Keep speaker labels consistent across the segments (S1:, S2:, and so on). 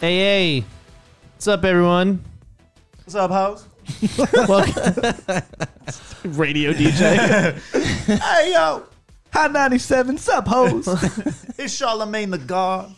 S1: Hey, hey. What's up, everyone?
S2: What's up, house?
S1: Welcome,
S3: Radio DJ.
S2: Hey, yo,
S3: High 97 sub host.
S2: it's Charlemagne the God.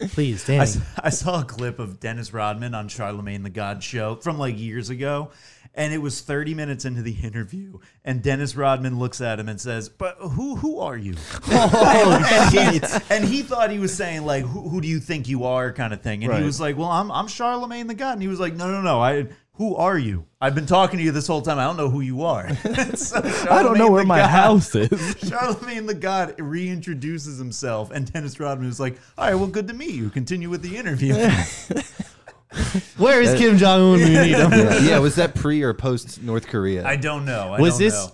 S1: please,
S2: I,
S1: Danny.
S2: s- I saw a clip of Dennis Rodman on Charlemagne the God show from like years ago, and it was 30 minutes into the interview, and Dennis Rodman looks at him and says, "But who who are you?" and, he, and he thought he was saying like, "Who, who do you think you are?" kind of thing, and
S3: Right.
S2: he was like, "Well, I'm I'm Charlemagne the God," and he was like, "No, no, no, I." Who are you? I've been talking to you this whole time. I don't know who you are.
S3: I don't know where my house is.
S2: Charlemagne the God reintroduces himself, and Dennis Rodman is like, "All right, well, good to meet you. Continue with the interview."
S1: Where is Kim Jong Un when you need him?
S4: yeah, yeah, was that pre or post North Korea?
S2: I don't know. I
S1: Was
S2: don't
S1: this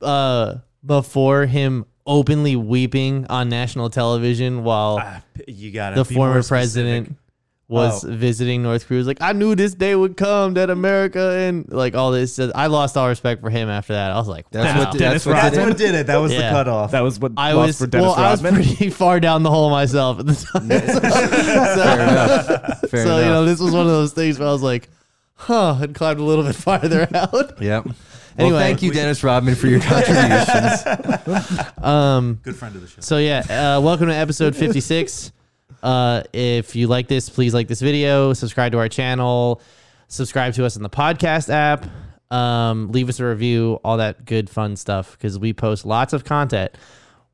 S2: know.
S1: uh, before him openly weeping on national television while
S2: Ah, p- you got
S1: the former president was
S2: Oh.
S1: visiting North Korea? He was like, I knew this day would come that America and like all this. I lost all respect for him after that. I was like,
S4: that's
S1: wow.
S4: what
S3: Dennis
S4: that's what
S2: That's
S4: did
S2: what
S4: it.
S2: did it. That was
S1: Yeah.
S2: the cutoff.
S3: That was what
S1: I
S3: lost
S1: was
S3: for Dennis
S1: well.
S3: Rodman.
S1: I was pretty far down the hole myself at the time.
S4: Fair enough. Fair
S1: so you know,
S4: enough.
S1: this was one of those things where I was like, "Huh," and climbed a little bit farther out.
S4: yep. Well,
S1: Anyway.
S4: thank you, Dennis Rodman, for your contributions.
S2: Good friend of the show.
S1: So yeah, uh, welcome to episode fifty-six. Uh, if you like this, please like this video, subscribe to our channel, subscribe to us in the podcast app, um, leave us a review, all that good fun stuff because we post lots of content.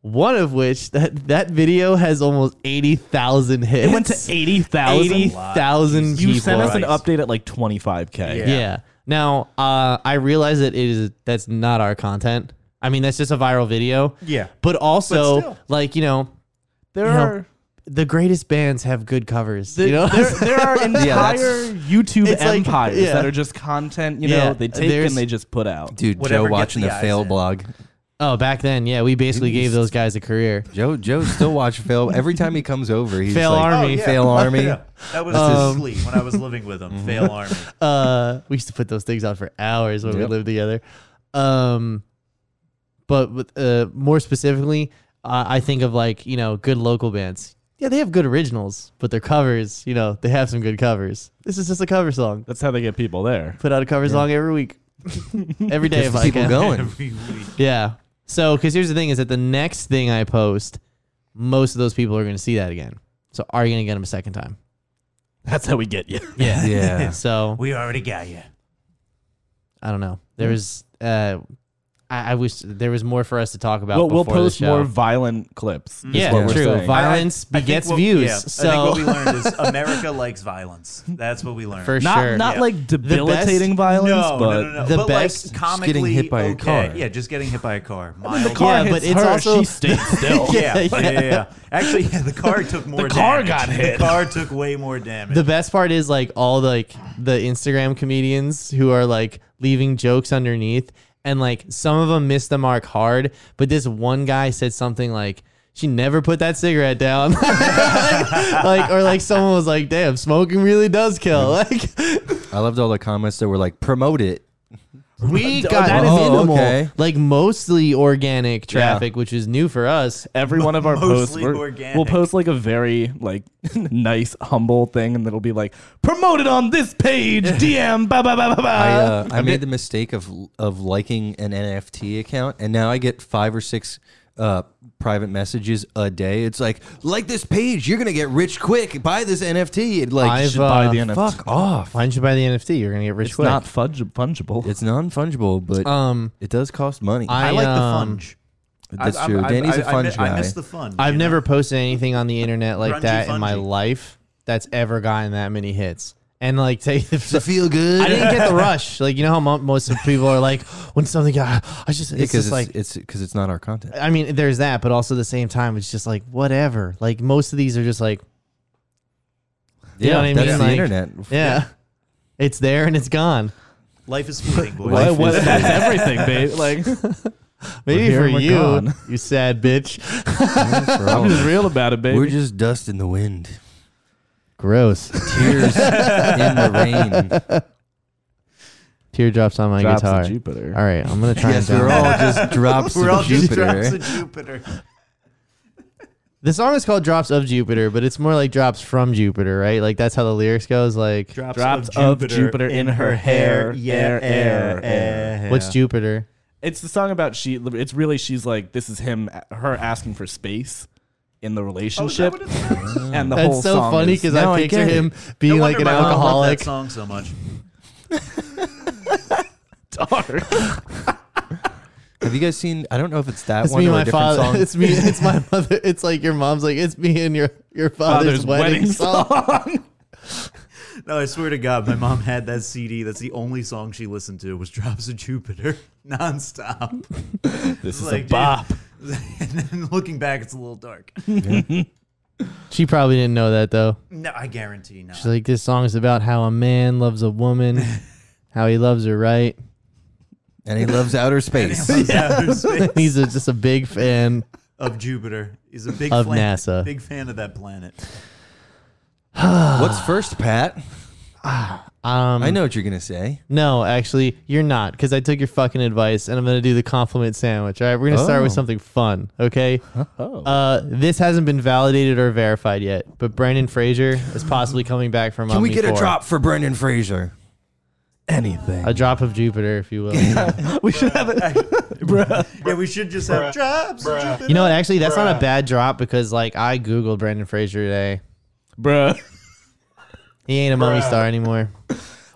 S1: One of which that that video has almost eighty thousand hits.
S3: it went to 80,000.
S1: eighty thousand people.
S3: you sent us an
S2: Christ.
S3: update at like 25K.
S2: Yeah.
S1: Yeah. Now, uh, I realize that it is that's not our content. I mean, that's just a viral video.
S2: Yeah.
S1: But also,
S2: But still.
S1: like you know,
S3: There
S1: You know,
S3: are.
S1: the greatest bands have good covers.
S3: The,
S1: you know,
S3: there, there are entire
S4: that's-
S3: YouTube
S1: It's like-
S3: empires
S1: yeah.
S3: that are just content, you know,
S1: Yeah,
S3: they take
S1: there's-
S3: and they just put out.
S4: Dude,
S2: Whatever
S4: Joe
S2: gets
S4: watching
S2: the
S4: the
S2: eyes
S4: fail
S2: in.
S4: blog.
S1: oh, back then, yeah, we basically gave those guys a career.
S4: Joe Joe still watching fail. Every time he comes over, he's
S1: Fail
S4: like,
S1: Army. Um,
S4: fail army.
S2: Oh, Yeah. That was his sleep when I was living with him. Fail army.
S1: Uh, we used to put those things on for hours when we
S4: Yep.
S1: lived together. Um, but with, uh, more specifically, uh, I think of like you know good local bands. Yeah, they have good originals, but their covers, you know, they have some good covers. This is just a cover song.
S3: That's how they get people there.
S1: put out a cover song every week, every day
S4: Gets
S1: if
S4: the
S1: I
S4: people
S1: can.
S4: going.
S2: Every week.
S1: Yeah. So, because here's the thing: is that the next thing I post, most of those people are going to see that again. So, are you going to get them a second time?
S3: That's how we get you.
S1: Yeah.
S4: Yeah.
S1: So
S2: We already got you.
S1: I don't know. There was, uh, I, I wish there was more for us to talk about.
S3: Well, we'll
S1: before the
S3: post
S1: show.
S3: more violent clips. is
S1: Yeah,
S3: what we're
S1: true.
S3: saying.
S1: Violence
S2: I think
S1: begets
S2: what-
S1: views.
S2: yeah, I
S1: so,
S2: think what we learned is America likes violence. That's what we learned.
S1: for
S3: not
S1: sure,
S3: not
S2: Yeah.
S3: like debilitating
S1: best-
S3: violence,
S2: no,
S3: but
S2: no, no, no.
S1: the
S2: but
S1: best-
S2: like
S1: just
S2: comically
S4: getting hit by a
S2: okay.
S4: car.
S2: Yeah, just getting hit by a car.
S3: the
S2: Mild.
S3: car
S1: Yeah,
S3: hits
S1: but it's
S3: her,
S1: also-
S3: she stays still.
S2: yeah, yeah, yeah, yeah. Actually, yeah, the car took more.
S3: car
S2: damage.
S3: got hit.
S2: The car took way more damage.
S1: The best part is like all the, like the Instagram comedians who are like leaving jokes underneath and like some of them missed the mark hard, but this one guy said something like she never put that cigarette down. like or like someone was like, "Damn, smoking really does kill." Like
S4: I loved all the comments that were like, promote it.
S1: we
S3: got-
S1: that is
S4: Oh,
S1: minimal.
S4: okay.
S1: Like mostly organic traffic, which is new for us.
S3: Every one of our posts,
S2: Mostly
S3: we're-
S2: organic.
S3: we'll post like a very like nice, humble thing, and it'll be like promoted on this page. DM, ba ba ba ba ba.
S4: I, uh, I made the mistake of of liking an NFT account, and now I get five or six uh, private messages a day. It's like, like this page, you're gonna get rich quick. Buy this NFT. It like,
S1: I've,
S4: should
S1: uh,
S4: fuck off.
S1: Why don't you buy the NFT? You're gonna get rich
S3: it's
S1: quick.
S3: not fudge- fungible.
S4: It's non fungible, but
S1: um,
S4: it does cost money.
S1: I,
S2: I like
S1: um,
S2: the funge.
S4: That's
S2: I- I-
S4: true.
S2: I-
S4: Danny's a
S2: I- I
S4: fun
S2: mi-
S4: guy.
S2: I miss the fun.
S1: I've
S2: you know?
S1: never posted anything on the internet like
S2: Grungy
S1: that in my
S2: fungy.
S1: life that's ever gotten that many hits. And like, take
S4: Does it feel good?
S1: I didn't get the rush. Like, you know how mo- most of people are like, when something got, I just, it's
S4: because
S1: just
S4: it's
S1: like,
S4: it's because it's not our content.
S1: I mean, there's that, but also at the same time, it's just like, whatever. Like, most of these are just like, You know what I
S4: that's
S1: mean?
S4: the
S1: Like-
S4: internet.
S1: yeah, it's there and it's gone.
S2: Life is fleeting, boys.
S4: Life
S3: What- what-
S4: is-
S3: that's everything, babe. Like We're
S1: Maybe
S3: here
S1: for
S3: and we're
S1: you,
S3: gone.
S1: you sad bitch.
S4: For all
S3: I'm
S4: of
S3: just
S4: us.
S3: real about it, babe.
S4: We're just dust in the wind,
S1: Gross.
S4: tears in the rain.
S1: Teardrops on my
S3: Drops
S1: guitar.
S3: of Jupiter.
S1: All right, I'm gonna try
S4: Yes,
S1: and
S4: we're
S1: download-
S4: all just drops
S2: We're all
S4: of Jupiter.
S2: just drops of Jupiter.
S1: The song is called Drops of Jupiter, but it's more like drops from Jupiter, right? Like that's how the lyrics goes. Like
S2: Drops,
S3: Drops of Jupiter in her hair,
S2: Yeah,
S3: air, air,
S2: air,
S3: air.
S2: air.
S1: what's Jupiter?
S3: It's the song about she. It's really she's like this is him, her asking for space in the
S2: Oh,
S3: relationship, and the whole
S1: That's so
S3: song
S1: funny
S3: is-
S1: because
S4: Now
S1: I
S4: I
S1: picture
S4: get it.
S1: him being
S2: No
S1: like an
S2: wonder my mom
S1: alcoholic.
S2: loved That song so much.
S3: dark.
S4: Have you guys seen? I don't know if it's that
S1: It's
S4: one
S1: me,
S4: or a
S1: my
S4: different
S1: father.
S4: song.
S1: It's me. It's my mother. It's like your mom's like it's me and your your father's,
S3: Father's
S1: wedding,
S3: wedding
S1: song.
S2: No, I swear to God, my mom had that CD. That's the only song she listened to was "Drops of Jupiter" nonstop.
S3: This is
S2: like,
S3: a bop.
S2: dude. and then looking back, it's a little dark.
S1: She probably didn't know that though.
S2: No, I guarantee not.
S1: She's like this song is about how a man loves a woman, how he loves her right.
S4: and he loves outer space.
S2: Outer space
S1: He's a, just a big fan.
S2: of Jupiter. He's a big
S1: Of
S2: fan,
S1: NASA.
S2: Big fan of that planet.
S4: What's first, Pat?
S1: Um,
S4: I know what you're gonna say.
S1: No, actually, you're not, because I took your fucking advice, and I'm gonna do the compliment sandwich. All right, we're gonna start with
S4: Oh.
S1: something fun, okay? Uh, this hasn't been validated or verified yet, but Brandon Fraser is possibly coming back from.
S4: Can we
S1: Omni
S4: get a
S1: 4.
S4: drop for Brendan Fraser? Anything.
S1: A drop of Jupiter, if you will. you
S3: We should have it. Bruh.
S2: Yeah, we should just have drops. of Jupiter.
S1: know what? Actually, that's not a bad drop because, like, I googled Brandon Fraser today.
S3: Bruh.
S1: He ain't a mummy star anymore.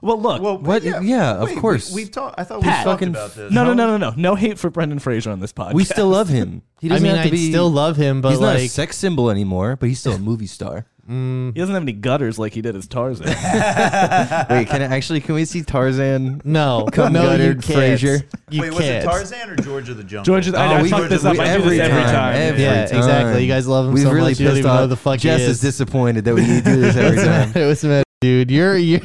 S3: Well, look.
S2: Well,
S4: What- yeah, of course.
S2: We, have talked. I thought we talked
S3: Pat.
S4: Fucking
S2: about this.
S3: no, no, no, no, no. No hate for Brendan Fraser on this podcast.
S4: we still love him. He
S1: I
S4: doesn't
S1: mean,
S4: have to
S1: I
S4: be.
S1: still love him, but
S4: he's not a
S1: like,
S4: sex symbol anymore, but he's still a movie star.
S3: he doesn't have any gutters like he did as Tarzan.
S4: Wait, can I actually? Can we see Tarzan?
S1: no,
S4: Cum
S1: no, you
S4: guttered
S1: can't.
S4: Fraser.
S1: You
S2: Wait,
S1: can't.
S2: was it Tarzan or George of the Jungle?
S3: George is- I-
S4: Oh,
S3: I
S4: we-
S3: fucked this up.
S4: we-
S3: I do this every time.
S4: every
S1: Yeah, exactly. You guys love him
S4: We've
S1: so
S4: really
S1: much, you don't
S4: pissed
S1: even know
S4: off.
S1: who the fuck he
S4: Jess
S1: is.
S4: is disappointed that we do this every time.
S1: What's the matter, dude? You're you're.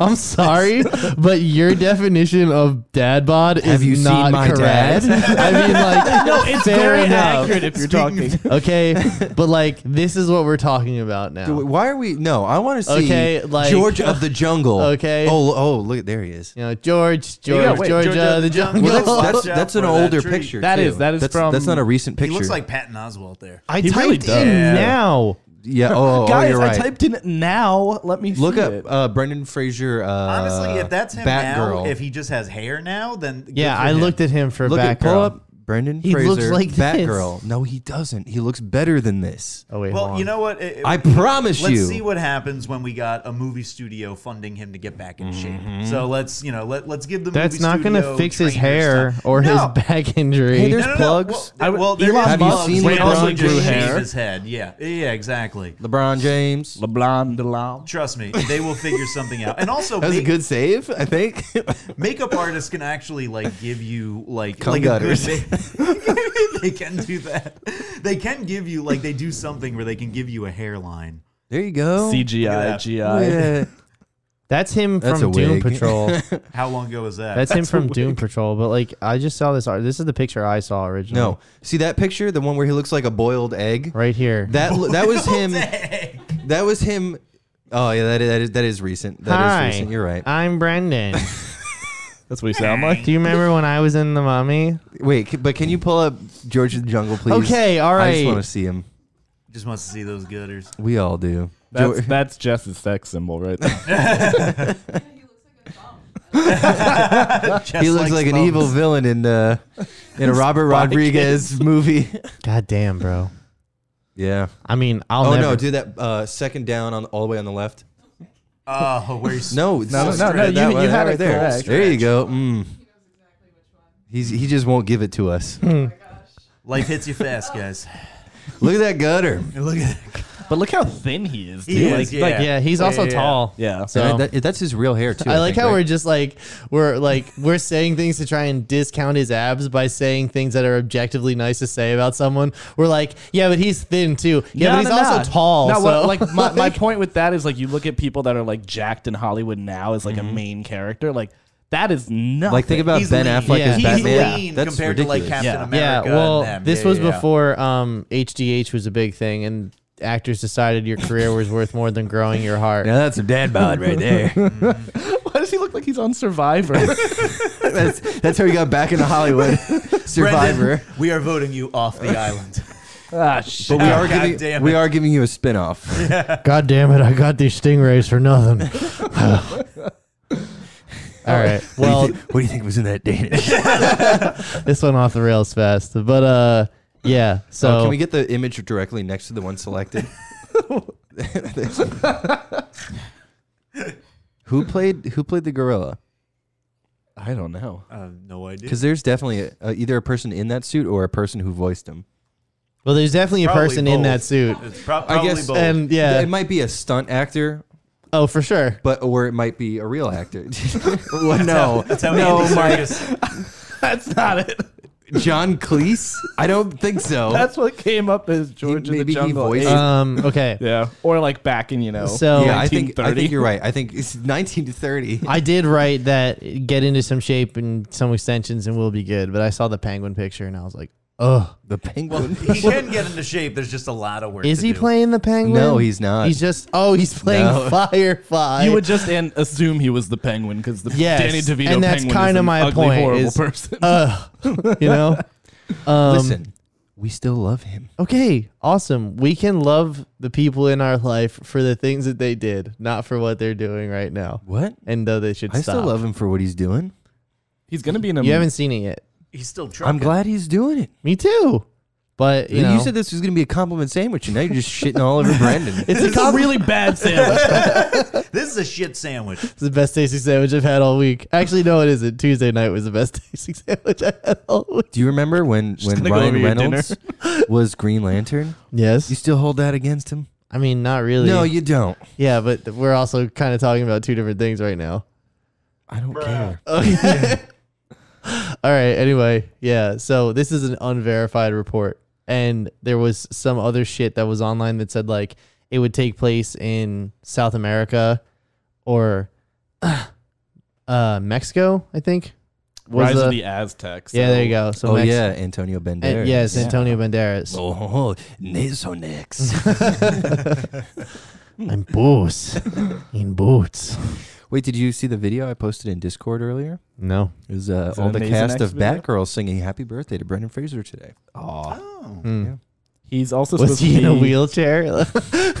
S1: I'm sorry, but your definition of dad bod is
S4: Have you seen
S1: not
S4: my
S1: correct.
S4: dad?
S1: I mean, like,
S3: no, it's
S1: fair
S3: very
S1: enough.
S3: accurate if you're talking.
S1: Okay, but like, this is what we're talking about now.
S4: Why are we? No, I want to see
S1: Okay, like-
S4: George of the Jungle.
S1: Okay.
S4: Oh, oh, look, there he is.
S1: You know, George, George,
S3: Yeah, wait,
S1: Georgia,
S3: Georgia,
S1: the
S2: the jungle.
S1: jungle.
S2: Well,
S4: That's,
S2: Watch out
S4: that's an
S2: for that
S4: older
S2: tree.
S4: picture.
S3: That
S4: That is
S3: is- that is
S4: that's,
S3: from-
S4: That's not a recent
S2: He
S4: picture.
S2: looks like Patton Oswalt there.
S1: I
S3: He
S1: typed
S3: really does.
S1: in
S2: Yeah.
S1: now.
S4: Yeah. Oh, oh,
S3: Guys,
S4: you're right.
S3: I typed in now. Let me
S4: Look
S3: see
S4: up
S3: it.
S4: uh, Brendan Fraser. Uh,
S2: Honestly, if that's him now,
S4: Batgirl.
S2: if he just has hair now, then good
S1: Yeah,
S2: for
S1: I
S2: him.
S1: looked at him for
S4: look
S1: back
S4: at pull up Brendan
S1: He
S4: Fraser.
S1: looks like this.
S4: Batgirl. No, he doesn't. He looks better than this.
S1: Oh wait, hold
S2: Well,
S1: on.
S2: you know what? It- it-
S4: I promise
S2: let's
S4: you.
S2: see what happens when we got a movie studio funding him to get back in shape. So let's, you know, let let's give the
S1: Mm-hmm. that's not
S2: movie going to
S1: fix his hair or
S2: No.
S1: his back injury.
S4: Hey, there's
S2: No, no, no.
S4: plugs.
S2: Well,
S3: I-
S2: well, there
S3: Elon
S2: is
S4: Have you
S2: plugs.
S4: seen
S2: They also
S4: LeBron
S2: just
S4: grew
S2: shaved
S3: hair?
S2: His head. Yeah. Yeah. Exactly.
S4: LeBron James.
S3: LeBlanc Delam.
S2: Trust me, they will figure something out. And also,
S4: That was a
S2: make-
S4: good save, I think.
S2: makeup artists can actually like give you like
S4: Cum
S2: like a good
S4: gutters.
S2: ma- they can do that. They can give you like they do something where they can give you a hairline.
S4: there you go.
S3: CGI, GI.
S4: Yeah.
S1: that's him
S4: That's
S1: from
S4: a
S1: Doom
S4: wig.
S1: Patrol.
S2: How long ago was that?
S1: That's, him
S3: That's a
S1: from Doom
S3: wig.
S1: Patrol. But like, I just saw this art. This is the picture I saw originally.
S4: No, see that picture, the one where he looks like a boiled egg.
S1: right here.
S4: That lo- that was him.
S2: Dang.
S4: That was him. Oh yeah, that is that is, that is recent. That is
S1: Hi, Uh,
S4: recent. You're right.
S1: I'm Brendan.
S3: That's what you sound like.
S1: Do you remember when I was in the mummy?
S4: Wait, c- but can you pull up George of the Jungle, please?
S1: Okay, all
S4: I just
S1: right.
S4: want to see him.
S2: Just wants to see those gutters.
S4: We all do.
S3: That's,
S4: Geor-
S3: that's Jess's sex symbol right there.
S4: he looks like, an evil villain in uh, in a Robert Rodriguez movie.
S1: God damn, bro.
S4: Yeah.
S1: I mean, I'll
S4: oh
S1: never.
S4: no, do that uh, second down on all the way on the left.
S2: Oh, where he's
S4: No,
S2: no,
S4: it's
S2: no,
S4: straight
S2: no,
S4: that
S3: you-
S4: way,
S3: you had
S4: right
S3: it
S4: there.
S3: correct.
S4: There you go. Mm. He's he just won't give it to us.
S2: life hits you fast, guys.
S4: Look at that gutter.
S2: Look at that.
S3: But look how thin he is. Dude.
S2: He
S3: like,
S2: is, yeah.
S3: like,
S1: Yeah, he's also
S2: Yeah, yeah, yeah.
S1: tall.
S3: yeah.
S1: So-
S4: And that- that's his real hair too.
S1: I like
S4: think,
S1: how
S4: right?
S1: we're just like we're like we're saying things to try and discount his abs by saying things that are objectively nice to say about someone. We're like, yeah, but he's thin too. Yeah,
S3: No,
S1: but he's
S3: no,
S1: also
S3: no.
S1: tall.
S3: No,
S1: so.
S3: well, like my, my point with that is like you look at people that are like jacked in Hollywood now as like a
S1: Mm-hmm.
S3: main character, like that is nothing.
S4: Like think about
S2: He's
S4: Ben
S2: lean.
S4: Affleck
S1: Yeah.
S4: as
S1: He's
S4: Batman.
S2: lean
S4: That's
S2: compared
S4: ridiculous.
S2: to like Captain
S3: Yeah.
S2: America.
S1: yeah, well,
S2: and them.
S1: this
S2: Yeah,
S1: was
S2: yeah, yeah.
S1: before um, HDH was a big thing, and actors decided your career was worth more than growing your heart.
S4: Now that's a dad bod right there.
S3: why does he look like he's on Survivor?
S4: that's that's how he got back into Hollywood.
S2: Brendan,
S4: Survivor.
S2: we are voting you off the island.
S3: Ah, shit.
S4: But we are
S2: God
S4: giving
S2: damn
S4: we
S2: it.
S4: are giving you a spinoff.
S1: God damn it! I got these stingrays for nothing. All right.
S4: what,
S1: Well,
S4: do you thi- what do you think was in that Danish?
S1: this went off the rails fast, but uh, yeah. So
S4: Oh, can we get the image directly next to the one selected? who played who played the gorilla?
S3: I don't know.
S2: I have no idea.
S4: Because there's definitely a, a, either a person in that suit or a person who voiced him.
S1: well, there's definitely a
S2: Probably
S1: person in
S2: both.
S1: that suit,
S2: It's pro- probably
S4: guess- um,
S2: both.
S1: and yeah.
S4: It might be a stunt actor,
S1: oh, for sure.
S4: but or it might be a real actor. well, no,
S2: That's how
S4: no,
S2: Andy
S4: my,
S2: Serkis-
S3: That's not it.
S4: John Cleese. I don't think so.
S3: That's what came up as George in
S4: maybe
S3: the
S4: he
S3: Jungle.
S4: voiced-
S3: Eight.
S1: Um. Okay.
S3: yeah, or like back in you know.
S1: So
S4: yeah, I think I
S3: 1930.
S4: think you're right. I think it's 19 to 30.
S1: I did write that get into some shape and some extensions and we'll be good. But I saw the penguin picture and I was like, oh,
S4: The penguin.
S2: he can get into shape. There's just a lot of work.
S1: is
S2: to
S1: he
S2: do.
S1: playing the penguin?
S4: No, he's not.
S1: He's just oh, he's playing
S4: No.
S1: Firefly.
S3: you would just an- assume he was the penguin because the
S1: Yes,
S3: Danny DeVito
S1: and that's
S3: penguin is
S1: kinda
S3: an
S1: my
S3: ugly,
S1: point,
S3: horrible
S1: is- uh,
S3: person.
S1: Ugh. you know. Um,
S4: Listen, we still love him.
S1: Okay, awesome. We can love the people in our life for the things that they did, not for what they're doing right now.
S4: What?
S1: And though they should
S4: I
S1: stop.
S4: still love him for what he's doing.
S3: He's gonna be in a.
S1: You haven't seen it yet.
S2: He's still
S4: I'm
S2: trucking.
S4: glad he's doing it.
S1: Me too. But you,
S4: You,
S1: know,
S4: said this was going to be a compliment sandwich, and now you're just shitting all over Brandon.
S1: it's, a
S3: It's a
S1: compliment.
S3: really bad sandwich.
S2: This is a shit sandwich.
S1: It's the best tasting sandwich I've had all week. Actually, no, it isn't. Tuesday night was the best tasting sandwich I had all week.
S4: Do you remember when, when
S3: gonna go over
S4: Ryan
S3: your
S4: Reynolds was Green Lantern? You
S1: Yes.
S4: still hold that against him?
S1: I mean, not really.
S4: No, you don't.
S1: yeah, but we're also kind of talking about two different things right now.
S4: I don't care.
S1: All right. Anyway, yeah. So this is an unverified report, and there was some other shit that was online that said like it would take place in South America or uh, Mexico. I think. Was
S3: Rise
S1: the-
S3: of the Aztecs.
S1: yeah. There you go. So
S4: oh
S1: Mex-
S4: yeah, Antonio Banderas.
S1: and- yes, Antonio Banderas.
S4: Oh, Naso next.
S1: I'm boots in boots.
S4: Wait, did you see the video I posted in Discord earlier?
S1: No.
S4: It was uh,
S3: Is it
S4: all the
S3: an Naso
S4: cast
S3: Next
S4: of
S3: video?
S4: Batgirl singing "Happy Birthday" to Brendan Fraser today.
S3: Aw.
S2: Oh.
S1: Hmm.
S3: He's also
S1: Was
S3: supposed to
S1: he in a
S3: be-
S1: wheelchair?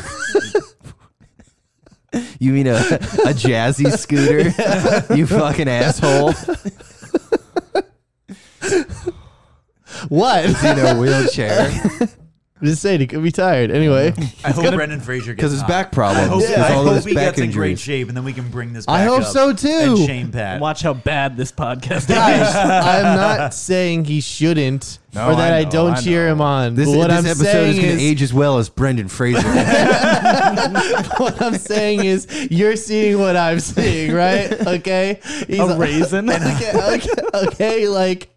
S4: You mean a, a jazzy scooter? you fucking asshole.
S1: what?
S4: in a wheelchair
S1: I'm just saying, he could be tired. Anyway,
S2: I hope Brendan Fraser gets
S4: because his
S2: hot.
S4: back
S2: I hope,
S4: problems.
S2: I
S4: It's all
S2: hope
S4: those
S2: he
S4: back
S2: gets in great
S4: injuries.
S2: shape, and then we can bring this. Back
S1: I hope
S2: up
S1: so, too.
S2: And shame Pat.
S3: Watch how bad this podcast is.
S1: guys, I'm not saying he shouldn't
S3: No,
S1: or that I,
S3: I know,
S1: don't
S3: I
S1: cheer him
S3: know.
S1: on.
S4: This,
S1: but what
S4: this
S1: I'm
S4: episode is
S1: saying
S4: going to
S1: is,
S4: age as well as Brendan Fraser.
S1: what I'm saying is, you're seeing what I'm seeing, right? Okay, he's
S3: A raisin.
S1: okay, okay, okay, like.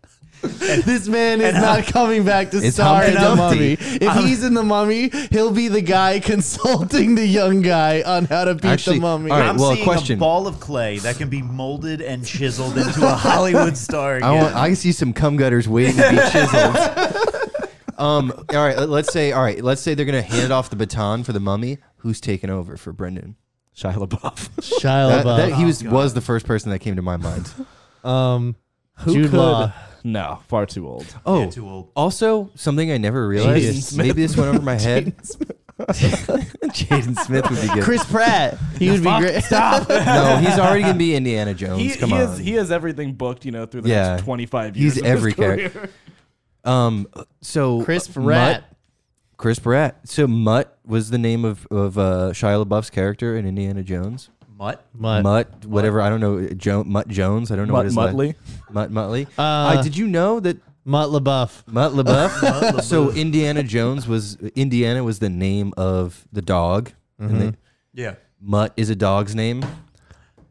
S1: this man is not coming back to
S4: It's
S1: star in
S4: Humpty
S1: the mummy.
S4: Dumpty.
S1: If he's in the mummy, he'll be the guy consulting the young guy on how to beat
S4: Actually,
S1: the mummy.
S4: all right.
S2: I'm
S4: well, a
S2: seeing a
S4: question.
S2: ball of clay that can be molded and chiseled into a Hollywood star. Again.
S4: I want. I see some cum gutters waiting to be chiseled. um. All right. let- Let's say. All right. Let's say they're going to hand off the baton for the mummy. Who's taking over for Brendan?
S3: Shia LaBeouf.
S1: Shia LaBeouf,
S4: That,
S3: uh,
S4: that- he was
S3: Oh,
S4: was the first person that came to my mind.
S1: um, Jude
S3: could-
S1: Law.
S3: No, far too old.
S4: Oh.
S2: Yeah, too old.
S4: Also, something I never
S1: Jaden
S4: realized.
S3: Smith.
S4: Maybe this went over my head. Jaden Smith would be good.
S1: Chris Pratt. He would be
S3: Fuck,
S1: great.
S3: Stop.
S4: no, he's already going to be Indiana Jones.
S3: he,
S4: Oh, Come
S3: he,
S4: on.
S3: has, he has everything booked, you know, through the
S4: Yeah.
S3: next 25 years.
S4: He's
S3: of his
S4: every
S3: career.
S4: Um, so
S1: Chris
S4: uh,
S1: Pratt.
S4: Mutt, Chris Pratt. So Mutt was the name of of uh, Shia LaBeouf's character in Indiana Jones.
S2: Mutt.
S1: Mutt.
S4: Mutt, whatever. I don't know. Jo- Mutt Jones. I don't know
S3: Mutt
S4: what his last-
S3: Muttley?
S4: Mutt Muttley. Uh,
S1: Uh,
S4: did you know that
S1: Mutt LaBeouf.
S4: Mutt LaBeouf? so Indiana Jones was Indiana was the name of the dog. And the,
S2: Yeah.
S4: Mutt is a dog's name.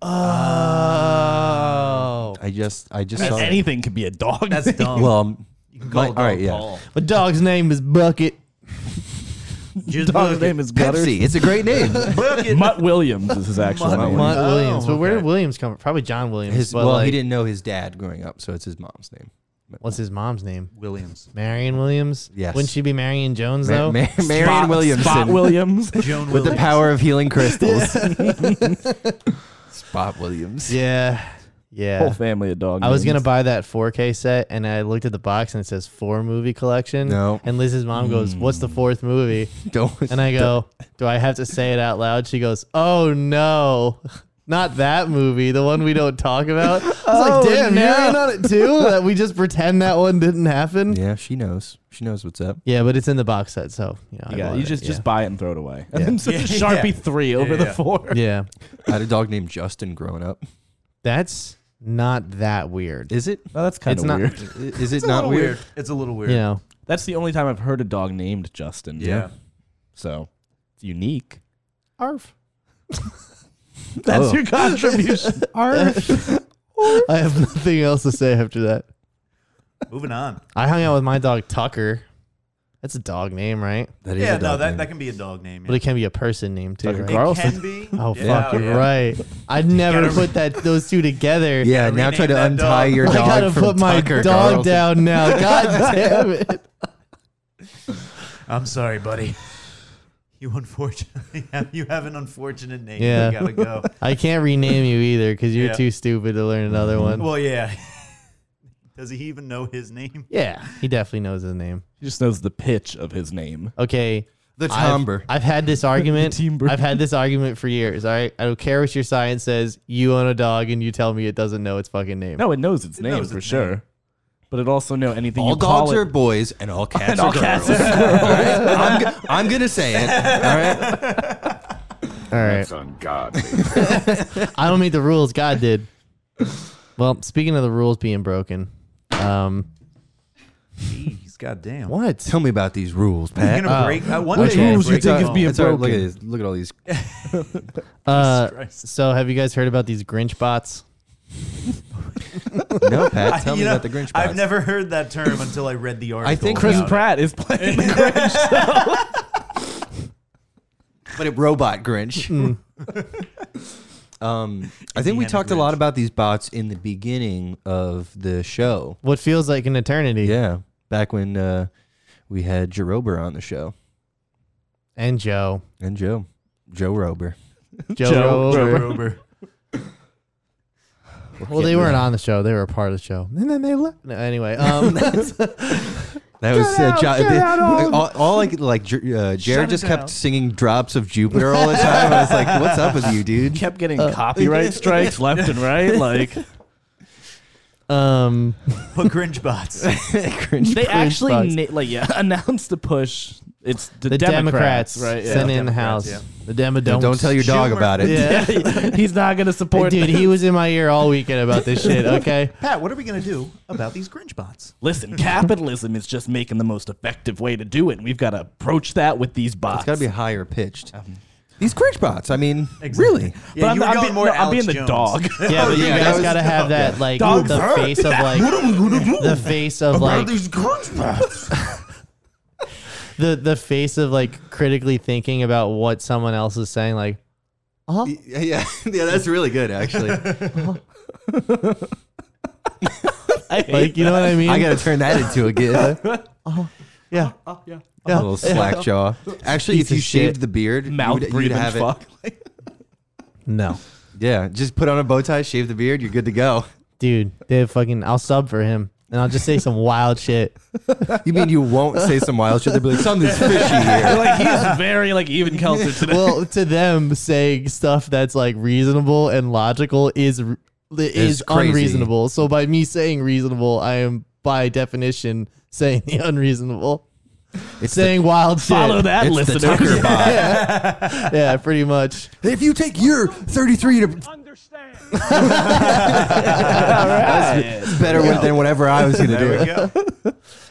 S1: Oh.
S4: I just I just
S3: That's-
S4: saw. it.
S3: Anything could be a dog.
S2: That's dumb.
S4: Well, um,
S2: you can call
S4: my-
S2: it
S4: all right,
S2: dog
S4: yeah.
S2: Paul.
S1: My dog's name is Bucket.
S2: Just
S3: dog's
S2: book it.
S3: name is Gutters.
S4: Pepsi. It's a great name.
S2: Book it.
S3: Mutt Williams is his actual
S2: Mutt
S3: name.
S1: Mutt
S2: Oh,
S1: Williams. But where
S2: okay.
S1: did Williams come from? Probably John Williams.
S4: His,
S1: but
S4: well,
S1: like,
S4: he didn't know his dad growing up, so it's his mom's name.
S1: What's his mom's name?
S2: Williams.
S1: Marion Williams?
S4: Yes.
S1: Wouldn't she be Marion Jones,
S4: Ma-
S1: though?
S4: Ma- Marion
S3: Spot-
S4: Williamson.
S3: Spot Williams.
S2: Joan
S4: with the
S2: Williams.
S4: power of healing crystals. Spot Williams.
S1: yeah. Yeah.
S3: Whole family of dog.
S1: I was gonna
S3: names.
S1: buy that 4K set, and I looked at the box and it says four movie collection.
S4: No.
S1: And Liz's mom goes,
S4: Hmm.
S1: "What's the fourth movie?"
S4: Don't.
S1: And I go, "Do I have to say it out loud?" She goes, "Oh no, not that movie, the one we don't talk about." I was
S4: Oh,
S1: like, "Damn, you're in on it too? that we just pretend that one didn't happen?" Yeah,
S4: yeah, she knows. She knows what's up.
S1: but it's in the box set, so you know, I
S3: You, got-
S1: bought
S3: you
S1: it,
S3: just
S1: yeah.
S3: just buy it and throw it away. And
S1: Yeah.
S3: then so
S2: Yeah,
S3: Sharpie
S2: yeah.
S3: three over
S2: Yeah,
S3: the
S2: yeah.
S3: four.
S1: yeah.
S4: I had a dog named Justin growing up.
S1: That's not that weird.
S4: Is it?
S3: Oh, that's kind
S1: It's
S3: of
S1: not-
S3: weird.
S4: Is it
S2: It's a
S4: not
S2: little weird.
S4: weird?
S2: It's a little weird.
S1: You know,
S3: That's the only time I've heard a dog named Justin.
S2: Yeah.
S3: So it's unique.
S1: arf.
S3: That's
S4: Oh.
S3: your contribution.
S1: I have nothing else to say after that.
S2: Moving on.
S1: I hung out with my dog Tucker. That's a dog name, right?
S4: That
S2: Yeah, no, that, that can be a dog name.
S1: But
S2: Yeah.
S1: it can be a person name too.
S3: Tucker
S1: right?
S2: It
S3: Carlson.
S2: can be.
S1: Oh
S2: Yeah,
S1: fuck, you're
S2: yeah.
S1: right. I never
S2: gotta re-
S1: put that those two together.
S4: yeah,
S2: gotta
S4: now try
S2: rename
S4: to
S2: that
S4: untie
S2: dog.
S4: your
S1: I
S4: dog
S1: gotta
S4: from
S1: put my
S4: Tucker
S1: dog
S4: Carlson.
S1: down now. God damn it.
S2: I'm sorry, buddy. You unfortunately have, you have an unfortunate name.
S1: Yeah.
S2: You gotta go.
S1: I can't rename you either because you're
S2: Yeah.
S1: too stupid to learn another one.
S2: Well, yeah. Does he even know his name?
S1: yeah, he definitely knows his name.
S3: he just knows the pitch of his name.
S1: Okay.
S4: The
S1: I've-
S4: timbre.
S1: I've, had this argument.
S3: timbre.
S1: I've had this argument for years. All right. I don't care what your science says. You own a dog and you tell me it doesn't know its fucking name.
S3: No, it knows its name
S2: knows
S3: for
S2: its
S3: sure.
S2: name.
S3: But it also know anything
S4: all
S3: you call
S4: dogs
S3: it.
S4: are boys and all cats
S3: And
S4: are
S3: all
S4: girls.
S3: cats
S4: all right? I'm, g- I'm gonna say it. All right.
S1: All right.
S5: That's ungodly.
S1: I don't meet the rules. God did. Well, speaking of the rules being broken, um,
S2: Jeez, goddamn.
S1: what?
S4: Tell me about these rules,
S2: You're
S4: Pat.
S2: gonna break. Uh, one
S1: Which
S2: day you're
S1: rules
S2: gonna
S1: you
S2: break
S1: think
S2: the
S1: is
S2: law.
S3: being-
S4: That's all right, Look at
S3: broken.
S4: this. Look at all these.
S1: Uh,
S2: Christ.
S1: so have you guys heard about these Grinch bots?
S4: No, Pat.
S2: I-
S4: Tell
S2: you
S4: me
S2: know,
S4: about the Grinch.
S2: I've
S4: bots.
S2: never heard that term until I read the article.
S4: think
S3: Chris
S2: about it.
S3: Pratt is playing the Grinch.
S4: but a robot Grinch.
S1: Hmm.
S4: um, I think we
S2: Indiana
S4: talked a lot
S2: Grinch.
S4: about these bots in the beginning of the show.
S1: What feels like an eternity.
S4: Yeah, back when uh, we had Joe Rober on the show
S1: And Joe.
S4: and Joe, Joe Rober.
S1: Joe,
S3: Joe
S1: Rober.
S2: Joe Rober.
S1: Well, they weren't on the show. They were a part of the show. And then they left. No, anyway, um,
S4: That was uh,
S1: out,
S4: John,
S1: get out, Owen.
S4: all, all like like Jer- uh, Jared
S1: it
S4: just
S1: down.
S4: kept singing "Drops of Jupiter" all the time. I was like, "What's up with you, dude?"
S3: kept getting copyright strikes left and right. Like
S1: um,
S2: But Grinch bots.
S4: Grinch.
S3: they
S1: bots.
S3: actually na- like yeah announced the push. It's the,
S1: the Democrats,
S3: Democrats, right?
S1: sent in the
S2: Democrats,
S1: house.
S2: yeah.
S1: The demo
S4: Don't, tell your dog
S2: Schumer.
S4: about it.
S1: Yeah.
S3: Yeah. He's not gonna support.
S1: Dude,
S3: them.
S1: he was in my ear all weekend about this shit. Okay.
S2: Pat, what are we gonna do about these Grinch bots?
S3: Listen, capitalism is just making the most effective way to do it. and We've got to approach that with these bots.
S4: It's got to be higher pitched.
S2: Um,
S4: These Grinch bots. I mean, really?
S2: Yeah,
S3: but
S2: you were
S3: I'm, I'm,
S2: going
S3: being,
S2: more
S3: no, I'm
S2: Alex
S3: being the
S2: Jones.
S3: dog.
S1: Yeah, but you
S4: Oh, yeah, that
S1: guys
S4: was-
S1: gotta have that like
S3: Dogs
S1: the
S3: hurt.
S1: face of like the face of like the the face of like critically thinking about what someone else is saying. Like, Oh.
S4: Yeah, yeah, yeah, that's really good, actually.
S1: like you know what I mean?
S4: I Uh, got to turn that into a gif.
S1: yeah.
S4: A little slack jaw. Actually,
S1: Piece
S4: if you
S1: of shit.
S4: shaved the beard,
S3: Mouth
S4: you'd, you'd
S3: breathing
S4: have
S3: fuck.
S1: No,
S4: it. Yeah, just put on a bow tie, shave the beard, you're good to go.
S1: dude, they have fucking. I'll sub for him, and I'll just say some wild shit.
S4: You mean you won't say some wild shit? They'll be like, something's fishy here.
S3: like he's very like even Kelter today.
S1: Well, to them, saying stuff that's like reasonable and logical is r- is,
S4: crazy.
S1: unreasonable. So by me saying reasonable, I am by definition saying the unreasonable.
S4: It's the-
S1: saying wild shit.
S3: Follow that,
S4: it's the Tucker
S3: listener.
S4: bot.
S1: Yeah, pretty much.
S4: If you take your 33 to
S6: understand.
S4: it's better with- than whatever I was going to
S2: There we
S4: do.
S2: go.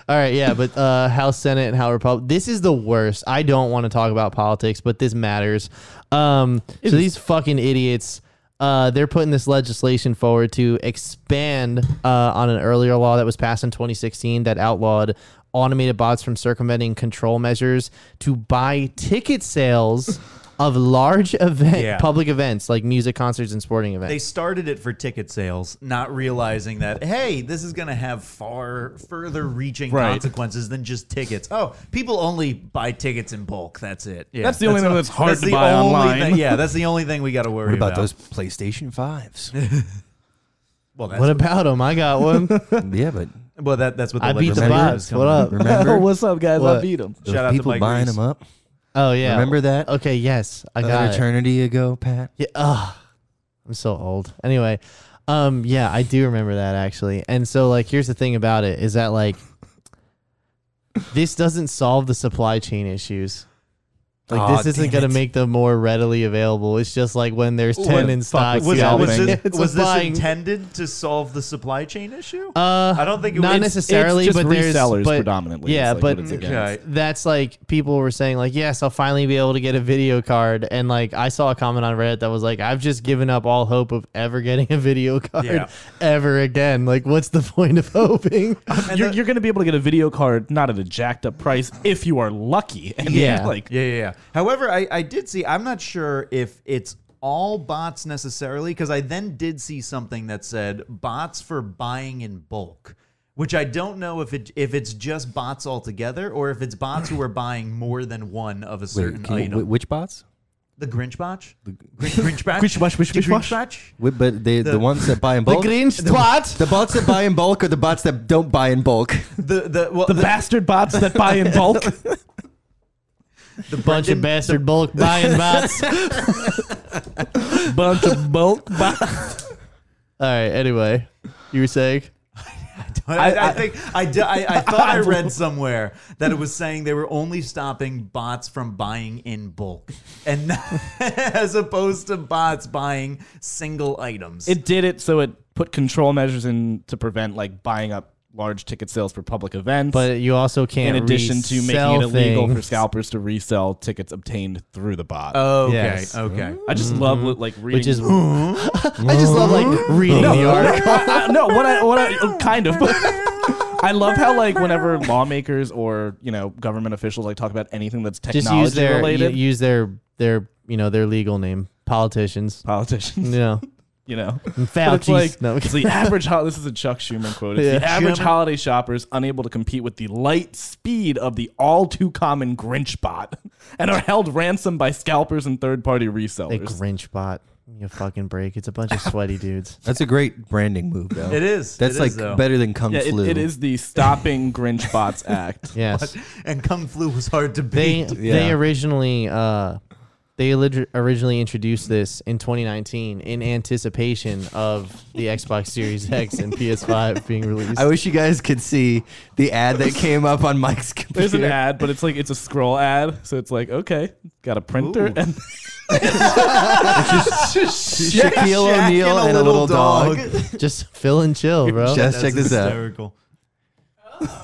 S1: All right, yeah, but uh, House Senate and House Republic. This is the worst. I don't want to talk about politics, but this matters. Um, so these fucking idiots, uh, they're putting this legislation forward to expand uh, on an earlier law that was passed in 2016 that outlawed automated bots from circumventing control measures to buy ticket sales of large event
S2: Yeah.
S1: public events like music concerts and sporting events.
S2: They started it for ticket sales, not realizing that hey, this is going to have far further reaching
S3: Right.
S2: consequences than just tickets. Oh, people only buy tickets in bulk. That's it. Yeah,
S3: That's the only thing
S2: all-
S3: that's hard to
S2: the
S3: buy
S2: only
S3: online.
S2: thing- yeah, that's the only thing we got to worry
S4: What about those PlayStation 5s?
S2: Well, that's
S1: What about him? I got one.
S4: yeah, but
S2: well, that that's what the
S1: I beat the
S2: legislature
S4: remember-
S1: bots.
S2: is coming
S1: What
S2: up.
S1: up?
S4: remember
S3: What's up, guys? I
S1: What?
S3: beat him.
S4: those
S2: Shout out to
S4: people
S2: Mike
S4: buying
S2: Reese.
S4: them up
S1: Oh yeah.
S4: Remember that?
S1: Okay. Yes, I
S4: an
S1: got it.
S4: eternity ago, Pat.
S1: Yeah. Ugh, I'm so old. Anyway, um, yeah, I do remember that actually. And so, like, here's the thing about it is that like, this doesn't solve the supply chain issues. Like,
S4: Aw,
S1: this isn't
S4: damn
S1: gonna
S4: it.
S1: make them more readily available. It's just like when there's ten
S3: the
S1: in
S3: fuck
S1: stock.
S3: was
S2: Was,
S1: you
S3: that?
S1: have-
S2: was
S1: Yeah,
S2: this,
S1: it's
S2: was
S1: a
S2: this
S1: buying-
S2: intended to solve the supply chain issue?
S1: Uh,
S2: I don't think it
S1: not
S2: was-
S1: necessarily,
S3: it's just
S1: but there's
S3: resellers
S1: but-
S3: predominantly.
S1: Yeah,
S3: is, like,
S1: but
S3: what it's
S2: okay.
S3: against.
S1: that's like people were saying like yes i'll finally be able to get a video card and like i saw a comment on reddit that was like i've just given up all hope of ever getting a video card
S2: Yeah.
S1: ever again like what's the point of hoping
S3: You're, you're going to be able to get a video card not at a jacked up price if you are lucky. And
S1: Yeah.
S3: like
S2: Yeah, yeah, yeah. However, I, I did see, I'm not sure if it's all bots necessarily, because I then did see something that said bots for buying in bulk. Which I don't know if it if it's just bots altogether or if it's bots who are buying more than one of a certain
S4: can you-
S2: item.
S4: wh- which bots?
S2: the Grinch botch? The Grinch botch?
S3: Grinch botch, Grinch
S2: The
S3: botch.
S2: botch?
S4: Wh- but they, the,
S2: The-
S4: ones that buy in
S1: the
S4: bulk.
S1: grinch twat
S4: The bots that buy in bulk are the bots that don't buy in bulk.
S2: The the well,
S3: the bastard bots that buy in bulk.
S1: the bunch of bastard bulk buying bots all
S3: Bunch of bulk bots.
S1: right anyway you were saying
S2: I, I,
S3: I-
S2: think I, d- I- I thought I read somewhere that it was saying they were only stopping bots from buying in bulk, and as opposed to bots buying single items.
S3: It did it so it put control measures in to prevent like buying up large ticket sales for public events.
S1: but you also
S3: in
S1: can't
S3: addition to making it
S1: resell
S3: illegal for
S1: things.
S3: scalpers to resell tickets obtained through the bot.
S2: okay,
S1: Yes.
S2: okay.
S3: I just love like reading.
S1: Mm-hmm. which is i just love like reading the article
S3: I- I- no, what I what I oh, kind of. But I love how like whenever lawmakers or you know government officials like talk about anything that's
S1: just
S3: technology
S1: use their
S3: related,
S1: u- use their their you know their legal name politicians
S3: politicians,
S1: yeah
S3: you know. But
S1: Fauci's
S3: it's like
S1: no,
S3: it's the average. Ho- this is a Chuck Schumer quote. It's
S1: Yeah.
S3: The average
S2: Schumer.
S3: holiday shopper is unable to compete with the light speed of the all too common Grinch bot, and are held ransom by scalpers and third party
S1: The
S3: resellers.
S1: Grinch bot. You fucking break. It's a bunch of sweaty dudes.
S4: That's a great branding move, though.
S2: It is.
S4: That's
S2: It
S4: like
S2: is, though.
S4: better than Kung
S3: yeah, it,
S4: Flu.
S3: it is the Stopping Grinch Bots Act.
S1: Yes.
S2: And Kung Flu was hard to
S1: They
S2: beat.
S1: they originally uh they orig- originally introduced this in 2019 in anticipation of the Xbox Series X and PS5 being released.
S4: I wish you guys could see the ad that came up on Mike's computer.
S3: There's an ad, but it's like it's a scroll ad, so it's like okay, got a printer
S2: Ooh.
S3: and
S4: Shaquille
S2: Shaq
S4: O'Neal and a little dog.
S1: Just fill and chill, bro.
S4: Just-
S2: That's
S4: check this out.
S2: hysterical.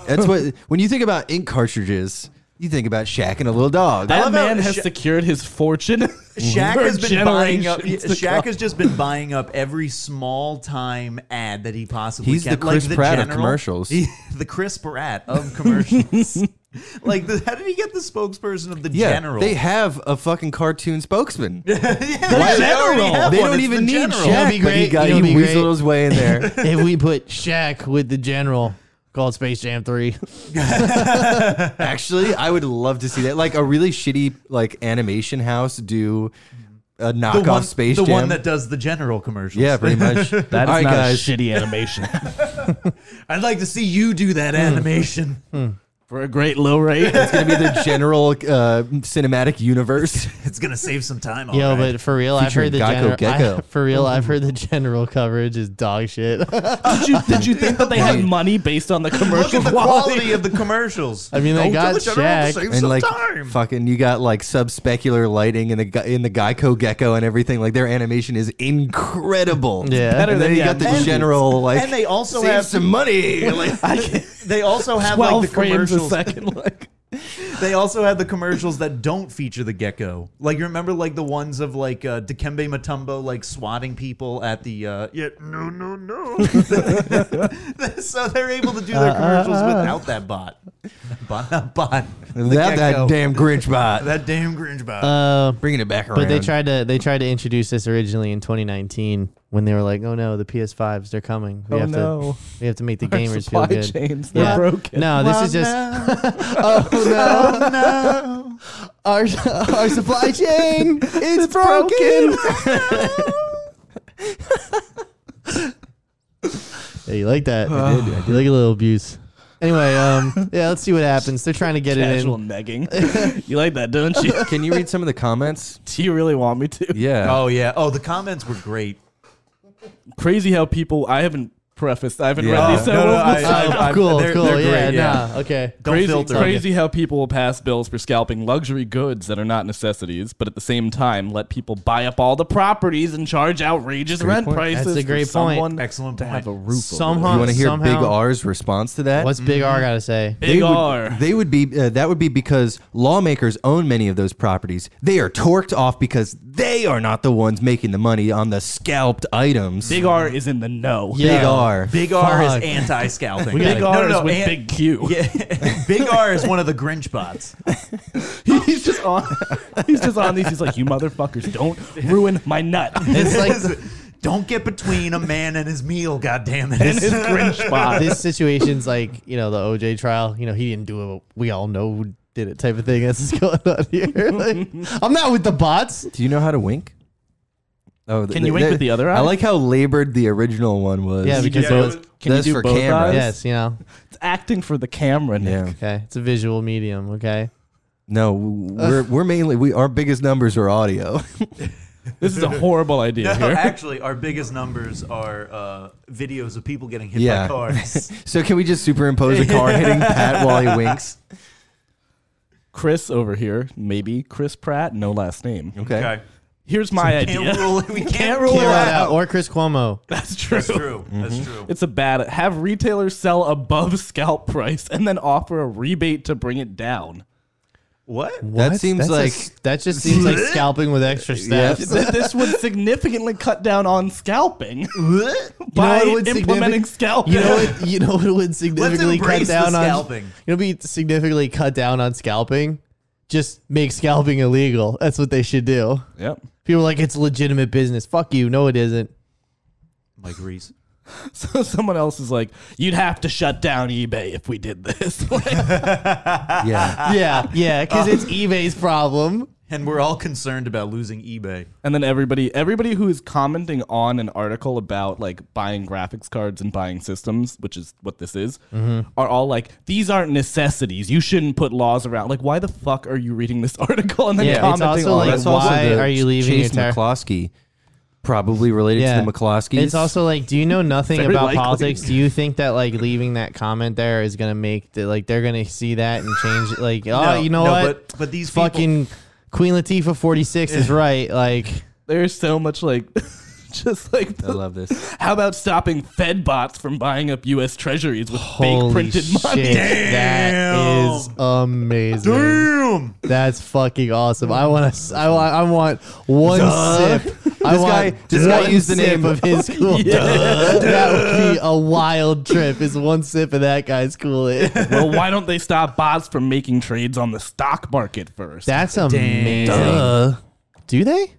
S4: That's what when you think about ink cartridges, you think about Shaq and a little dog.
S3: that
S2: love how
S3: man has
S2: Sha-
S3: secured his fortune.
S2: Shaq
S3: for
S2: has been buying up.
S3: generations to
S2: Shaq
S3: come.
S2: has just been buying up every small time ad that he possibly
S4: He's
S2: can.
S4: the Chris
S2: like the
S4: Pratt of
S2: general-
S4: commercials.
S2: He- the Chris Pratt of commercials. like, the, how did he get the spokesperson of the
S4: yeah,
S2: general?
S4: they have a fucking cartoon spokesman.
S2: Why they already have
S4: They
S2: one.
S4: don't
S2: It's
S4: even
S2: the
S4: need
S2: general.
S1: That'd be
S4: Shaq, but he
S1: great.
S4: got
S1: You know what'd
S4: he
S1: be great?
S4: weaseled his way in there.
S1: if we put Shaq with the general called Space Jam 3.
S4: Actually, I would love to see that. Like a really shitty like animation house do a
S2: The
S4: knockoff
S2: one,
S4: Space
S2: the
S4: Jam.
S2: one that does the general commercials.
S4: yeah, pretty much. That's
S3: That is
S4: right,
S3: not
S4: guys.
S3: a shitty animation
S2: I'd like to see you do that animation.
S3: for a great low rate.
S4: It's gonna be the general uh, cinematic universe.
S2: it's gonna save some time.
S1: Yo,
S2: all right.
S1: but for real, I've heard the
S4: Featuring Geico
S1: general
S4: Gecko.
S1: for real, I've heard the general coverage is dog shit.
S3: did, you, did you think that they had money based on the
S2: look
S3: commercial
S2: at the
S3: quality?
S2: quality of the commercials.
S1: I mean, they
S2: Don't
S1: got
S2: tell the general to
S1: Shaq.
S2: save
S4: and
S2: some
S4: like
S2: time.
S4: fucking you got like subspecular lighting in the Ge- in the Geico gecko and everything like their animation is incredible
S1: Yeah.
S4: better
S1: Better
S4: and then
S3: than
S4: you
S3: the
S4: got the
S3: movies.
S4: general like
S2: and they also
S4: save
S2: have
S4: some money like
S2: They also have
S3: Twelve
S2: like the
S3: frames a
S2: commercials.
S3: second. Like
S2: They also have the commercials that don't feature the gecko. Like you remember, like the ones of like uh, Dikembe Mutombo like swatting people at the uh, yeah no no no. so they're able to do their commercials without that bot. Bot, not bot. The
S4: that,
S2: gecko.
S4: that damn Grinch bot
S2: that damn Grinch bot.
S1: Uh,
S4: bringing it back around
S1: But they tried to they tried to introduce this originally in 2019 when they were like, "Oh no, the PS5s they're coming. We
S3: Oh,
S1: have
S3: no.
S1: to we have to make the
S3: our
S1: gamers feel
S3: supply
S1: good."
S3: chains,
S1: Yeah.
S3: they're broken.
S1: No, this is just
S2: oh no.
S1: our our supply chain is broken. Yeah, you like that? I did. I did like a little abuse. Anyway, um, yeah, let's see what happens. They're trying to get it
S3: Casual
S1: in.
S3: negging. you like that, don't you?
S4: Can you read some of the comments?
S3: Do you really want me to?
S4: Yeah.
S2: Oh yeah. Oh, the comments were great.
S3: Crazy how people. I haven't prefaced. I haven't
S4: Yeah.
S3: read
S2: Oh,
S3: these.
S2: no, no,
S3: several.
S2: I- I-
S1: Oh,
S2: I-
S1: cool,
S2: they're-
S1: cool.
S2: they're
S1: yeah,
S2: great,
S1: nah, okay.
S2: Don't
S3: crazy,
S2: filter.
S3: crazy how people will pass bills for scalping luxury goods that are not necessities, but at the same time let people buy up all the properties and charge outrageous rent
S4: point.
S3: prices.
S1: That's a
S3: for
S1: great point.
S3: someone
S2: Excellent
S3: to
S2: point.
S3: have a roof. over
S1: Somehow-
S4: You want to hear
S1: somehow-
S4: Big R's response to that?
S1: What's Big R gotta say?
S3: their- Big
S4: would,
S3: R.
S4: They would be. Uh, that would be because lawmakers own many of those properties. They are torqued off because they are not the ones making the money on the scalped items.
S3: Big R is in the know.
S1: Yeah.
S4: Big R.
S2: Big R
S1: Fuck.
S2: is anti-scalping.
S3: Big
S2: No,
S3: R
S2: no,
S3: is
S2: no,
S3: with
S2: an-
S3: big Q.
S2: Yeah, Big R is one of the Grinch bots.
S3: he's just on. He's just on these. He's like, you motherfuckers, don't ruin my nut.
S1: It's like
S2: Don't get between a man and his meal, goddammit.
S3: And his Grinch spot.
S1: this situation's like you know the OJ trial. You know he didn't do it. But we all know who did it. Type of thing that's going on here. Like, I'm not with the bots.
S4: Do you know how to wink? Oh, th-
S3: Can you wink
S4: th-
S3: with the other eye?
S4: I like how labored the original one was.
S1: Yeah, because
S2: Yeah,
S1: it was,
S3: Can you
S4: That's
S3: do
S4: for
S3: both
S4: cameras.
S3: eyes?
S1: yes, you know.
S3: It's acting for the camera. Nick.
S4: yeah.
S1: Okay, it's a visual medium. Okay,
S4: No, we're we're mainly we our biggest numbers are audio.
S3: This is a horrible idea
S2: No,
S3: here.
S2: actually, our biggest numbers are uh, videos of people getting hit
S4: Yeah.
S2: by cars.
S4: so can we just superimpose a car hitting Pat while he winks?
S3: Chris over here, maybe Chris Pratt, no last name.
S4: Okay.
S2: Okay.
S3: Here's my
S2: Can't
S3: idea.
S2: rule, we can't, rule
S1: Can't
S2: it
S1: rule
S2: out.
S1: it out. or Chris Cuomo.
S3: That's true.
S2: That's true. That's true.
S3: It's a bad. Have retailers sell above scalp price and then offer a rebate to bring it down.
S2: What?
S4: That seems
S1: That's a
S4: like-
S1: s- that just seems like scalping with extra steps.
S3: Th- this would significantly cut down on scalping by
S1: what would
S3: implementing
S1: significant-
S3: scalping.
S1: You know what? You know what would significantly cut
S2: embrace the
S1: down on
S2: scalping.
S1: You know, be significantly cut down on scalping. Just make scalping illegal. That's what they should do.
S3: Yep.
S1: People are like it's legitimate business. Fuck you. No, it isn't.
S2: Mike Reese.
S3: So someone else is like, "You'd have to shut down eBay if we did this." Like,
S4: Yeah.
S1: yeah, yeah, because it's eBay's problem.
S2: And we're all concerned about losing eBay.
S3: and then everybody, everybody who is commenting on an article about like buying graphics cards and buying systems, which is what this is,
S1: Mm-hmm.
S3: are all like, "These aren't necessities. You shouldn't put laws around." Like, why the fuck are you reading this article and then
S1: Yeah, it's
S3: commenting
S1: also
S3: on
S1: like,
S3: it?
S4: Oh, That's also
S1: why
S4: the
S1: are you leaving
S4: Chase
S1: your tire-
S4: McCloskey, probably related
S1: Yeah,
S4: to the McCloskeys.
S1: It's also like, do you know nothing
S3: Very
S1: about
S3: likely.
S1: politics? Do you think that like leaving that comment there is gonna make the, like they're gonna see that and change it? Like, oh, you know
S2: no,
S1: what?
S2: But, but these people-
S1: Fucking Queen Latifah forty six is right. Like,
S3: There's so much like, just like
S4: I love this.
S3: How about stopping Fed bots from buying up U.S. Treasuries with fake
S1: holy
S3: printed
S1: shit,
S3: money?
S1: that is amazing.
S2: Damn.
S1: That's fucking awesome. I want to. I want. I want one sip. I
S4: This guy-
S1: want
S4: this guy
S1: one
S4: used the
S1: sip
S4: name-
S1: of his cool. That would be a wild trip. Is one sip of that guy's cool.
S3: well, why don't they stop bots from making trades on the stock market first?
S1: That's amazing.
S4: Duh.
S1: Do they?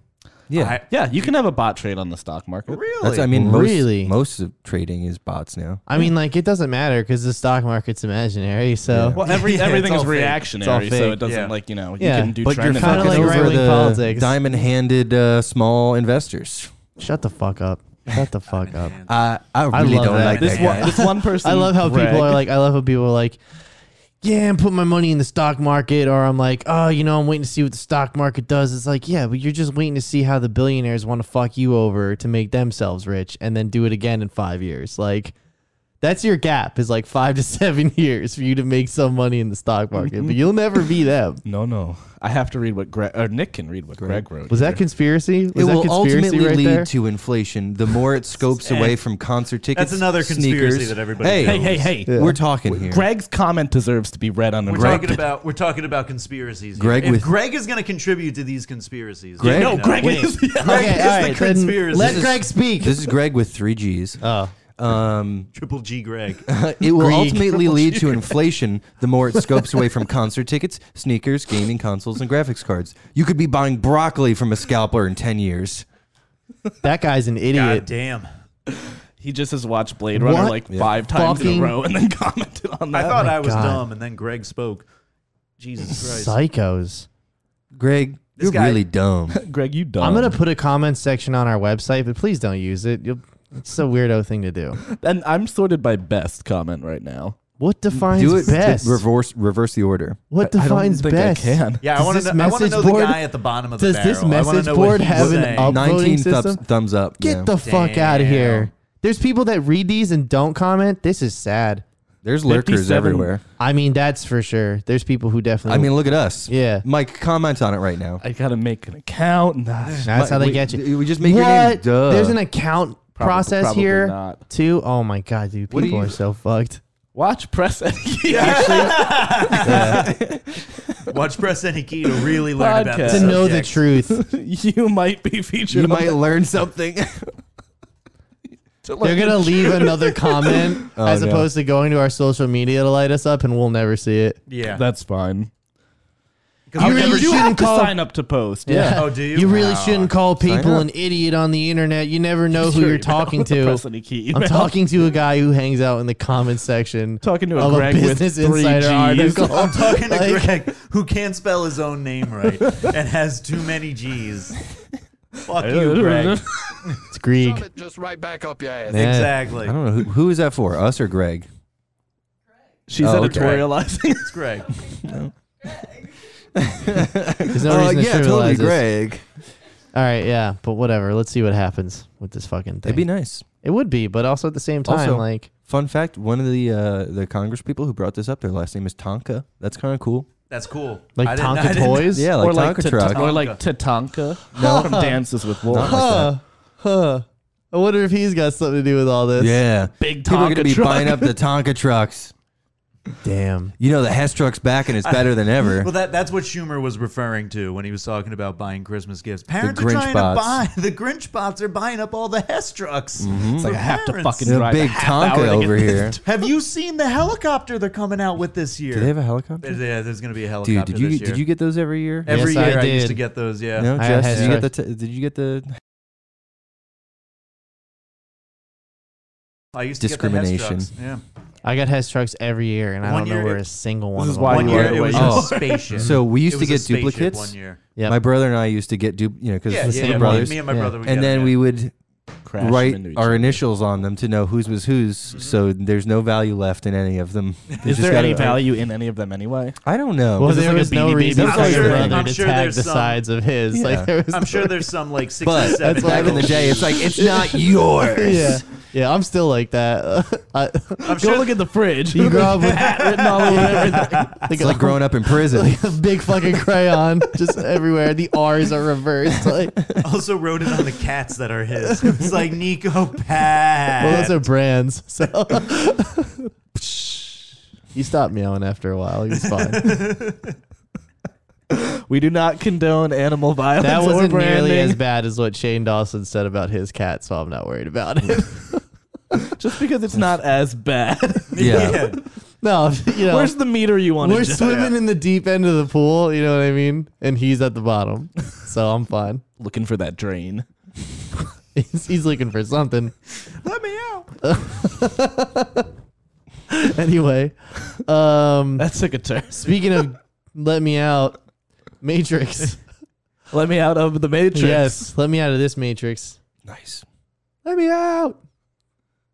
S4: Yeah.
S2: I-
S3: yeah, you can have a bot trade on the stock market.
S2: Really?
S4: That's I mean most
S1: Really?
S4: most of trading is bots now.
S1: I mean, like it doesn't matter because the stock market's imaginary. So
S3: Well, every,
S2: Yeah, it's
S3: everything
S2: all
S3: is
S2: fake.
S1: all
S3: reactionary, so
S1: fake.
S3: it doesn't
S2: Yeah.
S3: like you know
S1: Yeah,
S3: you can do
S4: But you're
S3: trend
S1: kinda
S4: fucking
S1: like
S4: over
S1: right-wing
S4: the
S1: politics.
S4: diamond-handed uh, small investors.
S1: shut the fuck up. Shut the fuck up.
S4: I I really
S1: love
S4: don't
S1: that.
S4: like
S3: this,
S4: that
S3: one,
S4: guy.
S3: this one person.
S1: I love how
S3: Greg,
S1: people are like. I love how people are like. Yeah, I'm putting my money in the stock market, or I'm like, oh, you know, I'm waiting to see what the stock market does. It's like, yeah, but you're just waiting to see how the billionaires want to fuck you over to make themselves rich, and then do it again in five years. Like, that's your gap is like five to seven years for you to make some money in the stock market, but you'll never be them.
S3: No, no, I have to read what Greg or Nick can read what Greg, wrote.
S1: Was that conspiracy? Was
S4: it
S1: that
S4: will
S1: conspiracy
S4: ultimately
S1: right
S4: lead
S1: there?
S4: to inflation. The more it scopes away from concert tickets,
S2: That's another conspiracy
S4: sneakers.
S2: that everybody
S4: Hey,
S3: Hey, hey, hey!
S4: we're talking here.
S3: Greg's comment deserves to be read on
S2: We're
S3: Greg.
S2: talking about we're talking about conspiracies. here.
S4: Greg
S2: if
S4: with-
S2: Greg is going to contribute to these conspiracies,
S4: Greg?
S2: you
S3: no,
S2: know,
S3: Greg
S1: Wait.
S3: is.
S1: Okay,
S2: is
S1: all
S2: the
S1: right, then
S2: conspiracy.
S1: Let
S4: This is-
S1: Greg speak.
S4: This is Greg with three G's.
S1: oh,
S4: Um,
S2: Triple G Greg.
S4: it will
S1: Greek.
S4: ultimately lead to inflation the more it scopes away from concert tickets, sneakers, gaming consoles, and graphics cards. You could be buying broccoli from a scalper in 10 years.
S1: that guy's an
S2: God
S1: idiot.
S2: damn.
S3: He just has watched Blade Runner
S1: What
S3: like five times in
S1: fucking-
S3: a row and then commented on
S2: I
S3: that.
S2: thought I was
S1: Oh God.
S2: dumb, and then Greg spoke. Jesus Christ.
S1: Psychos.
S4: Greg,
S2: This
S4: you're
S2: guy-
S4: really dumb.
S3: Greg, you dumb.
S4: Um,
S1: I'm gonna put a comment section on our website, but please don't use it. You'll It's a weirdo thing to do.
S3: And I'm sorted by best comment right now.
S1: What defines
S4: Do it
S1: best?
S4: reverse reverse the order.
S1: what
S3: I don't
S1: defines
S3: think I
S1: best?
S3: can.
S2: Yeah, I
S1: Does
S2: want
S1: this
S2: to know, I wanna
S1: message
S2: know
S1: board-
S2: the guy at the bottom of the
S1: does this
S2: barrel. I wanna
S1: message
S2: know what
S1: board
S2: he's
S1: have an
S2: saying.
S1: up- Upvoting
S4: 19
S1: system?
S4: thumbs, thumbs up.
S1: Get
S4: yeah.
S1: the fuck out of
S2: Damn.
S1: here. There's people that read these and don't comment. This is sad.
S4: There's lurkers
S3: 57.
S4: everywhere.
S1: I mean, that's for sure. There's people who definitely.
S4: I mean, look at us.
S1: Yeah.
S4: Mike, comment on it right now.
S3: I gotta make an account. And that.
S1: that's how they
S4: we-
S1: get you.
S4: we just make your name duh.
S1: There's an account process
S3: probably
S1: here
S3: not.
S1: too. Oh my god, dude,
S4: What do
S1: people
S4: you-
S1: are so fucked.
S3: Watch press.
S2: Watch Press Any Key to really learn about
S3: Podcast.
S2: this.
S1: To know the
S2: subject.
S1: truth,
S3: you might be featured.
S4: You
S3: on
S4: might
S3: the-
S4: learn something.
S3: to learn
S1: they're gonna leave another comment as
S4: Oh, no.
S1: opposed to going to our social media to light us up, and we'll never see it.
S2: Yeah.
S3: That's fine.
S2: 'Cause
S1: You
S2: I'll
S1: really
S2: never
S1: do
S3: You
S2: see-
S1: shouldn't
S3: have to
S1: call-
S3: sign up to post. Yeah.
S2: Oh, do you?
S1: You really
S2: Wow.
S1: shouldn't call people
S4: up.
S1: an idiot on the internet. You never know who
S3: Your
S1: you're
S3: email,
S1: talking
S3: the
S1: to.
S3: press any key
S1: I'm
S3: email.
S1: talking to a guy who hangs out in the comment section.
S3: Talking to a
S1: of
S3: Greg
S1: a
S3: with
S1: Business
S3: three
S1: Insider
S3: Gs.
S1: article.
S2: I'm talking to
S1: Like-
S2: Greg, who can't spell his own name right and has too many G's. Fuck you, Greg.
S1: It's Greek.
S5: just right back up your ass.
S1: Yeah.
S2: Exactly.
S4: I don't know who, who is that for, us or Greg?
S3: She's
S4: Oh, okay.
S3: editorializing.
S2: It's Greg.
S1: There's no
S4: Uh,
S1: reason to
S4: yeah,
S1: trivialize
S4: totally,
S1: this.
S4: Greg.
S1: All right, yeah, but whatever. Let's see what happens with this fucking thing.
S4: It'd be nice.
S1: It would be, but also at the same time,
S4: Also-
S1: like
S4: Fun fact: One of the uh, the Congress people who brought this up, their last name is Tonka. That's kind of cool.
S2: That's cool. I
S1: like
S2: didn't- I
S1: Tonka
S2: didn't-
S1: toys.
S4: Yeah, like Tonka truck.
S3: or like Tatanka from Dances with Wolves.
S1: Huh. Huh. I wonder if he's got something to do with all this.
S4: yeah,
S3: Big
S4: people are
S3: Tonka
S4: gonna be
S3: truck.
S4: buying up the Tonka trucks.
S1: Damn.
S4: You know the Hess truck's back and it's better than ever.
S2: Well, that, that's what Schumer was referring to when he was talking about buying Christmas gifts. Parents are
S4: Grinch
S2: trying
S4: bots.
S2: to buy. The Grinch bots are buying up all the Hess trucks.
S4: Mm-hmm.
S3: It's like I have to
S2: Parents.
S3: fucking
S4: The
S3: drive a
S4: big
S3: half hour
S4: Tonka
S3: to get
S4: over
S3: this
S4: here.
S2: Have you seen the helicopter they're coming out with this year?
S4: Do they have a helicopter?
S2: yeah, there's going to be a
S4: Dude,
S2: helicopter
S4: did you
S2: this year.
S4: did you get those every year?
S2: Every
S1: Yes, I
S2: year I, used
S1: did.
S2: to get those, yeah.
S4: No,
S1: I
S4: Jess,
S1: had
S4: did you
S1: Hess
S4: get the t- did you get the
S2: I used to get the Hess
S4: Discrimination.
S2: trucks, Yeah.
S1: I got Hess trucks every year, and I
S2: One
S1: don't know
S2: year
S1: where
S2: it-
S1: a single one.
S3: is
S1: of them
S3: why
S1: was.
S2: One
S3: you
S2: year
S3: were
S2: it was
S3: waiting.
S2: a
S4: Oh.
S2: spaceship.
S4: So we
S2: It
S4: used to
S2: was a
S4: get
S2: spaceship
S4: duplicates.
S2: One year.
S1: Yep.
S4: My brother and I used to get du- you know because
S2: Yeah,
S1: the
S2: yeah,
S1: same
S2: yeah,
S4: brothers.
S2: Me and my
S1: Yeah.
S2: brother. would
S4: and
S2: get
S4: then
S2: it,
S4: we
S2: yeah.
S4: would
S3: Crash them into
S4: write
S3: each
S4: our
S3: other.
S4: initials on them to know whose was whose. So there's no value left in any of them. They
S3: Is
S4: just
S3: there
S4: gotta-
S3: any value in any of them anyway?
S4: I don't know.
S1: Oh, Well,
S4: Is it-
S1: there
S3: like a
S1: was no
S3: Beanie Baby
S1: reason for
S2: I'm
S1: your
S2: sure-
S1: brother
S2: I'm
S1: to
S2: sure
S1: tag
S2: there's
S1: the
S2: some-
S1: sides of his. Like
S4: Yeah.
S1: there was
S2: I'm sure there's some like six
S4: but
S2: or seven.
S4: back in the day, it's like it's not yours.
S1: yeah, yeah. I'm still like that. I,
S2: I'm
S3: Go
S2: sure
S3: look at the fridge.
S1: you grow up with
S3: written all over everything.
S4: It's like growing up in prison.
S1: like a big fucking crayon just everywhere. The R's are reversed. Like, well,
S2: also wrote it on the cats that are his. It's like Nico Pat.
S1: those are brands. So he stopped meowing after a while. He was fine.
S3: We do not condone animal violence.
S1: That
S3: or
S1: wasn't
S3: branding.
S1: nearly as bad as what Shane Dawson said about his cat, so I'm not worried about it.
S3: Just because it's not as bad.
S4: Yeah.
S1: no, you know,
S3: Where's the meter you want
S1: we're
S3: to
S1: swimming in the deep end of the pool. You know what I mean? And he's at the bottom, so I'm fine.
S3: Looking for that drain.
S1: He's, he's looking for something.
S2: Let me out.
S1: Anyway, um,
S3: That took a turn.
S1: speaking of let me out, Matrix.
S3: Let me out of the matrix.
S1: Yes, let me out of this matrix.
S4: Nice.
S1: Let me out.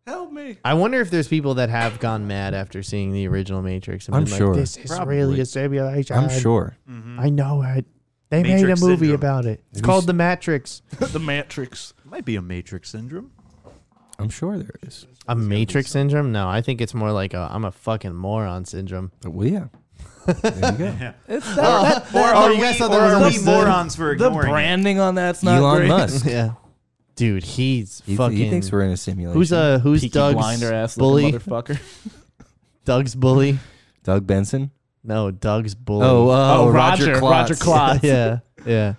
S3: Help me.
S1: I wonder if there's people that have gone mad after seeing the original Matrix. And
S4: I'm
S1: been
S4: sure.
S1: Like, this is
S2: Probably.
S1: really a simulation.
S4: I'm sure.
S1: I know it. They made
S2: Matrix
S1: a movie
S2: syndrome.
S1: about it. It's called The Matrix.
S3: the matrix.
S2: Might be a Matrix syndrome.
S4: I'm sure there is.
S1: A Matrix syndrome? No, I think it's more like a I'm a fucking moron syndrome.
S4: Well, yeah. There you go.
S2: Or are
S1: I
S2: we,
S1: guess that
S2: or
S1: was
S2: are we
S1: understood.
S2: morons for
S3: The
S2: ignoring it?
S3: branding on that's not
S4: Elon
S3: great.
S4: Musk. He,
S1: Yeah, dude, he's
S4: he
S1: fucking.
S4: thinks we're in a simulation.
S1: who's uh who's
S3: Peaky
S1: Doug's
S3: blinder ass
S1: bully?
S3: looking motherfucker.
S1: Doug's bully?
S4: Doug Benson?
S1: No, Doug's bully.
S4: Oh, uh,
S3: Oh,
S4: Roger,
S3: Roger-
S4: Klotz.
S3: Roger Klotz.
S1: yeah, yeah.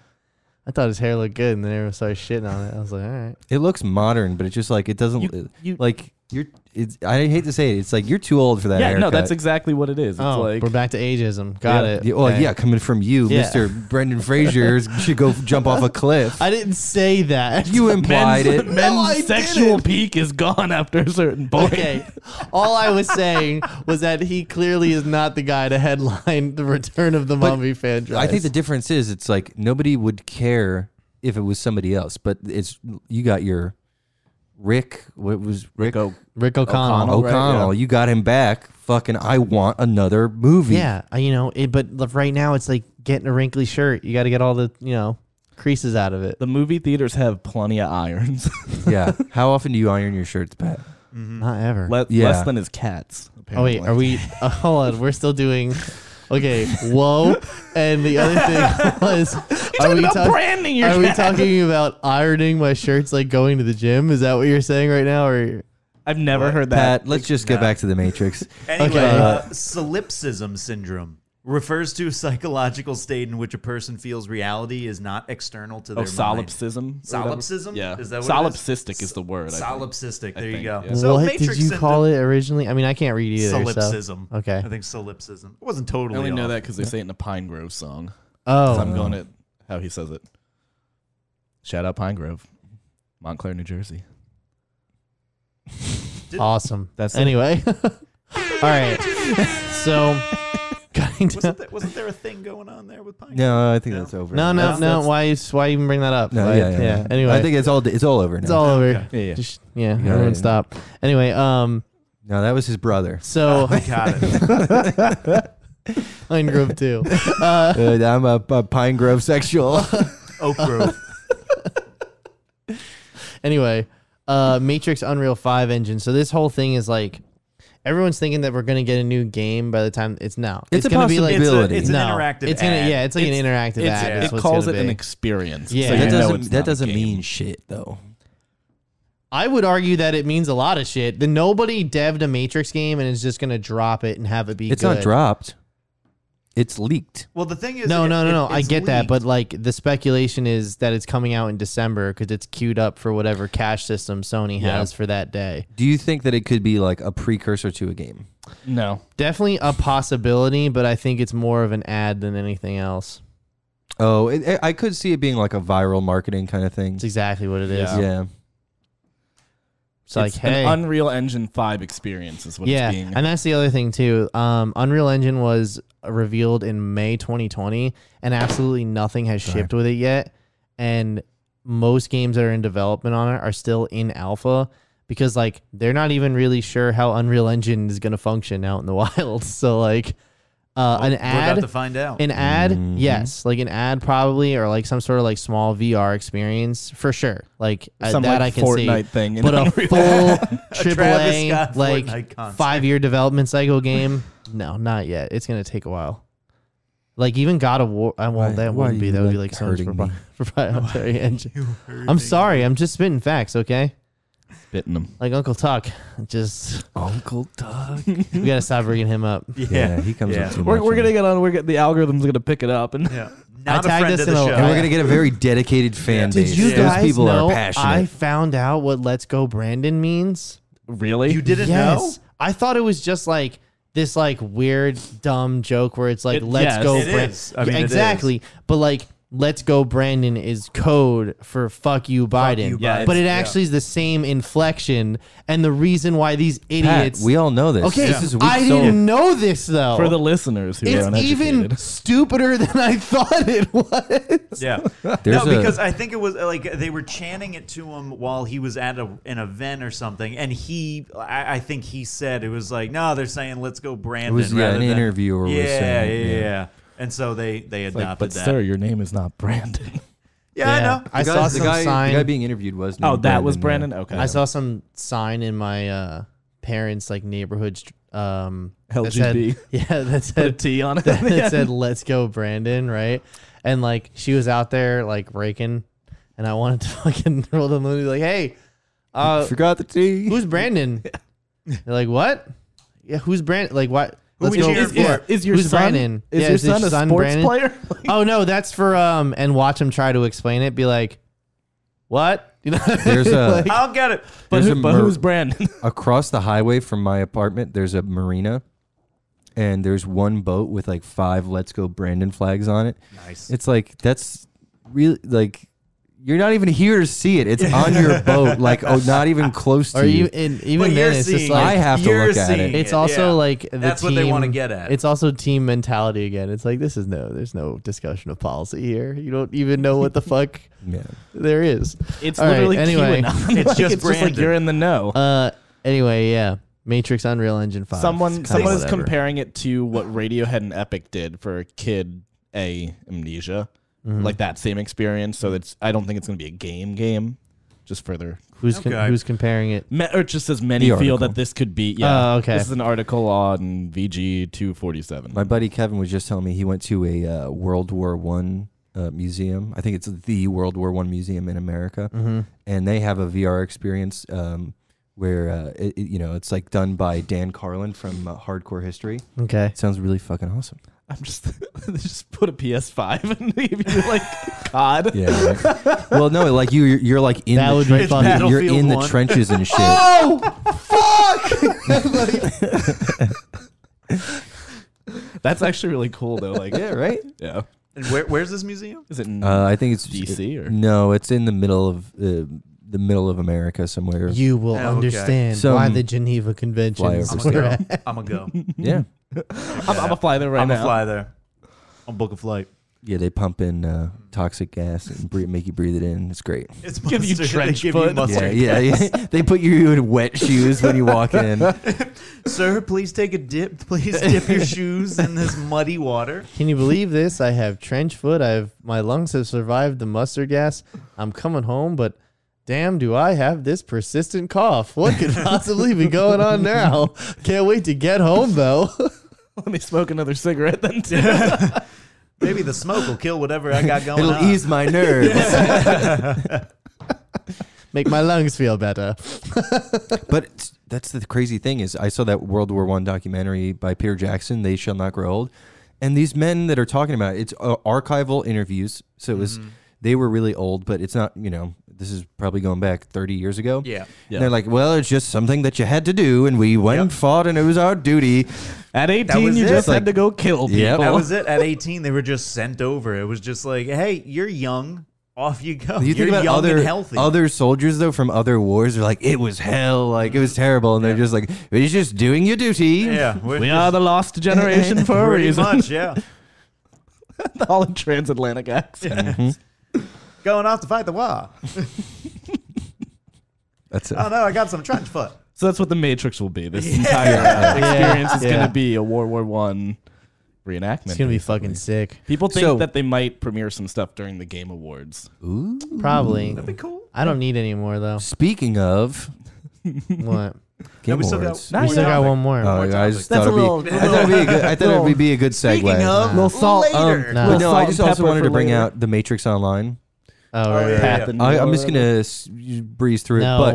S1: I thought his hair looked good, and then everyone started shitting on it. I was like, all right.
S4: It looks modern, but it just like it doesn't
S3: You- you-
S4: like you're. It's, I hate to say it. It's like you're too old for that.
S3: yeah, no,
S4: haircut.
S3: that's exactly what it is. It's
S1: Oh,
S3: like
S1: we're back to ageism. Got
S4: yeah.
S1: it.
S4: Yeah, Well,
S1: Okay.
S4: yeah, coming from you,
S1: Yeah.
S4: Mr. Brendan Fraser should go jump off a cliff.
S1: I didn't say that.
S4: you implied
S3: men's,
S4: it.
S3: men's
S1: I
S3: sexual
S1: didn't.
S3: peak is gone after a certain point.
S1: Okay. All I was saying was that he clearly is not the guy to headline the return of the mummy fan drive.
S4: I think the difference is it's like nobody would care if it was somebody else, but it's you got your Rick, what was Rick
S3: Go.
S1: Rick O'Connell.
S3: O'Connell, right,
S4: O'Connell? You got him back. Fucking, I want another movie.
S1: Yeah, I- you know, it, but like, right now it's like getting a wrinkly shirt. You got to get all the you know creases out of it.
S3: The movie theaters have plenty of irons.
S4: yeah. How often do you iron your shirts, Pat?
S1: Not ever.
S3: Le-
S4: Yeah.
S3: Less than his cats.
S1: oh wait,
S3: Apparently.
S1: are we? Uh, hold on, we're still doing. Okay, whoa. And the other thing was, are we
S3: about
S1: talk-
S3: branding your
S1: Are we
S3: cat?
S1: talking about ironing my shirts like going to the gym? Is that what you're saying right now? Or
S3: I've never heard that.
S4: Pat, let's just get back to the Matrix.
S2: Anyway,
S1: Okay. Uh-huh.
S2: uh, solipsism syndrome refers to a psychological state in which a person feels reality is not external to
S3: Oh,
S2: their mind.
S3: solipsism. or whatever?
S2: Solipsism?
S3: Yeah.
S2: Is that what it is?
S3: Solipsistic is the word. I think.
S2: Solipsistic. There
S3: think,
S2: you go.
S3: yeah.
S1: what did you call it originally? I mean, I can't read either. so-
S2: Solipsism.
S1: Okay.
S2: I think solipsism. It wasn't
S3: I
S2: totally.
S3: only know
S2: off.
S3: that because they say it in a Pine Grove song.
S1: Oh,
S3: So I'm going at how he says it. Shout out Pine Grove, Montclair, New Jersey.
S1: awesome.
S3: That's it.
S1: anyway. all right. So, cutting down.
S2: Wasn't, there, wasn't there a thing going on there with Pine?
S4: No, I think
S2: No.
S4: that's over.
S1: No, no,
S3: That's-
S1: no.
S3: that's-
S1: Why? is- Why even bring that up?
S4: No,
S1: Like,
S4: yeah, yeah, yeah.
S1: Anyway,
S4: I think it's all it's all over now.
S1: it's all over.
S2: Okay.
S3: Yeah, yeah.
S1: Just yeah.
S4: Yeah,
S1: everyone
S4: yeah.
S1: stop. Anyway, um,
S4: no, that was his brother.
S1: so
S2: Got it.
S1: Pine Grove too.
S4: Uh, I'm a, a Pine Grove sexual.
S2: Oak Grove.
S1: Anyway, uh, Matrix Unreal Five engine. So this whole thing is like, everyone's thinking that we're gonna get a new game by the time it's now.
S4: It's a
S1: gonna be like
S2: It's, a,
S4: Ability.
S2: it's an
S1: no,
S2: interactive.
S1: It's gonna
S2: ad.
S1: yeah. It's like an interactive
S3: It's-
S1: ad.
S2: yeah.
S1: is
S3: It
S1: what it's
S3: calls it
S1: gonna
S3: an
S1: be.
S3: experience.
S1: Yeah.
S3: so
S1: That
S3: you
S4: that
S3: know
S4: doesn't
S3: it's
S4: that
S3: not a
S4: doesn't
S3: game.
S4: mean shit though.
S1: I would argue that it means a lot of shit. Then nobody devved a Matrix game and is just gonna drop it and have it be.
S4: It's
S1: good.
S4: not dropped. It's leaked.
S2: Well, the thing is,
S1: No,
S2: it-
S1: no, no,
S2: it-
S1: no. I
S2: it's
S1: get that,
S2: leaked.
S1: but like the speculation is that it's coming out in December because it's queued up for whatever cash system Sony
S3: Yeah.
S1: has for that day.
S4: Do you think that it could be like a precursor to a game?
S3: No.
S1: Definitely a possibility, but I think it's more of an ad than anything else.
S4: Oh, it, it- I could see it being like a viral marketing kind of thing.
S1: It's exactly what it is.
S3: Yeah.
S4: Yeah.
S1: It's like,
S3: It's
S1: hey,
S3: an Unreal Engine 5 experience is what
S1: yeah,
S3: it's being.
S1: and that's the other thing too. Um, Unreal Engine was revealed in May 2020, and absolutely nothing has shipped with it yet. And most games that are in development on it are still in alpha because like they're not even really sure how Unreal Engine is going to function out in the wild. So like uh, an
S2: we're
S1: ad,
S2: about to find out.
S1: an ad,
S4: Mm-hmm.
S1: yes, like an ad probably, or like some sort of like small VR experience for sure. Like uh,
S3: Some
S1: that
S3: like
S1: I can see
S3: Fortnite thing. in
S1: but a
S3: Unreal.
S1: full triple
S2: Travis
S1: A
S2: Scott Fortnite
S1: like
S2: concert.
S1: five year development cycle game. No, not yet. It's gonna take a while. Like even God of War, I won't.
S4: Why-
S1: that
S4: why
S1: wouldn't
S4: do
S1: be.
S4: you
S1: That would be
S4: like
S1: like Sony's
S4: hurting
S1: propri-
S4: me?
S1: proprietary engine.
S2: You heard
S1: I'm
S2: me.
S1: sorry. I'm just spitting facts. Okay,
S3: Bitten them.
S1: like Uncle Tuck. Just
S4: Uncle Doug.
S1: we gotta stop bringing him up.
S2: Yeah,
S4: Yeah, he comes
S2: yeah.
S4: up too
S3: We're,
S4: much
S3: we're
S4: in
S3: going
S4: it.
S3: to get on. We're gonna, the algorithm's going to pick it up. and
S2: Yeah. Not a
S1: tagged
S2: friend
S1: us
S2: of the
S1: in a-
S2: show.
S4: and we're gonna get a very dedicated fan
S2: Did
S4: base.
S1: Did you
S4: Those
S1: guys
S4: people
S1: know
S4: are passionate.
S1: I found out what "Let's Go Brandon" means?
S3: Really?
S2: You didn't know?
S1: I thought it was just like this like weird dumb joke where it's like
S3: It-
S1: let's
S3: yes.
S1: go
S3: It
S1: Bran-
S2: is. I mean, it is.
S1: exactly. But like let's go Brandon is code for fuck you Biden.
S2: you,
S3: Yeah, Biden.
S1: but it
S2: it's-
S1: actually is the same inflection and the reason why these
S4: Pat,
S1: idiots
S4: we all know this.
S1: Okay,
S4: this is weak
S1: I
S4: soul.
S1: didn't know this though.
S3: For the listeners who are
S1: it's even
S3: uneducated.
S1: stupider than I thought it was.
S2: Yeah.
S4: There's
S2: no,
S4: a-
S2: because I think it was uh, like they were chanting it to him while he was at a, an event or something, and he, I, I think he said it was like, no, they're saying let's go Brandon.
S4: was, yeah,
S2: rather
S4: an
S2: than-
S4: interviewer was
S2: Yeah,
S4: saying,
S2: yeah,
S4: yeah.
S2: yeah, And so they they adopted
S3: Like, but
S2: that.
S3: sir, your name is not Brandon.
S2: yeah,
S1: Yeah.
S2: I know.
S1: I
S4: The guy-
S1: saw
S4: the
S1: some
S4: guy, the
S1: sign.
S4: guy being interviewed was.
S3: Oh,
S4: named
S3: that was
S4: Brandon,
S3: Brandon.
S4: yeah.
S3: Okay.
S1: I saw some sign in my uh, parents' like neighborhood str- um, that said-
S3: LGB.
S1: yeah, that
S3: Put a
S1: said
S3: T on it.
S1: that that said "Let's go, Brandon," right? And like she was out there like raking, and I wanted to fucking roll the movie like, "Hey, uh,
S4: Forgot the T.
S1: who's Brandon?" They're like, "What? Yeah, who's Brandon? Like what?" Let's
S2: we
S1: go.
S2: cheering
S3: is,
S1: yeah.
S3: is, is your
S1: Who's
S3: son?
S1: Brandon?
S3: Is
S1: Yeah,
S3: your
S1: is
S3: son
S1: his
S3: a
S1: son
S3: sports
S1: Brandon?
S3: player?
S1: Oh no, that's for um and watch him try to explain it. Be like, "What?" You know,
S4: There's a-
S2: I'll get it.
S3: but
S4: There's
S3: who,
S4: a
S3: but
S4: mer-
S3: who's Brandon?
S4: across the highway from my apartment there's a marina and there's one boat with like five let's go brandon flags on it
S2: Nice.
S4: it's like that's really like You're not even here to see it. It's on your boat, like oh, not even close to
S1: Or
S4: you.
S1: you, and even then, it's just like
S4: I have to
S2: you're
S4: look at it.
S2: seeing
S1: It's also
S2: yeah.
S1: like the
S2: that's what they want to
S1: team-
S2: get at.
S1: It's also team mentality again. It's like this is no, there's no discussion of policy here. You don't even know what the fuck
S4: Yeah.
S1: there is.
S3: It's
S1: All right,
S3: literally
S1: anyway.
S3: QAnon.
S2: It's
S3: Like,
S2: just
S3: like
S2: branded.
S3: you're in the know.
S1: Uh, anyway, yeah, Matrix Unreal Engine Five.
S3: someone
S1: It's kinda
S3: someone is
S1: whatever.
S3: comparing it to what Radiohead and Epic did for Kid A Amnesia, like that same experience. So it's I don't think it's going to be a game game. Just further,
S1: Who's con-
S2: Okay.
S1: who's comparing it?
S3: Me- or it just says many
S4: The
S3: feel
S4: article.
S3: that this could be. Yeah,
S1: Oh, okay.
S3: This is an article on VG two forty seven.
S4: My buddy Kevin was just telling me he went to a uh, World War One uh, museum. I think it's the World War One museum in America,
S1: Mm-hmm.
S4: and they have a VR experience um, where uh, it, it- you know it's like done by Dan Carlin from uh, Hardcore History.
S1: Okay.
S4: It sounds really fucking awesome.
S3: I'm just they just put a PS five and they give you like COD.
S4: Yeah. right. well, no, like you, you're, you're like in
S1: That
S4: the
S1: would be
S4: trenches.
S1: fun.
S4: You're, you're in
S2: Battlefield
S4: the
S2: one.
S4: trenches and shit.
S3: That's actually really cool though. Like
S4: yeah, right.
S3: yeah,
S2: And where, where's this museum?
S3: is it?
S4: Uh, I think it's
S3: DC or-
S4: no, it's in the middle of uh, the middle of America somewhere.
S1: You will
S2: Yeah, Oh, okay.
S1: understand
S4: Some
S1: why the Geneva Conventions.
S4: flyover.
S2: I'm
S4: Just
S1: were
S2: gonna
S1: at-
S2: go. I'm gonna go.
S4: yeah,
S3: I'm, I'm a fly there right
S2: I'm gonna
S3: now.
S2: fly there. I'll book a flight.
S4: yeah, they pump in uh, toxic gas and bre- make you breathe it in. It's great.
S2: It's
S3: Give you
S2: mustard. They
S3: trench
S2: give
S3: foot.
S2: You mustard.
S4: Yeah, yeah, yeah. they put you in wet shoes when you walk in.
S2: Sir, please take a dip. Please dip your shoes in this muddy water.
S1: Can you believe this? I have trench foot. I have my lungs have survived the mustard gas. I'm coming home, but damn, do I have this persistent cough? What could possibly be going on now? Can't wait to get home though.
S3: Let me smoke another cigarette then. Too.
S2: Maybe the smoke will kill whatever I got going
S4: It'll
S2: on.
S4: ease my nerves.
S1: Make my lungs feel better.
S4: But it's, that's the crazy thing is I saw that World War One documentary by Peter Jackson, "They Shall Not Grow Old," and these men that are talking about it, it's uh, archival interviews. So it was
S2: Mm-hmm.
S4: they were really old, but it's not you know this is probably going back thirty years ago.
S2: Yeah.
S3: Yeah.
S4: And they're like, well, it's just something that you had to do, and we went and fought, and it was our duty.
S3: At 18,
S2: was
S3: you
S2: it.
S3: just
S4: Like-
S3: had to go kill people.
S4: Yep.
S2: That was it. At 18, they were just sent over. It was just like, hey, you're young. Off you go.
S4: Do you
S2: are
S4: think about
S2: young
S4: other
S2: and healthy.
S4: other soldiers though from other wars? They're like, it was hell, like it was terrible, and they're just like, it's just doing your duty.
S2: yeah. We're
S3: We are the lost generation for a
S2: pretty
S3: reason.
S2: much, yeah.
S3: All in transatlantic accent.
S2: Going off to fight the war.
S4: That's it.
S2: Oh no, I got some trench foot.
S3: So that's what the Matrix will be. This entire uh, experience is
S1: Yeah.
S3: going to be a World War One reenactment.
S1: It's gonna be fucking sick.
S3: People think
S4: So-
S3: that they might premiere some stuff during the Game Awards.
S4: Ooh.
S1: Probably.
S2: That'd be cool.
S1: I don't need any more though.
S4: Speaking of
S1: What?
S4: Game
S2: we still got-
S4: Awards.
S1: We still got one more.
S4: Oh,
S2: more
S4: I just
S3: topic.
S4: thought it'd be,
S3: That's a
S4: I thought it'd be a good, I thought
S3: little-
S4: it'd be a good segue.
S2: Speaking of,
S1: Nah.
S2: little
S4: salt,
S2: later.
S1: um, nah.
S4: But
S1: Little
S4: no,
S3: salt
S4: I
S3: and
S4: just also
S3: pepper
S4: wanted
S3: for
S4: to bring
S3: later.
S4: out the Matrix Online.
S1: oh,
S2: Oh,
S1: right.
S2: yeah.
S3: Path and
S4: I, I'm
S3: War
S4: just
S3: or
S4: gonna s- breeze through
S1: No,
S4: it, but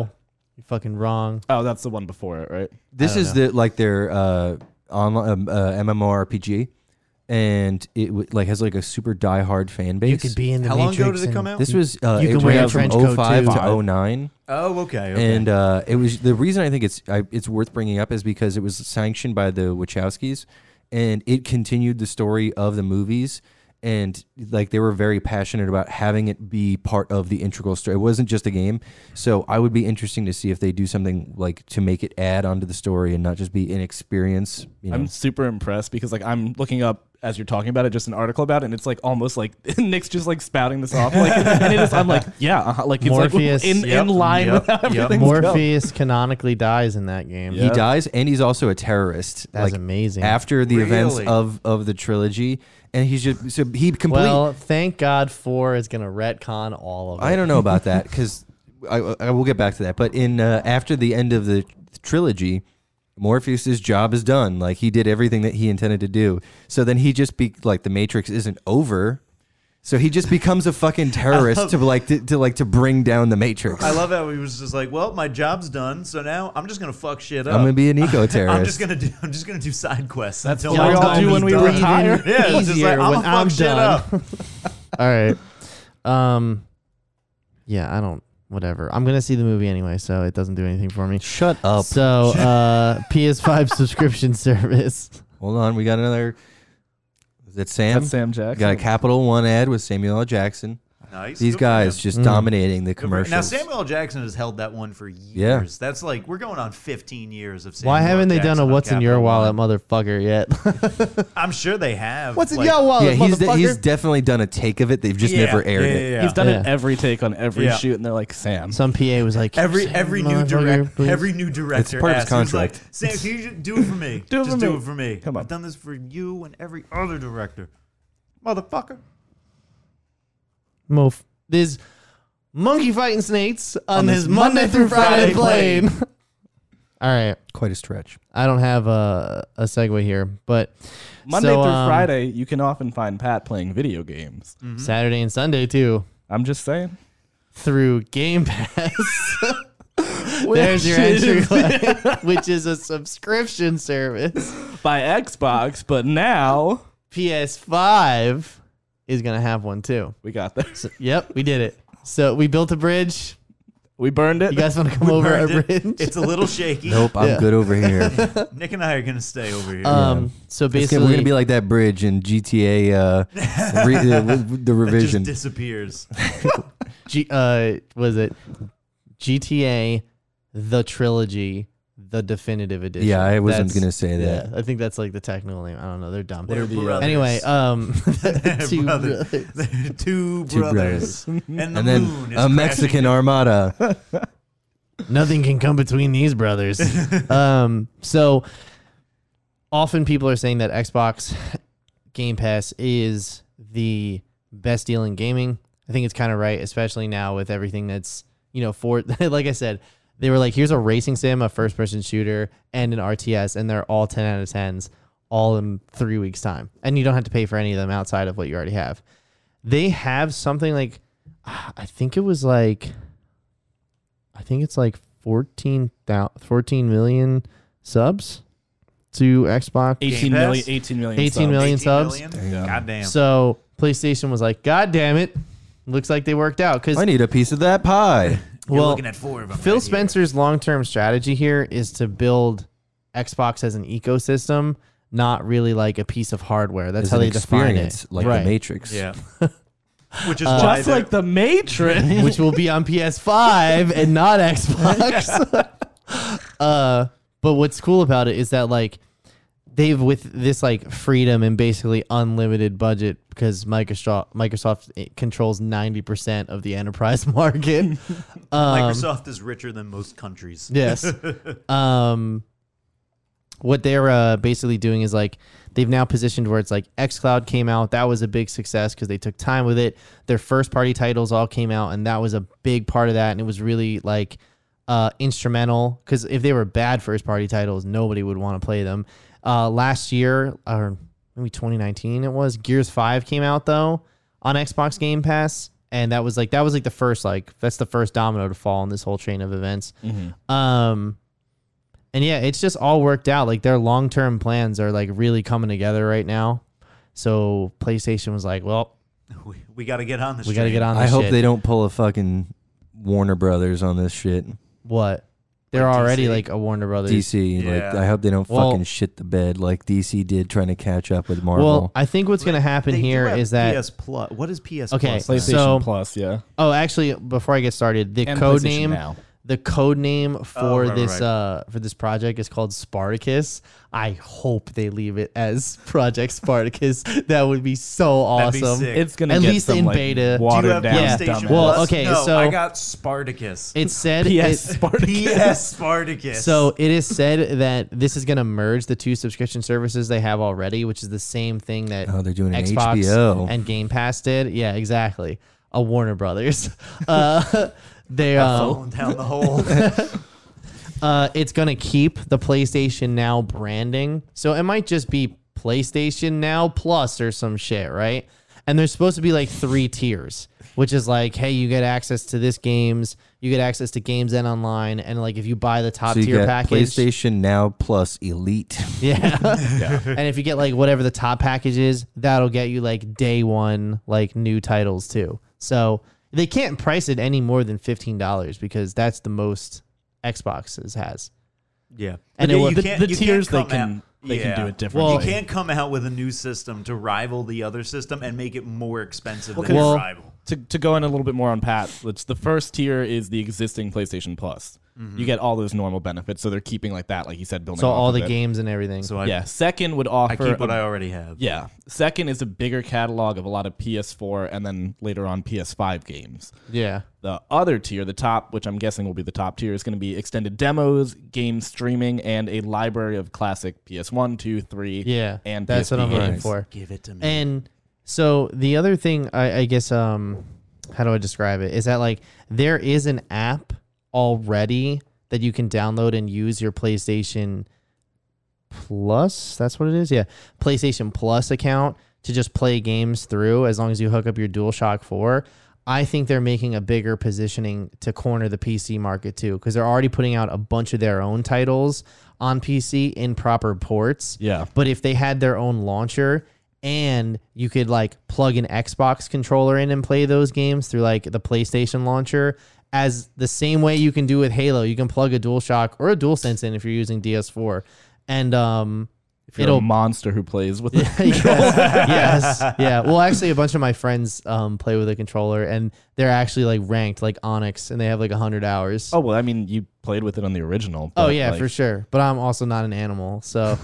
S1: you're fucking wrong.
S3: whatever. Oh, that's the one before it, right?
S4: this is the like their uh, online um, uh, MMORPG, and it w- like has like a super diehard fan base.
S1: You could be in the
S2: How long
S1: Matrix.
S2: ago did it
S1: and-
S2: come out?
S4: This was uh,
S1: You
S4: it
S1: can wear
S4: ran
S1: a
S4: from
S1: trench coat
S4: 05
S1: too.
S4: to 09.
S2: oh, okay. okay.
S4: And uh, it was the reason I think it's I, it's worth bringing up is because it was sanctioned by the Wachowskis, and it continued the story of the movies, and like they were very passionate about having it be part of the integral story. It wasn't just a game, so I would be interesting to see if they do something like to make it add onto the story and not just be an experience. You know,
S3: I'm super impressed because like I'm looking up as you're talking about it, just an article about it, and it's like almost like Nick's just like spouting this off, like, and it is. I'm like, yeah, uh-huh, like it's
S1: Morpheus.
S3: like in,
S2: Yep,
S3: in line
S2: yep,
S3: with how
S2: yep.
S3: everything's going.
S1: Morpheus canonically dies in that game.
S4: he dies, and he's also a terrorist.
S1: That's
S4: like
S1: amazing.
S4: after the events
S2: Really?
S4: of of the trilogy, and he's just so he completely.
S1: well, thank God four is gonna retcon all of it.
S4: I don't know about that because I, I will get back to that. But in uh, after the end of the trilogy, Morpheus's job is done. Like he did everything that he intended to do. So then he just be like the Matrix isn't over. So he just becomes a fucking terrorist to like to, to like to bring down the Matrix.
S2: I love how he was just like, "Well, my job's done, so now I'm just gonna fuck shit up.
S4: I'm gonna be an eco
S2: I'm just
S4: terrorist.
S2: gonna do. I'm just gonna do side quests. That's
S3: what we all do when we
S1: Breathe in
S3: retire.
S2: Yeah, it's just like,
S1: easier
S2: I'm
S1: when
S2: gonna fuck
S1: I'm
S2: shit
S1: done.
S2: up.
S1: All right. Um. Yeah, I don't. Whatever. I'm gonna see the movie anyway, so it doesn't do anything for me.
S4: Shut up.
S1: So, uh, PS5 subscription service.
S4: Hold on, we got another. Is it Sam?
S3: That's Sam Jackson.
S4: Got a Capital One ad with Samuel L. Jackson.
S2: Nice.
S4: These
S2: Good for
S4: guys
S2: him.
S4: just dominating the
S2: Good for-
S4: commercials.
S2: Mm-hmm. Now Samuel L. Jackson has held that one for years. That's like we're going on 15 years of. Samuel
S1: Why
S2: L.
S1: haven't they done
S2: Jackson
S1: a
S2: on
S1: "What's in Your
S2: Capital
S1: Wallet,
S2: One?
S1: motherfucker" yet?
S2: I'm sure they have.
S1: What's in
S2: like-
S1: your
S4: yeah,
S1: wallet,
S4: he's, de-
S1: Oh, motherfucker?
S4: he's definitely done a take of it. They've just
S2: Yeah,
S4: never aired
S2: yeah,
S4: it.
S2: yeah,
S3: He's
S2: yeah.
S3: done
S1: Yeah.
S3: it every take on every
S2: Yeah.
S3: shoot, and they're like, "Sam,
S1: Some PA was like,
S2: Every
S1: "Sam,
S2: every new
S1: motherfucker,
S2: direct
S1: please."
S2: every new director
S4: part of his
S2: asks, he's
S4: contract.
S2: Like, Sam, can you just do it for me?
S3: Do it
S2: just
S3: for
S2: do
S3: me.
S2: it for me.
S3: Come on.
S2: I've done this for you and every other director. Motherfucker.
S1: Mof- There's monkey fighting snakes on,
S2: this
S1: this Monday, through Friday, plane. All right,
S4: Quite a stretch.
S1: I don't have a a segue here, but
S3: Monday
S1: so,
S3: through
S1: um, Mm.
S3: Friday, you can often find Pat playing video games."
S1: Saturday and Sunday too
S3: I'm just saying.
S1: through Game Pass. There's your entry, point, which is a subscription service.
S3: by Xbox, but now
S1: PS5 is gonna have one too.
S3: we got this.
S1: Yep, we did it. So we built a bridge.
S3: We burned it.
S1: You guys want to come over our
S2: Burned it.
S1: bridge?
S2: It's a little shaky.
S4: Nope, I'm
S1: Yeah.
S4: good over here.
S2: Nick and I are gonna stay over here.
S1: Um. So
S4: It's
S1: basically,
S4: gonna- we're gonna be like that bridge in GTA, uh, re- the, the
S2: it just
S4: revision.
S2: disappears.
S1: G, uh, was it GTA, the trilogy, the definitive edition?
S4: Yeah, I wasn't
S1: That's-
S4: gonna say that.
S1: Yeah, I think that's like the technical name. I don't know. They're dumb.
S2: They're brothers.
S1: Anyway, um,
S2: They're
S1: two
S2: brothers.
S1: brothers.
S2: They're two brothers.
S4: Two
S2: And the
S4: and then
S2: moon is
S4: a Mexican armada.
S1: nothing can come between these brothers. um, so often people are saying that Xbox Game Pass is the best deal in gaming. I think it's kind of right, especially now with everything that's you know for like I said, they were like, here's a racing sim, a first person shooter, and an RTS, and they're all ten out of tens, all in three weeks time, and you don't have to pay for any of them outside of what you already have. They have something like, I think it was like I think it's like 14, thou- 14 million subs to Xbox.
S3: 18
S2: Game
S3: million.
S2: Pass?
S3: 18 million.
S1: 18
S3: subs.
S1: million
S2: 18
S1: subs.
S2: million? Goddamn.
S1: So PlayStation was like, God damn it. Looks like they worked out. Because,
S4: I need a piece of that pie.
S2: You're
S1: well,
S2: looking at four of them.
S1: Phil
S2: right here.
S1: Spencer's long term strategy here is to build Xbox as an ecosystem, not really like a piece of hardware. That's
S4: It's
S1: how
S4: an
S1: they define it.
S4: experience like
S1: Right.
S4: the Matrix.
S2: Yeah. Which is why
S3: Uh, Just
S2: they're-
S3: like the Matrix.
S1: which will be on PS5 and not Xbox. uh, but what's cool about it is that like they've with this like freedom and basically unlimited budget because Microsoft Microsoft eh, controls 90% of the enterprise market.
S2: Microsoft is richer than most countries.
S1: Yes. um, what they're uh, basically doing is like they've now positioned where it's like xCloud came out. That was a big success because they took time with it. Their first party titles all came out, and that was a big part of that. And it was really like uh, instrumental because if they were bad first party titles, nobody would want to play them. Uh, last year, or maybe 2019, it was Gears 5 came out though on Xbox Game Pass. And that was like that was like the first like that's the first domino to fall in this whole train of events. Um, and yeah, it's just all worked out. Like their long term plans are like really coming together right now. So PlayStation was like, well,
S2: We, we got to get on this.
S1: we got to
S2: train.
S1: get on. This
S4: I hope
S1: shit.
S4: they don't pull a fucking Warner Brothers on this shit.
S1: What? They're
S2: Like
S1: already
S2: DC.
S1: like a Warner Brothers.
S4: DC,
S2: Yeah.
S4: like I hope they don't
S1: Well-
S4: fucking shit the bed like DC did trying to catch up with Marvel.
S1: Well, I think what's gonna happen
S2: They do
S1: here
S2: have
S1: is that
S2: PS Plus. What is PS
S1: Okay,
S2: Plus? now?
S1: like-
S3: PlayStation
S1: So-
S3: Plus, yeah.
S1: oh, actually, before I get started, the
S3: And
S1: code
S3: PlayStation
S1: name
S3: Now.
S1: the code name for
S2: Oh, right, right,
S1: this
S2: right.
S1: uh for this project is called Spartacus. I hope they leave it as Project Spartacus. that would be so
S2: That'd be
S1: awesome.
S2: sick.
S3: It's gonna
S1: At
S3: get
S1: least
S3: some,
S1: in
S3: like,
S1: beta. Do you
S2: Do you
S3: Watered
S2: have
S3: down.
S1: Yeah.
S2: PlayStation
S3: dumbass.
S1: Well,
S2: Plus?
S1: okay,
S2: no,
S1: so-
S2: I got Spartacus.
S1: It said
S3: P.S.
S1: it-
S3: Spartacus.
S2: PS Spartacus.
S1: So it is said that this is going to merge the two subscription services they have already, which is the same thing that
S4: Oh, they're doing an
S1: Xbox
S4: HBO.
S1: and Game Pass did. Yeah, exactly. A Warner Brothers. Uh, they um,
S2: falling down the hole.
S1: uh, it's going to keep the PlayStation Now branding, so it might just be PlayStation Now Plus or some shit, right? And there's supposed to be like three tiers, which is like, hey, you get access to this games, you get access to games and online, and like if you buy the top
S4: so you
S1: tier
S4: got
S1: package,
S4: PlayStation Now plus Elite.
S1: Yeah. And if you get like whatever the top package is, that'll get you like day one, like new titles too. So they can't price it any more than $15 because that's the most Xboxes has.
S2: yeah,
S1: And
S2: Yeah,
S1: it was-
S2: you
S1: the-
S2: can't-
S3: the
S2: you can't
S3: tiers, they
S2: come
S3: can-
S2: out-
S3: they can do it
S1: Well-
S3: differently.
S2: you can't come out with a new system to rival the other system and make it more expensive than
S1: Well,
S2: the rival.
S3: to, to go in a little bit more on Pat, which the first tier is the existing PlayStation Plus.
S2: Mm-hmm.
S3: You get all those normal benefits, so they're keeping like that, like you said, building.
S1: So
S3: off
S1: all
S3: of
S1: the
S3: it.
S1: games and everything.
S2: So I,
S3: Yeah. Second would
S2: I
S3: offer.
S2: keep what
S3: a-
S2: I already have.
S3: yeah. Second is a bigger catalog of a lot of PS4 and then later on PS5 games.
S1: yeah.
S3: The other tier, the top, which I'm guessing will be the top tier, is going to be extended demos, game streaming, and a library of classic PS1, 2, 3,
S1: Yeah.
S3: and
S1: that's
S3: PSP
S1: what I'm looking
S3: games.
S1: for.
S2: Give it to me.
S1: And so the other thing, I, I guess, um, how do I describe it? Is that like there is an app already that you can download and use your PlayStation Plus. That's what it is. Yeah, PlayStation Plus account to just play games through as long as you hook up your DualShock Four. I think they're making a bigger positioning to corner the PC market too, because they're already putting out a bunch of their own titles on PC in proper ports.
S3: Yeah.
S1: But if they had their own launcher and you could like plug an Xbox controller in and play those games through like the PlayStation launcher, as the same way you can do with Halo, you can plug a DualShock or a DualSense in if you're using DS4, and um,
S3: If you're a
S1: it'll
S3: monster who plays with it.
S1: yes. Yeah. Well, actually, a bunch of my friends um, play with a controller, and they're actually like ranked like Onyx, and they have like hundred hours.
S3: Oh, well, I mean, you played with it on the original.
S1: Oh,
S3: but,
S1: yeah,
S3: like-
S1: for sure. But I'm also not an animal, so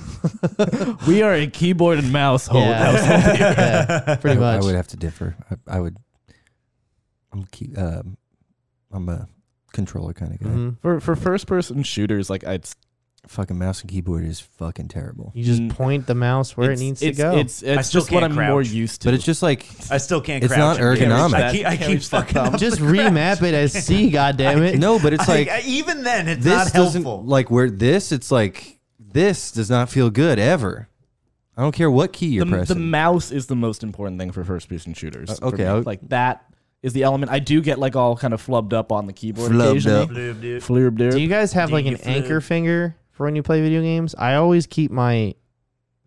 S3: We are a keyboard and mouse hole.
S1: yeah, Yeah, pretty
S4: I, I
S1: much.
S4: would have to differ. I, I would. I'm keep. Um, I'm a controller kind of guy.
S1: Mhm.
S3: For, for first person shooters, like I'd
S4: Fucking mouse and keyboard is fucking terrible.
S1: You just
S3: Mm.
S1: point the mouse where
S3: it's-
S1: it needs
S3: it's,
S1: to go.
S3: It's, it's,
S2: I still
S3: just what I'm
S2: can't
S3: more
S2: crouch.
S3: used to.
S4: But it's just like
S2: I still can't.
S4: It's
S2: crouch
S4: not
S2: and carry-
S4: ergonomic.
S2: I keep, I
S3: Can't
S2: keep
S3: reach that
S2: fucking.
S3: thumb.
S2: up
S1: just
S2: the crack.
S1: remap it as C, goddammit.
S4: no, but it's like
S2: I- I- even then, it's
S4: this
S2: not
S4: doesn't
S2: helpful.
S4: like where this. It's like this does not feel good ever. I don't care what key you're
S3: the, the
S4: pressing.
S3: mouse is the most important thing for first person shooters. for
S4: Uh, okay,
S3: me.
S4: I'll-
S3: like that is the element. I do get like all kind of flubbed up on the keyboard
S4: Flubbed
S3: occasionally.
S4: up.
S2: Bloob, dude.
S3: Flubbed up.
S1: Do you guys have
S2: Do
S1: like
S2: you
S1: an
S2: flip?
S1: anchor finger for when you play video games? I always keep my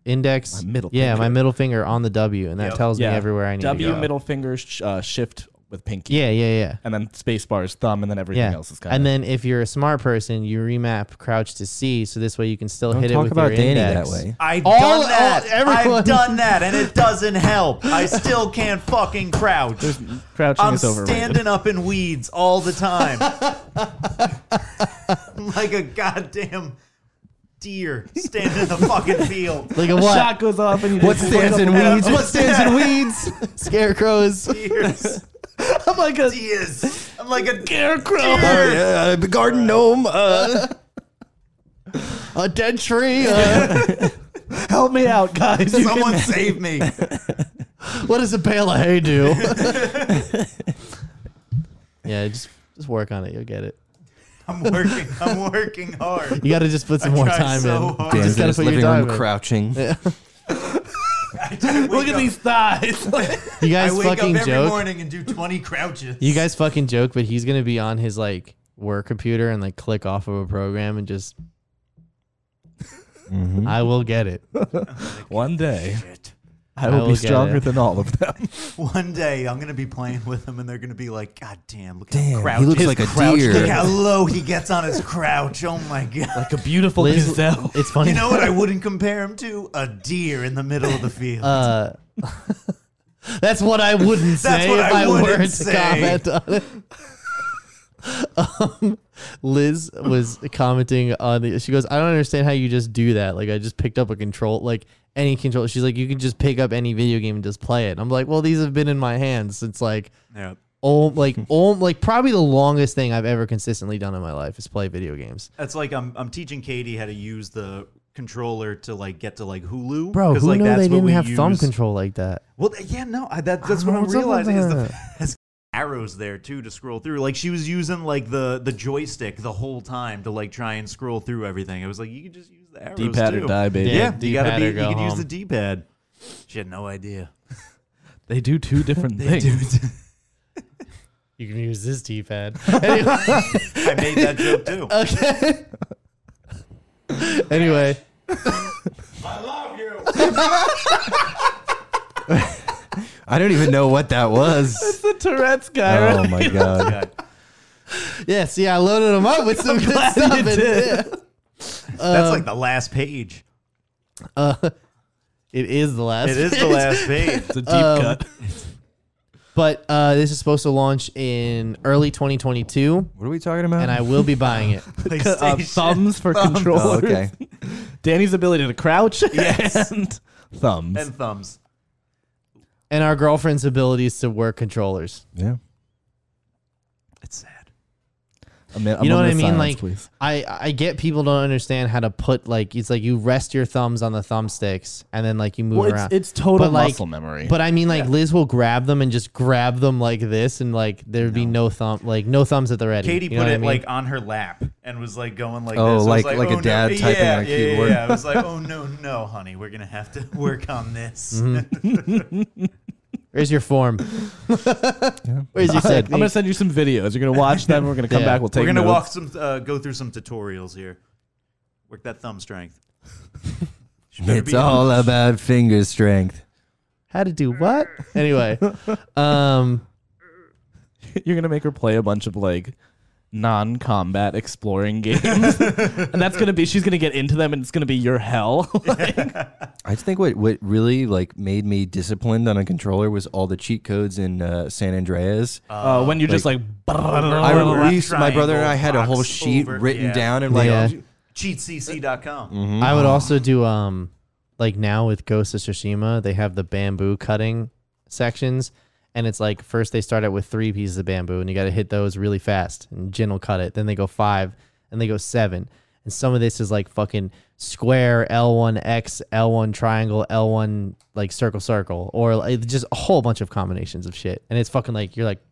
S1: index,
S3: My middle
S1: yeah,
S3: finger.
S1: my middle finger on the W, and that
S2: Yep.
S1: tells
S3: Yeah.
S1: me everywhere I need
S3: W
S1: to go.
S3: middle finger sh- uh, shift with pinky.
S1: Yeah, yeah, yeah.
S3: And then space bar is thumb, and then everything
S1: Yeah.
S3: else is kind
S1: And
S3: of.
S1: then if you're a smart person, you remap crouch to C, so this way you can still
S4: Don't
S1: hit it
S4: talk
S1: with
S4: about
S1: your
S4: Danny
S1: index.
S4: that way.
S2: I've
S1: All- all-
S2: done that.
S1: everyone-
S2: I've done that, and it doesn't help. I still can't fucking crouch.
S3: Crouching
S2: I'm
S3: is overrated.
S2: standing up in weeds all the time, I'm like a goddamn deer standing in the fucking field.
S1: Like a
S3: A
S1: what?
S3: shot goes off, and you
S4: what
S3: just
S4: stands in
S2: up.
S4: weeds? What stands in weeds?
S1: Scarecrows.
S2: Deers,
S3: I'm like a
S2: deers. I'm like a
S3: scarecrow.
S4: Uh, yeah, the garden gnome. Uh,
S1: a dead tree. Uh,
S3: Help me out, guys. You
S2: Someone save me.
S1: what does a bale of hay do? yeah, just just work on it. You'll get it.
S2: I'm working. I'm working hard.
S1: You got to just put some
S2: I
S1: more
S2: tried
S1: time
S2: so
S1: in.
S2: hard.
S1: You
S4: Dan's
S1: just
S4: in
S1: got to
S4: his
S1: put your
S4: living
S1: time
S4: room
S1: in.
S4: crouching.
S2: I wake
S3: Look at
S2: up-
S3: these thighs.
S1: You
S2: I
S1: guys
S2: wake up
S1: fucking
S2: every
S1: joke.
S2: morning and do 20 crouches.
S1: You guys fucking joke, but he's gonna be on his like work computer and like click off of a program and just.
S4: Mm-hmm.
S1: I will get it.
S3: One day,
S2: Shit.
S3: I
S1: will
S3: will be
S1: get
S3: stronger
S1: it.
S3: than all of them.
S2: One day I'm gonna be playing with them, and they're gonna be like, "God damn, look
S4: Damn,
S2: how crouch.
S4: he looks
S2: his
S4: like a
S2: crouch-
S4: deer.
S2: Look how low he gets on his crouch. Oh my god!
S3: Like a beautiful
S1: Liz-
S3: gazelle.
S1: It's funny.
S2: You know what? I wouldn't compare him to a deer in the middle of the field.
S1: Uh, that's what I wouldn't say
S2: what
S1: if
S2: I
S1: I, were
S2: wouldn't
S1: to
S2: say.
S1: comment on it. um, Liz was commenting on the. She goes, "I don't understand how you just do that. Like, I just picked up a control, like any control. She's like, you can just pick up any video game and just play it. And I'm like, well, these have been in my hands since like,
S2: yeah.
S1: oh, like, oh, like probably the longest thing I've ever consistently done in my life is play video games.
S2: That's like I'm I'm teaching Katie how to use the controller to like get to like Hulu.
S1: Bro,
S2: 'cause,
S1: who
S2: like,
S1: knew
S2: that's
S1: they
S2: what
S1: didn't
S2: we
S1: have thumb
S2: use-
S1: control like that?
S2: Well, th- yeah, no, I, that, that's
S1: don't
S2: what
S1: know
S2: I'm
S1: what's up with
S2: realizing is the
S1: that.
S2: has arrows there too to scroll through. Like she was using like the the joystick the whole time to like try and scroll through everything. I was like, you could just use the arrows
S3: D-pad or
S2: too.
S3: die, baby.
S2: Yeah,
S1: Yeah,
S2: you gotta
S1: D-pad
S2: be.
S1: or
S2: You
S1: go
S2: could use the
S1: home.
S2: D-pad. She had no idea.
S3: They do two different things.
S1: You can use this D-pad.
S2: I made that joke too.
S1: Okay. anyway,
S2: I love you.
S4: I don't even know what that was.
S3: the Tourette's guy.
S4: oh my god.
S2: God.
S1: yeah. See, I loaded them up with some good stuff. and-
S2: That's like the last page.
S1: It is the last.
S2: It is the last page.
S3: Um, It's a deep cut.
S1: But uh, this is supposed to launch in early 2022,
S4: What are we talking about?
S1: and I will be buying it.
S3: Uh,
S2: PlayStation.
S3: thumbs for controllers.
S4: oh, okay.
S3: Danny's ability to crouch
S2: Yes.
S3: and thumbs.
S2: and thumbs.
S1: And our girlfriend's abilities to work controllers.
S4: Yeah.
S2: It's sad.
S3: A mi- a
S1: you know what I
S3: moment of
S1: mean?
S3: silence,
S1: like,
S3: please.
S1: I I get people don't understand how to put like it's like you rest your thumbs on the thumbsticks and then like you move
S3: Well,
S1: around.
S3: it's, it's total
S1: But, like,
S3: muscle memory.
S1: but I mean, like Liz will grab them and just grab them like this, and like there'd be no thumb, like no thumbs at the ready.
S2: Katie
S1: You know
S2: put
S1: what
S2: it
S1: I mean?
S2: like on her lap and was like going like
S4: Oh,
S2: this. I was
S4: like- like a
S2: oh,
S4: dad
S2: no.
S4: typing
S2: yeah,
S4: on a
S2: yeah,
S4: keyboard.
S2: Yeah, yeah. I was like, oh no, no, honey, we're gonna have to work on this.
S4: Mm-hmm.
S1: Where's your form? Where's your
S3: I'm gonna
S1: technique?
S3: send you some videos. You're gonna watch them. We're gonna come
S1: Yeah.
S3: back. We'll take.
S2: we're gonna
S3: notes.
S2: walk some, uh, go through some tutorials here. Work that thumb strength. She better
S4: It's
S2: be-
S4: all about finger strength.
S1: How to do what? Anyway, um,
S3: You're gonna make her play a bunch of like non-combat exploring games, and that's gonna be she's gonna get into them, and it's gonna be your hell.
S4: I just think what, what really like made me disciplined on a controller was all the cheat codes in uh, San Andreas.
S3: uh, when you're just like,
S4: I
S2: Over
S4: remember
S2: left
S4: we used- my brother and I had a
S2: triangle,
S4: whole
S2: box
S4: sheet
S2: over-
S4: written
S2: yeah.
S4: down and like
S1: Yeah.
S2: Cheatcc.com.
S4: Mm-hmm.
S1: I would also do um, like now with Ghost of Tsushima, they have the bamboo cutting sections, and it's like first they start out with three pieces of bamboo, and you got to hit those really fast, and Jin will cut it. Then they go five, and they go seven, and some of this is like fucking square L one X L one triangle L one like circle circle, or like, just a whole bunch of combinations of shit, and it's fucking like you're like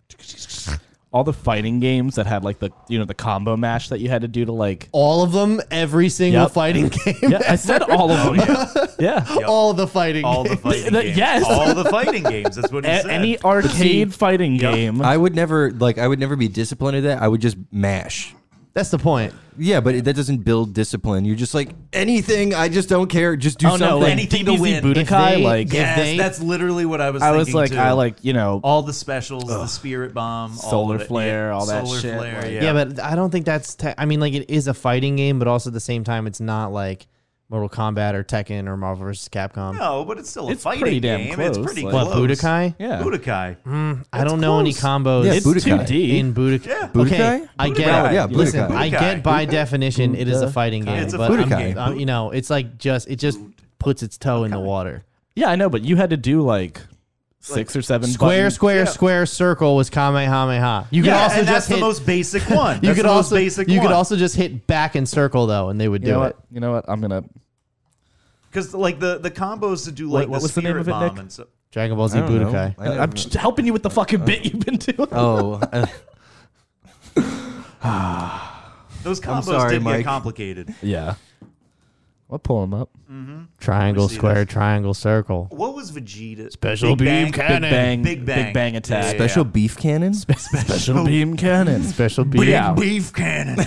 S3: all the fighting games that had like the you know the combo mash that you had to do to like.
S1: all of them every single
S3: Yep.
S1: fighting game.
S3: Yeah, I said all of them. yeah.
S1: All the fighting.
S2: All the
S1: games.
S2: fighting
S3: The-
S2: games.
S3: yes.
S2: All the fighting games. That's what he
S3: A-
S2: said.
S3: any arcade fighting game.
S4: I would never like I would never be disciplined at that. I would just mash.
S1: That's the point.
S4: Yeah, but that doesn't build discipline. You're just like anything. I just don't care. Just do
S3: oh
S4: something.
S3: no, like
S2: Anything to
S3: DBZ
S2: win.
S1: If
S3: Budokai,
S1: they-
S3: like
S1: if
S2: yes,
S1: they-
S2: that's literally what I was.
S3: I was
S2: thinking,
S3: like,
S2: too.
S3: I like you know,
S2: all the specials, the spirit bomb, all
S3: Solar
S2: of it.
S3: flare, all that
S2: solar
S3: shit,
S2: Flare,
S3: like-
S2: yeah.
S1: Yeah, but I don't think that's. Te- I mean, like it is a fighting game, but also at the same time, it's not like Mortal Kombat or Tekken or Marvel vs. Capcom.
S2: no, but it's still a
S3: It's
S2: fighting
S3: pretty damn
S2: game.
S3: close,
S2: It's pretty
S3: like-
S1: What
S2: close.
S1: Budokai?
S3: yeah,
S2: Budokai.
S1: I don't know any
S3: close.
S1: combos.
S4: Yeah,
S3: it's
S4: Budokai.
S3: 2D.
S1: in Budokai.
S2: Yeah.
S1: Okay,
S4: Budokai?
S1: I get.
S2: Budokai.
S4: Yeah,
S1: listen,
S4: Budokai.
S1: I get by definition it is a fighting game,
S2: It's a
S1: but I'm
S4: fighting
S1: get-
S4: game.
S1: I'm- you know, it's like just it just puts its toe in the water.
S3: yeah, I know, but you had to do like six or seven
S1: Square,
S3: buttons.
S1: square, square, circle was kamehameha. You could
S2: Yeah,
S1: also
S2: and that's
S1: just
S2: the
S1: hit.
S2: most basic one.
S1: You
S2: That's
S1: could
S2: the most
S1: also
S2: basic
S1: you
S2: one.
S1: could also just hit back and circle though, and they would
S3: You know
S1: do it.
S3: what? You know what? I'm gonna.
S2: because like the the combos to do like
S3: what
S2: the
S3: was the name
S2: spirit
S3: of it,
S2: bomb
S3: Nick?
S2: and so.
S1: Dragon Ball Z
S4: I don't know.
S1: Budokai.
S4: I never-
S3: I'm just helping you with the fucking bit you've been doing.
S4: oh, uh,
S2: Those combos
S4: sorry,
S2: did get
S4: Mike.
S2: complicated.
S3: Yeah. I'll pull him up.
S1: Triangle,
S2: Never see
S1: square,
S2: this.
S1: triangle, circle.
S2: What was Vegeta?
S1: Special
S2: Big
S1: beam
S2: Bang?
S1: cannon.
S3: Big bang,
S2: Big Bang.
S3: Big bang attack.
S2: Yeah.
S4: special beef cannon.
S3: Special beam cannon.
S1: Special beam.
S2: Big
S3: Yeah.
S2: beef cannon.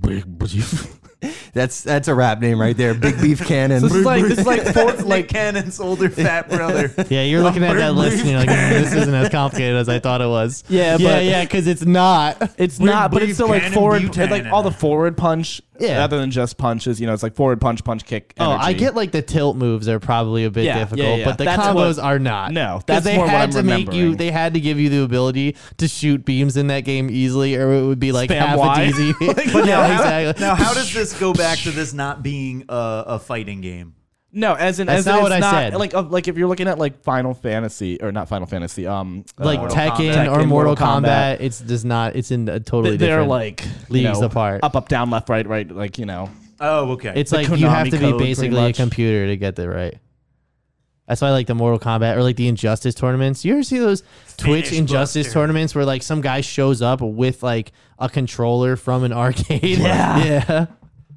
S3: Big beef.
S4: that's that's a rap name right there. Big beef cannon.
S3: This is like this is like four,
S2: That's Nick
S3: like
S2: Cannon's older fat brother.
S1: Yeah, you're looking at that list and you're like, "Mm, this isn't as complicated as I thought it was.
S3: Yeah,
S1: yeah,
S3: but-
S1: yeah, because it's not.
S3: it's
S2: Big
S3: not, but it's
S2: beef
S3: still like
S2: cannon,
S3: forward,
S2: beef
S3: it's like all the
S2: cannon.
S3: forward punch,
S1: Yeah.
S3: rather than just punches. You know, it's like forward punch, punch kick.
S1: Oh, I
S3: energy.
S1: get like the tilt moves are probably a bit
S3: Yeah, yeah,
S1: difficult,
S3: yeah.
S1: but the
S3: That's
S1: combos
S3: what-
S1: are not.
S3: No,
S1: 'Cause
S3: that's
S1: they
S3: more what
S1: had
S3: I'm
S1: to make you.
S3: remembering.
S1: They had to give you the ability to shoot beams in that game easily, or it would be like
S3: Spam
S1: half
S3: Y.
S1: as easy.
S2: But now,
S1: yeah,
S2: how,
S1: exactly.
S2: now, how does this go back to this not being a, a fighting game?
S3: No, as in
S1: That's
S3: as in
S1: not
S3: it's
S1: what I
S3: not,
S1: said.
S3: Like, uh, like if you're looking at like Final Fantasy or not Final Fantasy, um,
S1: like
S3: uh,
S1: Tekken,
S3: Kombat.
S1: or
S3: Tekken,
S1: Mortal
S3: Mortal
S1: Kombat,
S3: Kombat.
S1: it's does not. It's in a
S3: th-
S1: totally
S3: they're
S1: different.
S3: like you
S1: leagues
S3: know,
S1: apart.
S3: up, up, down, left, right, right. Like you know,
S2: Oh, okay.
S1: It's
S3: The
S1: like you have
S3: Konami
S1: to
S3: code,
S1: be
S3: pretty
S1: basically a
S3: much.
S1: computer to get it right. That's why I like the Mortal Kombat or like the Injustice tournaments. You ever see those Twitch
S2: Finish
S1: Injustice
S2: Buster.
S1: tournaments where like some guy shows up with like a controller from an arcade? Yeah. yeah.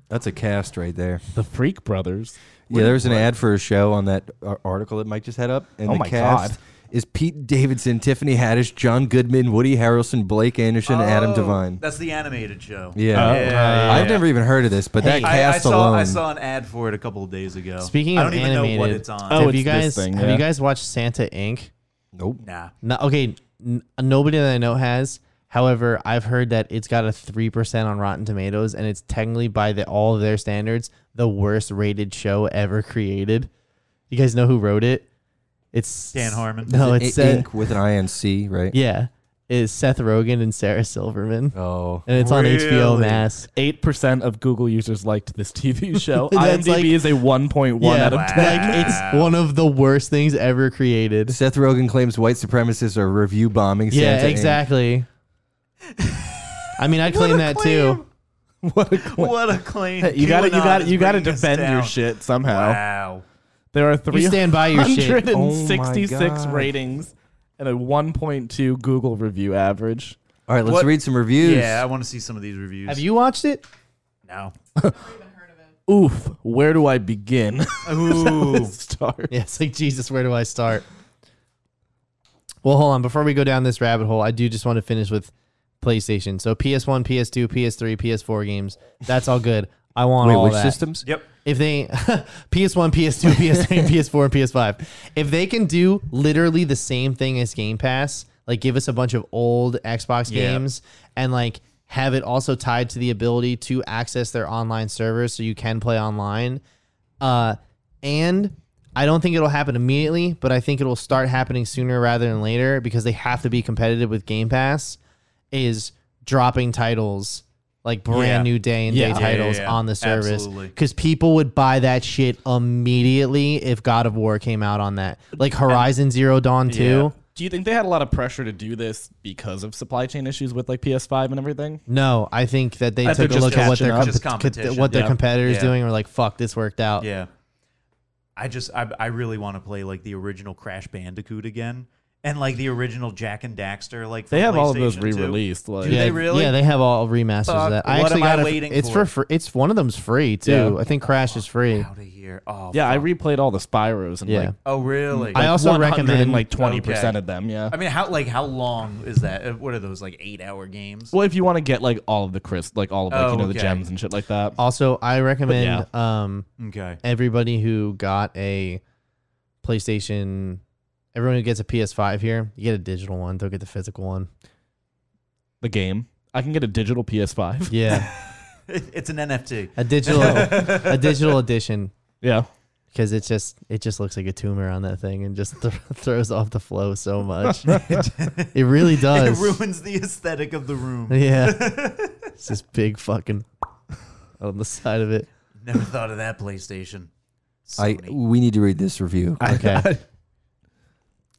S4: that's a cast right there.
S3: the Freak Brothers.
S4: Yeah, there was an ad for a show on that uh, article that Mike just had up, and
S3: Oh
S4: the
S3: my
S4: cast
S3: God.
S4: is Pete Davidson, Tiffany Haddish, John Goodman, Woody Harrelson, Blake Anderson, Adam
S2: Oh,
S4: Devine.
S2: That's the animated show. Yeah,
S4: Yeah.
S2: yeah, yeah.
S4: I've never even heard of this, but that
S1: Hey,
S2: I, I
S4: cast
S2: saw
S4: alone.
S2: I saw an ad for it a couple of days ago.
S1: Speaking
S2: I
S1: of
S2: don't even know what
S1: animated-
S2: it's on.
S3: Oh,
S1: have
S3: it's
S1: you
S3: this
S1: guys
S3: thing,
S1: have
S3: yeah.
S1: you guys watched Santa Inc?
S4: nope.
S2: nah.
S1: No, okay, n- nobody that I know has. However, I've heard that it's got a three percent on Rotten Tomatoes, and it's technically by the, all of their standards the worst rated show ever created. You guys know who wrote it? It's
S2: Dan Harmon.
S1: No,
S4: I-
S1: it's Seth,
S4: Inc. with an INC, right?
S1: yeah, it's Seth Rogen and Sarah Silverman,
S4: Oh.
S1: and it's on HBO
S2: Really?
S1: Mass.
S3: Eight percent of Google users liked this TV show.
S1: That's
S3: IMDb
S1: like-
S3: is a one point one
S1: yeah,
S3: out of ten.
S1: like it's one of the worst things ever created.
S4: Seth Rogen claims white supremacists are review bombing Santa
S1: yeah,
S4: Inc.
S1: exactly. I mean, I'd claim that too.
S2: What a claim.
S3: You got to You
S2: QAnon
S3: got to
S2: is
S3: You got to
S2: bringing us
S3: defend your
S2: down.
S3: shit somehow.
S2: Wow.
S3: There are three
S1: You stand by your shit.
S3: hundred and sixty-six
S4: Oh my God.
S3: ratings and a one point two Google review average.
S4: All right, let's
S2: What-
S4: read some reviews.
S2: Yeah, I want to see some of these reviews.
S1: Have you watched it?
S2: No.
S3: Oof, where do I begin?
S2: Ooh.
S3: Start.
S1: Yeah, it's like Jesus, where do I start? Well, hold on. Before we go down this rabbit hole, I do just want to finish with PlayStation. So PS1, PS2, PS3, PS4 games. That's all good. I want
S4: Wait,
S1: all
S4: which
S1: that.
S4: systems?
S2: yep.
S1: If they PS1, PS2, PS3, PS4, and PS5, if they can do literally the same thing as Game Pass, like give us a bunch of old Xbox
S2: Yeah.
S1: games and like have it also tied to the ability to access their online servers so you can play online. Uh, and I don't think it'll happen immediately, but I think it'll start happening sooner rather than later because they have to be competitive with Game Pass. Is dropping titles like brand
S2: Yeah.
S1: new day and
S3: Yeah.
S1: day titles
S2: yeah, yeah.
S1: on the service
S2: Absolutely.
S1: because people would buy that shit immediately if God of War came out on that, like Horizon Zero Dawn two.
S3: Do you think they had a lot of pressure to do this because of supply chain issues with like PS5 and everything?
S1: No, I think that they
S3: That
S1: took a
S3: they're just
S1: look at what
S3: catching
S1: their
S3: up.
S2: Just
S1: comp-
S2: competition.
S1: what their
S3: Yeah.
S1: competitors
S2: Yeah.
S1: doing, and were like, "Fuck, this worked out."
S2: Yeah. I just I, I really want to play like the original Crash Bandicoot again. And like the original Jack and Daxter, like
S3: They
S2: from
S3: have all of those
S2: PlayStation 2.
S3: re-released. Like,
S2: Do
S1: Yeah,
S2: they really?
S1: Yeah, they have all remasters of
S2: Fuck,
S1: that. I
S2: what
S1: actually
S2: am I
S1: got it.
S2: waiting
S1: it's
S2: for?
S1: for, free. It's one of them's free too.
S3: Yeah.
S1: I think Crash is free.
S2: Out of here. Oh,
S3: yeah, I
S2: fuck.
S3: replayed all the Spyros and
S1: Yeah.
S3: like
S2: oh really?
S1: I also
S3: 100
S1: recommend-
S3: and like twenty percent
S2: Okay.
S3: of them. Yeah.
S2: I mean, how like how long is that? Uh, What are those like eight hour games?
S3: well, if you want to get like all of the crisp, like all of like
S2: Oh,
S3: you know
S2: okay.
S3: the gems and shit like that.
S1: Also, I recommend um,
S2: Okay.
S1: everybody who got a PlayStation, everyone who gets a PS5 here, you get a digital one. Don't get the physical one.
S3: The game. I can get a digital PS5.
S1: Yeah,
S2: It- It's an NFT.
S1: a digital, a digital edition
S3: Yeah.
S1: because it just it just looks like a tumor on that thing and just th- throws off the flow so much. it really
S2: It
S1: does.
S2: ruins the aesthetic of the room.
S1: yeah, it's this big fucking on the side of it.
S2: Never thought of that PlayStation.
S4: I,
S2: Sony.
S4: we need to read this review.
S1: Okay.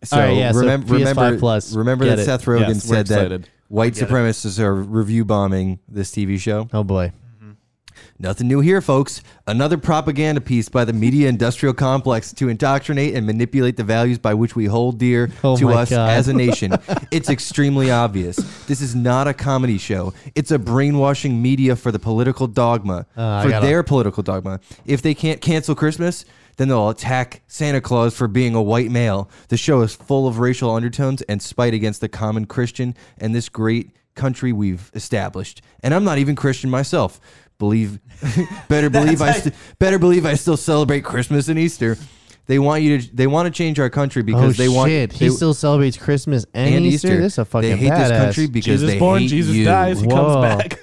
S4: So
S1: All right, yeah, so
S4: remember,
S1: PS5
S4: remember,
S1: plus,
S4: remember
S1: get
S4: that
S1: it.
S4: Seth Rogen
S3: Yes, we're
S4: said that
S3: excited.
S4: white
S2: Get it.
S4: supremacists are review bombing this TV show.
S1: Oh boy.
S4: Nothing new here, folks. Another propaganda piece by the media industrial complex to indoctrinate and manipulate the values by which we hold dear
S1: Oh
S4: to
S1: my
S4: us
S1: God.
S4: as a nation. it's extremely obvious. This is not a comedy show. It's a brainwashing media for the political dogma,
S1: Uh, I
S4: for
S1: gotta-
S4: their political dogma. If they can't cancel Christmas, then they'll attack Santa Claus for being a white male. The show is full of racial undertones and spite against the common Christian and this great country we've established. And I'm not even Christian myself. Believe better believe I st- better believe I still celebrate Christmas and Easter. They want you to they want to change our country because
S1: oh
S4: they want
S1: shit! he
S4: they-
S1: still celebrates Christmas and,
S4: and
S1: Easter. This is a fucking
S4: They hate this
S1: badass.
S4: country because
S3: Jesus
S4: they
S3: born,
S4: hate
S3: Jesus
S4: you.
S3: dies, he
S1: Whoa.
S3: comes back.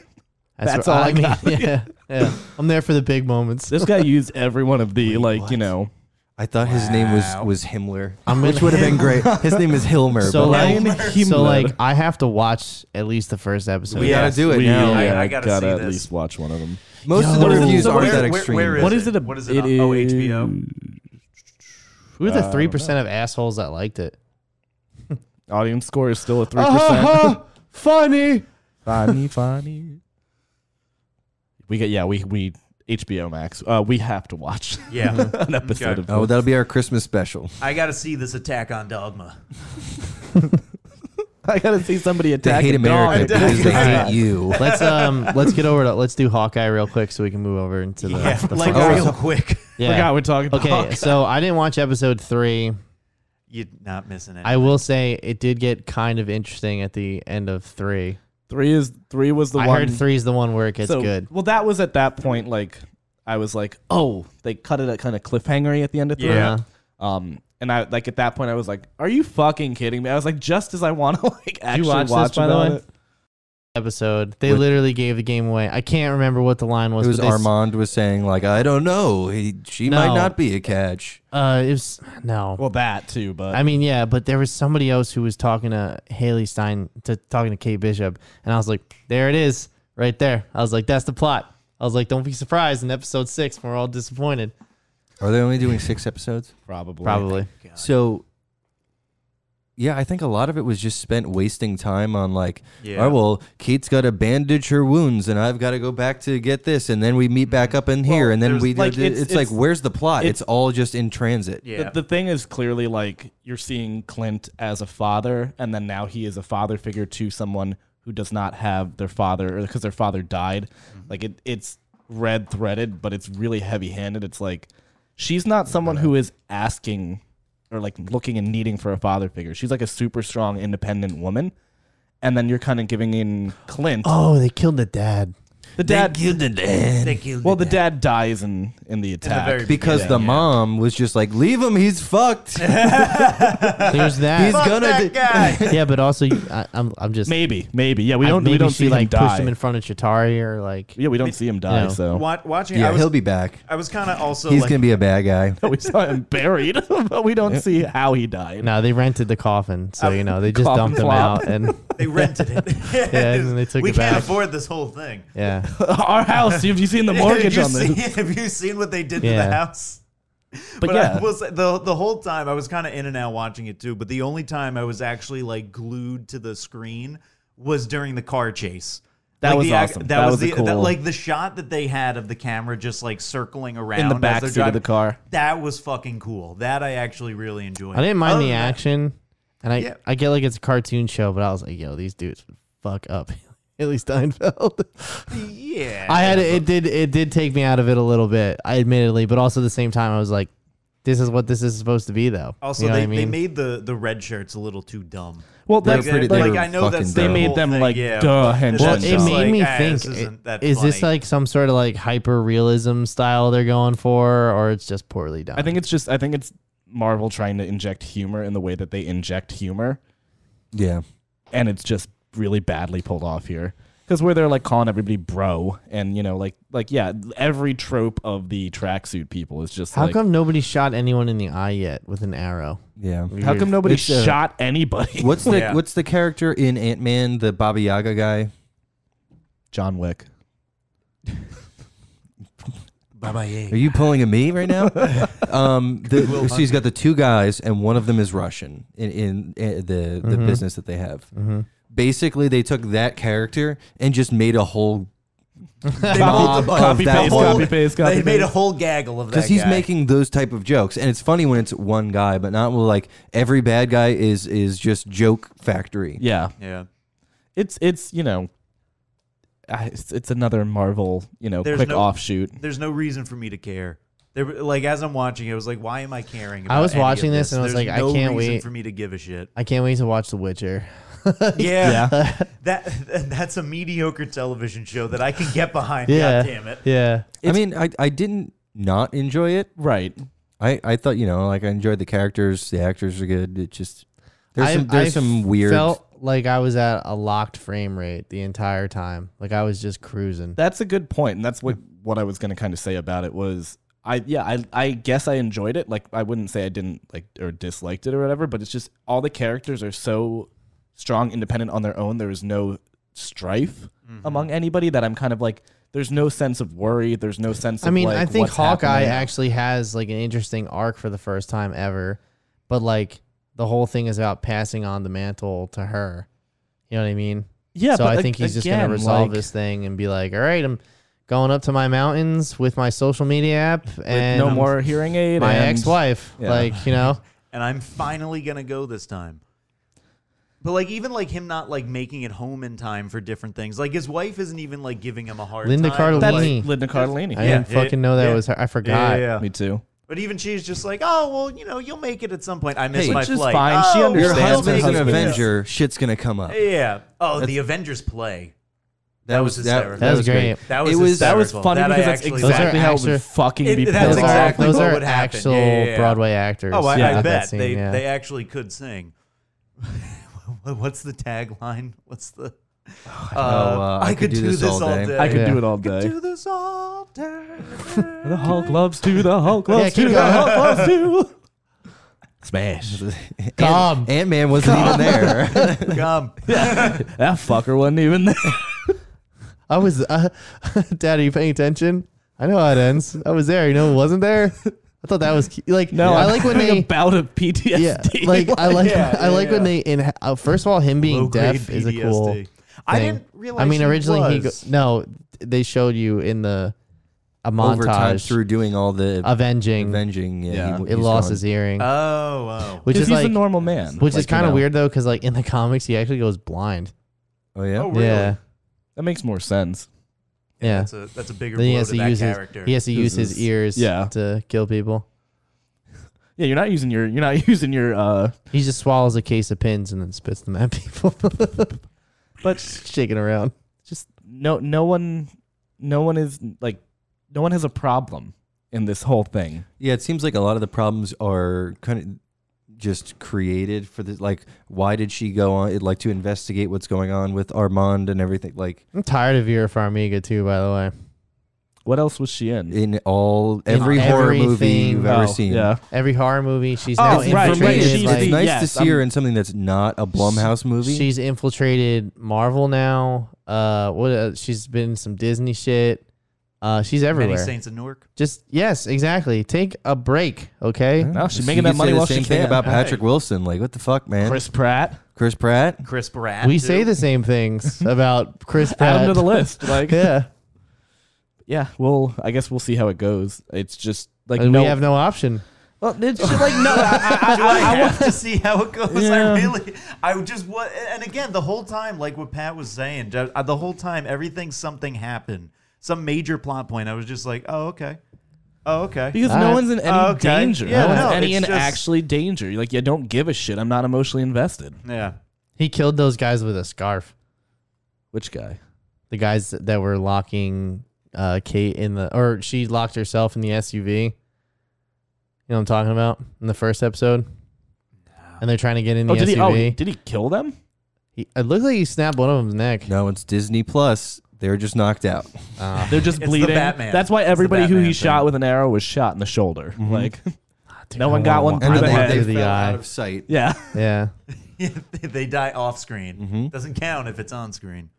S3: That's
S1: what
S3: all I got.
S1: mean. Yeah, yeah. I'm there for the big moments.
S3: This guy used every one of the like, you know,
S4: I thought his name was was Himmler,
S1: I'm
S4: which
S1: gonna-
S4: would have been great. His name is Hilmer.
S1: So
S4: but
S1: like,
S3: Himmler.
S1: so like, I have to watch at least the first episode.
S4: we gotta
S2: yes,
S4: do it
S3: we,
S4: now.
S2: I- I
S3: I,
S2: gotta
S3: gotta,
S2: see
S3: at
S2: this.
S3: least watch one of them.
S4: Most of the
S3: Yo.
S4: reviews
S3: So
S4: aren't
S3: where-
S4: that
S2: where-
S4: extreme.
S2: where
S3: What
S2: is
S3: is
S2: it?
S3: it? a-
S2: What is it on- oh, HBO?
S1: Who are the three percent of assholes that liked it?
S3: Audience score is still a three percent.
S1: funny.
S3: Uh-huh. Funny, funny. We get yeah. We we HBO Max. Uh, we have to watch
S2: Yeah.
S3: an episode
S2: Okay.
S3: of.
S4: Oh,
S3: this.
S4: that'll be our Christmas special.
S2: I got to see this attack on Dogma.
S3: I gotta see somebody
S4: They
S3: attack.
S4: hate
S3: a dog.
S4: America
S2: dog.
S4: because they hate you.
S1: Let's um, let's get over to let's do Hawkeye real quick so we can move over into the Oh,
S2: Yeah,
S1: the
S2: like
S1: fucking-
S2: real quick.
S1: yeah.
S3: Forgot we're talking. About
S1: Okay, so I didn't watch episode three.
S2: You're not missing it.
S1: I will say it did get kind of interesting at the end of three.
S3: three is three was the
S1: I
S3: one.
S1: heard three is the one where it gets
S3: so,
S1: good.
S3: Well, that was at that point. Like I was like, oh, they cut it at kind of cliffhangery at the end of three.
S1: Uh-huh.
S2: Yeah.
S3: Um, and I like at that point I was like, "Are you fucking kidding me?" I was like, just as I want to like actually
S1: watch this,
S3: watch
S1: by the
S3: about
S1: way?
S3: it.
S1: episode. They literally gave the game away. I can't remember what the line was.
S4: It was
S1: but they s-
S4: Armand was saying like, I don't know. He, she
S1: No.
S4: might not be a catch.
S1: Uh, it was no.
S3: Well, that too, but
S1: I mean, yeah, but there was somebody else who was talking to Haley Stein, to talking to Kate Bishop, and I was like, there it is, right there. I was like, that's the plot. I was like, don't be surprised in episode six when we're all disappointed.
S4: Are they only doing six episodes?
S3: probably.
S1: Probably.
S4: So, yeah, I think a lot of it was just spent wasting time on like,
S2: Yeah.
S4: oh well, Kate's got to bandage her wounds, and I've got to go back to get this, and then we meet back up in here,
S3: Well,
S4: and then
S3: there's,
S4: we do
S3: like,
S4: thi- it's,
S3: it's-
S4: like,
S3: it's-
S4: where's the plot? It's,
S3: it's-
S4: all just in transit.
S2: Yeah.
S3: The, the thing is clearly like you're seeing Clint as a father, and then now he is a father figure to someone who does not have their father, or because their father died. Like it, it's red threaded, but it's really heavy handed. It's like she's not someone who is asking or like looking and needing for a father figure. She's like a super strong, independent woman, and then you're kind of giving in Clint.
S1: Oh, they killed the dad.
S3: the dad,
S2: Thank you.
S3: well, the dad dies in in the
S2: At the
S3: attack.
S2: very
S4: Because
S2: beginning,
S4: the
S2: yeah.
S4: mom was just like, leave him, he's fucked. He's
S1: There's that.
S4: gonna.
S2: that
S4: di-
S2: guy.
S1: yeah, but also, you- I, I'm, I'm just.
S3: maybe, maybe, yeah. We
S1: I-
S3: don't,
S1: maybe
S3: we don't
S1: she,
S3: see
S1: like
S3: him
S1: pushed
S3: die.
S1: him in front of Chitari or like.
S3: Yeah, we don't see him die,
S1: Yeah.
S3: so
S2: Wa- watching.
S4: yeah,
S2: I was,
S4: he'll be back.
S2: I was kind of also
S4: He's
S2: like,
S4: gonna be a bad guy.
S3: we saw him buried, but we don't see how he died.
S1: No, they rented the coffin, so you know they just
S3: Coffin
S1: dumped him
S3: flop.
S1: out and
S2: they rented it.
S1: Yeah, and then they took
S2: we
S1: it
S2: can't
S1: back.
S2: afford this whole thing.
S1: yeah.
S3: Our house. Have you seen the mortgage
S2: have,
S3: on
S2: you
S3: this?
S2: seen, have you seen what they did to
S1: Yeah.
S2: the house?
S3: But,
S2: But
S3: yeah,
S2: I will say the the whole time I was kind of in and out watching it too. But the only time I was actually like glued to the screen was during the car chase.
S3: That
S2: Like,
S3: was
S2: the ac-
S3: awesome.
S2: That,
S3: That
S2: was,
S3: was a
S2: the that-
S3: cool-
S2: like the shot that they had of the camera just like circling around
S3: in the
S2: as
S3: back
S2: they're
S3: seat of the
S2: driving.
S3: car.
S2: That was fucking cool. That I actually really enjoyed.
S1: I didn't mind
S2: Other
S1: the
S2: than that-
S1: action, and I
S2: Yeah.
S1: I get like it's a cartoon show, but I was like, yo, these dudes would fuck up. Haley Steinfeld.
S2: Yeah,
S1: I had it did it did take me out of it a little bit, admittedly, but also at the same time I was like, this is what this is supposed to be though.
S2: Also,
S1: You know
S2: they,
S1: what I
S2: they
S1: mean?
S2: made the the red shirts a little too dumb.
S3: Well,
S4: They're
S3: that's
S4: pretty-
S3: like,
S4: they were
S2: I know that's the
S4: fucking dumb. They
S3: made
S2: whole
S3: them,
S2: thing,
S3: like,
S2: yeah.
S3: duh,
S2: It's
S3: Henson.
S1: well,
S2: just
S1: it
S3: dumb.
S1: made
S2: like,
S1: me
S2: ah,
S1: think.
S2: This
S1: Is
S2: isn't that
S1: is this
S2: funny.
S1: like some sort of like hyper realism style they're going for, or it's just poorly done?
S3: I think it's just. I think it's Marvel trying to inject humor in the way that they inject humor,
S4: Yeah.
S3: and it's just really badly pulled off here. Because where they're like calling everybody bro, and you know, like, like yeah, every trope of the tracksuit people is just
S1: How
S3: like,
S1: come nobody shot anyone in the eye yet with an arrow?
S4: Yeah.
S3: how come nobody
S4: It's, uh,
S3: shot anybody?
S4: What's the
S2: Yeah.
S4: what's the character in Ant Man, the Baba Yaga guy?
S3: John Wick?
S4: Are you pulling a me right now? um, the, so he's got the two guys, and one of them is Russian in, in, uh, the the business that they have. Basically, they took that character and just made a whole
S2: They
S4: mob
S2: multiplied-
S4: of
S3: copy
S4: that
S3: paste,
S4: whole-
S3: copy paste, copy
S2: They
S3: paste.
S2: made a whole gaggle of that.
S4: because he's
S2: guy.
S4: making those type of jokes, and it's funny when it's one guy, but not when like every bad guy is is just joke factory.
S3: yeah,
S2: Yeah,
S3: it's it's you know I- it's, it's another marvel you know
S2: There's
S3: quick
S2: no-
S3: offshoot
S2: there's no reason for me to care. There, were- like as I'm watching, it I was like, why am I caring? About
S1: I was
S2: any of
S1: watching this and I was
S2: There's
S1: like, I
S2: no
S1: can't
S2: reason
S1: wait.
S2: for me to give a shit.
S1: I can't wait to watch The Witcher.
S2: Yeah,
S3: yeah
S2: that that's a mediocre television show that I can get behind.
S1: Yeah,
S2: God damn it.
S1: Yeah,
S4: I mean, I I didn't not enjoy it.
S3: right
S4: I I thought you know like I enjoyed the characters, the actors are good. It just there's
S1: I-
S4: some there's
S1: I
S4: some weird.
S1: Felt like I was at a locked frame rate the entire time. Like I was just cruising.
S3: that's a good point and that's what what i was going to kind of say about it was i yeah I, I guess i enjoyed it like i wouldn't say i didn't like or disliked it or whatever but it's just all the characters are so strong independent on their own there is no strife
S2: Mm-hmm.
S3: among anybody that i'm kind of like there's no sense of worry there's no sense of
S1: I mean,
S3: like,
S1: I think
S3: what's
S1: Hawkeye
S3: happening.
S1: actually has like an interesting arc for the first time ever, but like the whole thing is about passing on the mantle to her. You know what I mean?
S3: yeah
S1: so
S3: but,
S1: I
S3: like,
S1: think he's just
S3: again,
S1: gonna resolve
S3: like-
S1: this thing and be like, "All right, I'm going up to my mountains with my social media app and
S3: no more hearing aid
S1: my
S3: and-
S1: ex-wife."
S3: Yeah.
S1: Like you know,
S2: and I'm finally gonna go this time. But like even like him not like making it home in time for different things. Like his wife isn't even like giving him a hard
S1: Linda Cardellini.
S2: time.
S3: That's
S2: Like,
S1: Like-
S3: Linda Cardellini.
S1: I
S2: Yeah.
S1: didn't fucking know that
S2: Yeah.
S1: was her. I
S2: yeah,
S1: forgot.
S2: yeah, yeah.
S3: Me too.
S2: But even she's just like, oh well, you know, you'll make it at some point. I missed
S4: Hey,
S2: my
S4: which
S3: is
S2: flight.
S3: fine.
S2: Oh,
S3: She
S2: well,
S4: Your
S3: understands
S2: you'll
S4: husband's
S2: make
S4: an
S3: husband.
S2: it.
S4: Avenger. Shit's gonna come up.
S2: Yeah. Oh, the Avengers play.
S4: That was that,
S2: hysterical.
S1: That was great.
S2: That was
S4: It was-
S3: That was
S2: hysterical.
S3: funny
S2: That I
S3: because that's
S2: actually
S3: exactly
S1: Those are
S3: how it would
S1: actual-
S3: fucking
S2: It-
S3: be
S2: that's
S3: pulled
S1: Those
S3: off.
S2: exactly
S1: are, those
S2: what
S1: are
S2: would happen.
S1: actual
S2: Yeah, yeah, yeah.
S1: Broadway actors.
S2: Oh, I,
S1: that
S2: I
S1: did that
S2: bet
S1: scene,
S2: they
S1: yeah.
S2: they actually could sing. What's the tagline? What's the
S4: Oh, wow.
S2: I could do this all day.
S3: I could
S1: Yeah.
S3: do it all day.
S2: Do this all day.
S3: the Hulk loves to. The Hulk
S1: Yeah,
S3: loves
S1: keep
S3: to. The
S1: going.
S3: Hulk loves to.
S4: Smash. Ant-
S1: Come.
S4: Ant-Man wasn't even there.
S2: Come.
S3: That fucker wasn't even there.
S1: I was, uh, Dad, are you paying attention? I know how it ends. I was there. You know, who wasn't there. I thought that was cu- like.
S3: No,
S1: I
S3: I'm
S1: like when
S3: having
S1: they.
S3: a bout of
S1: Yeah,
S3: PTSD.
S1: like I like
S2: yeah,
S1: I like
S2: yeah,
S1: when
S2: yeah.
S1: they in uh, first of all him being
S2: Low-grade
S1: deaf is a cool.
S2: PTSD. I
S1: thing.
S2: didn't realize.
S1: I mean,
S2: he
S1: originally he go-
S2: was.
S1: no, they showed you in the a
S4: Overtime
S1: montage
S4: through doing all the
S1: avenging.
S4: avenging. Yeah,
S3: Yeah.
S4: he-
S1: it
S4: he's
S1: lost
S4: gone.
S1: his hearing,
S2: Oh, oh.
S1: which is
S3: he's
S1: like
S3: a normal man.
S1: which is
S4: like, you
S1: kind of
S4: know.
S1: weird though, because like in the comics he actually goes blind.
S4: Oh yeah.
S2: Oh, really?
S1: Yeah,
S3: That makes more sense.
S1: yeah.
S2: That's a that's a bigger
S1: Then
S2: blow
S1: he has
S2: to,
S1: to
S2: that
S1: use
S2: character.
S1: his he has to use his
S3: is-
S1: ears
S3: yeah.
S1: to kill people.
S3: Yeah, you're not using your. You're not using your. uh
S1: He just swallows a case of pins and then spits them at people,
S3: But
S1: shaking around.
S3: just no. No one. No one is like. No one has a problem in this whole thing.
S4: Yeah, it seems like a lot of the problems are kind of just created for this. Like, why did she go on it, like to investigate what's going on with Armand and everything? Like
S1: I'm tired of Vera Farmiga too, by the way.
S3: What else was she in?
S4: in all every
S1: In
S4: horror movie
S1: everything.
S4: you've
S3: Oh,
S4: ever seen.
S3: Yeah.
S1: Every horror movie she's
S3: Oh,
S1: now
S3: right, right,
S1: infiltrated.
S4: It's,
S3: she's
S1: like-
S3: the-
S4: nice to
S3: yes,
S4: see her in something that's not a Blumhouse movie.
S1: She's infiltrated Marvel now. Uh, what? Uh, she's been in some Disney shit. Uh, she's
S2: Many
S1: everywhere.
S2: Saints of Newark.
S1: Just yes, exactly. Take a break, okay?
S3: No, she's
S4: She
S3: making that
S4: could say
S3: money
S4: the
S3: while
S4: same
S3: she
S4: thing
S3: can.
S4: about
S3: Hey.
S4: Patrick Wilson. Like, what the fuck, man? Chris,
S3: Chris Pratt.
S4: Pratt.
S2: Chris Pratt.
S1: we
S2: too.
S1: say the same things about Chris
S3: Add
S1: Pratt.
S3: him to the list. Like,
S1: yeah,
S3: yeah. Well, I guess we'll see how it goes. It's just like
S1: And
S3: no.
S1: we have no option.
S3: well, it's just like no. I- I- I-
S2: Do I, have to see how it goes?
S3: Yeah.
S2: I really, I just what, and again, the whole time, like what Pat was saying, ju- uh, the whole time, everything, something happened, some major plot point. I was just like, oh okay, oh okay.
S3: Because
S1: Alright.
S3: no one's in any
S2: Okay.
S3: danger.
S2: Yeah,
S3: no one's
S2: no,
S3: any in
S2: it's just-
S3: actually danger. Like, you don't give a shit. I'm not emotionally invested.
S2: yeah,
S1: He killed those guys with a scarf.
S3: Which guy?
S1: The guys that were locking uh, Kate in the, or she locked herself in the SUV. You know what I'm talking about in the first episode. And they're trying to get in the
S3: Oh, did he?
S1: SUV.
S3: Oh,
S1: he,
S3: did he kill them?
S1: it looked like he snapped one of them's neck.
S4: No, it's Disney Plus. They're just knocked out.
S1: Ah,
S3: They're just
S2: It's the
S3: bleeding.
S2: Batman.
S3: That's why
S2: It's the
S3: everybody who
S2: Batman
S3: he
S2: thing.
S3: shot with an arrow was shot in the shoulder. Like,
S1: dude,
S3: No
S1: I
S3: one got
S1: wanna
S3: one
S1: watch
S3: through
S4: And
S1: that.
S3: the head.
S4: they,
S1: Through
S4: they
S1: the
S4: fell
S1: eye.
S4: out of sight.
S3: yeah.
S1: Yeah.
S2: they, they die off screen.
S1: Mm-hmm.
S2: Doesn't count if it's on screen.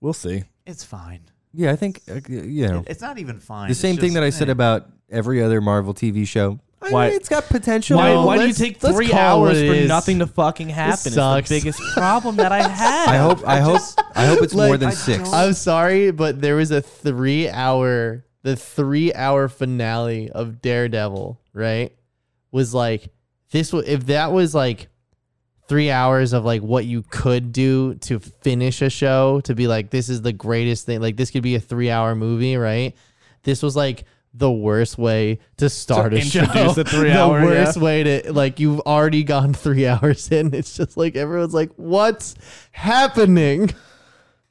S3: We'll see.
S2: It's fine.
S4: Yeah, I think uh, you know
S2: It's eh. not even fine.
S4: the same thing that I said about every other Marvel TV show. I
S3: Why-
S4: mean, it's got potential.
S3: why
S1: No,
S3: why do you
S1: let's-
S3: take
S1: let's
S3: three
S1: call it
S3: hours
S1: it
S3: for
S1: is.
S3: nothing to fucking happen?
S1: sucks.
S3: It's the biggest problem that I have.
S4: I hope. I hope. I hope it's more
S1: Like,
S4: than
S1: I
S4: six.
S1: I'm sorry, but there was a three hour, the three hour finale of Daredevil, right? Was like, this, wa- if that was like three hours of like what you could do to finish a show, to be like, this is the greatest thing, like, this could be a three hour movie, right? This was like, the worst way to start
S3: To
S1: a show.
S3: introduce a
S1: the
S3: three-hour, yeah.
S1: worst way to like you've already gone three hours in. It's just like everyone's like, what's happening?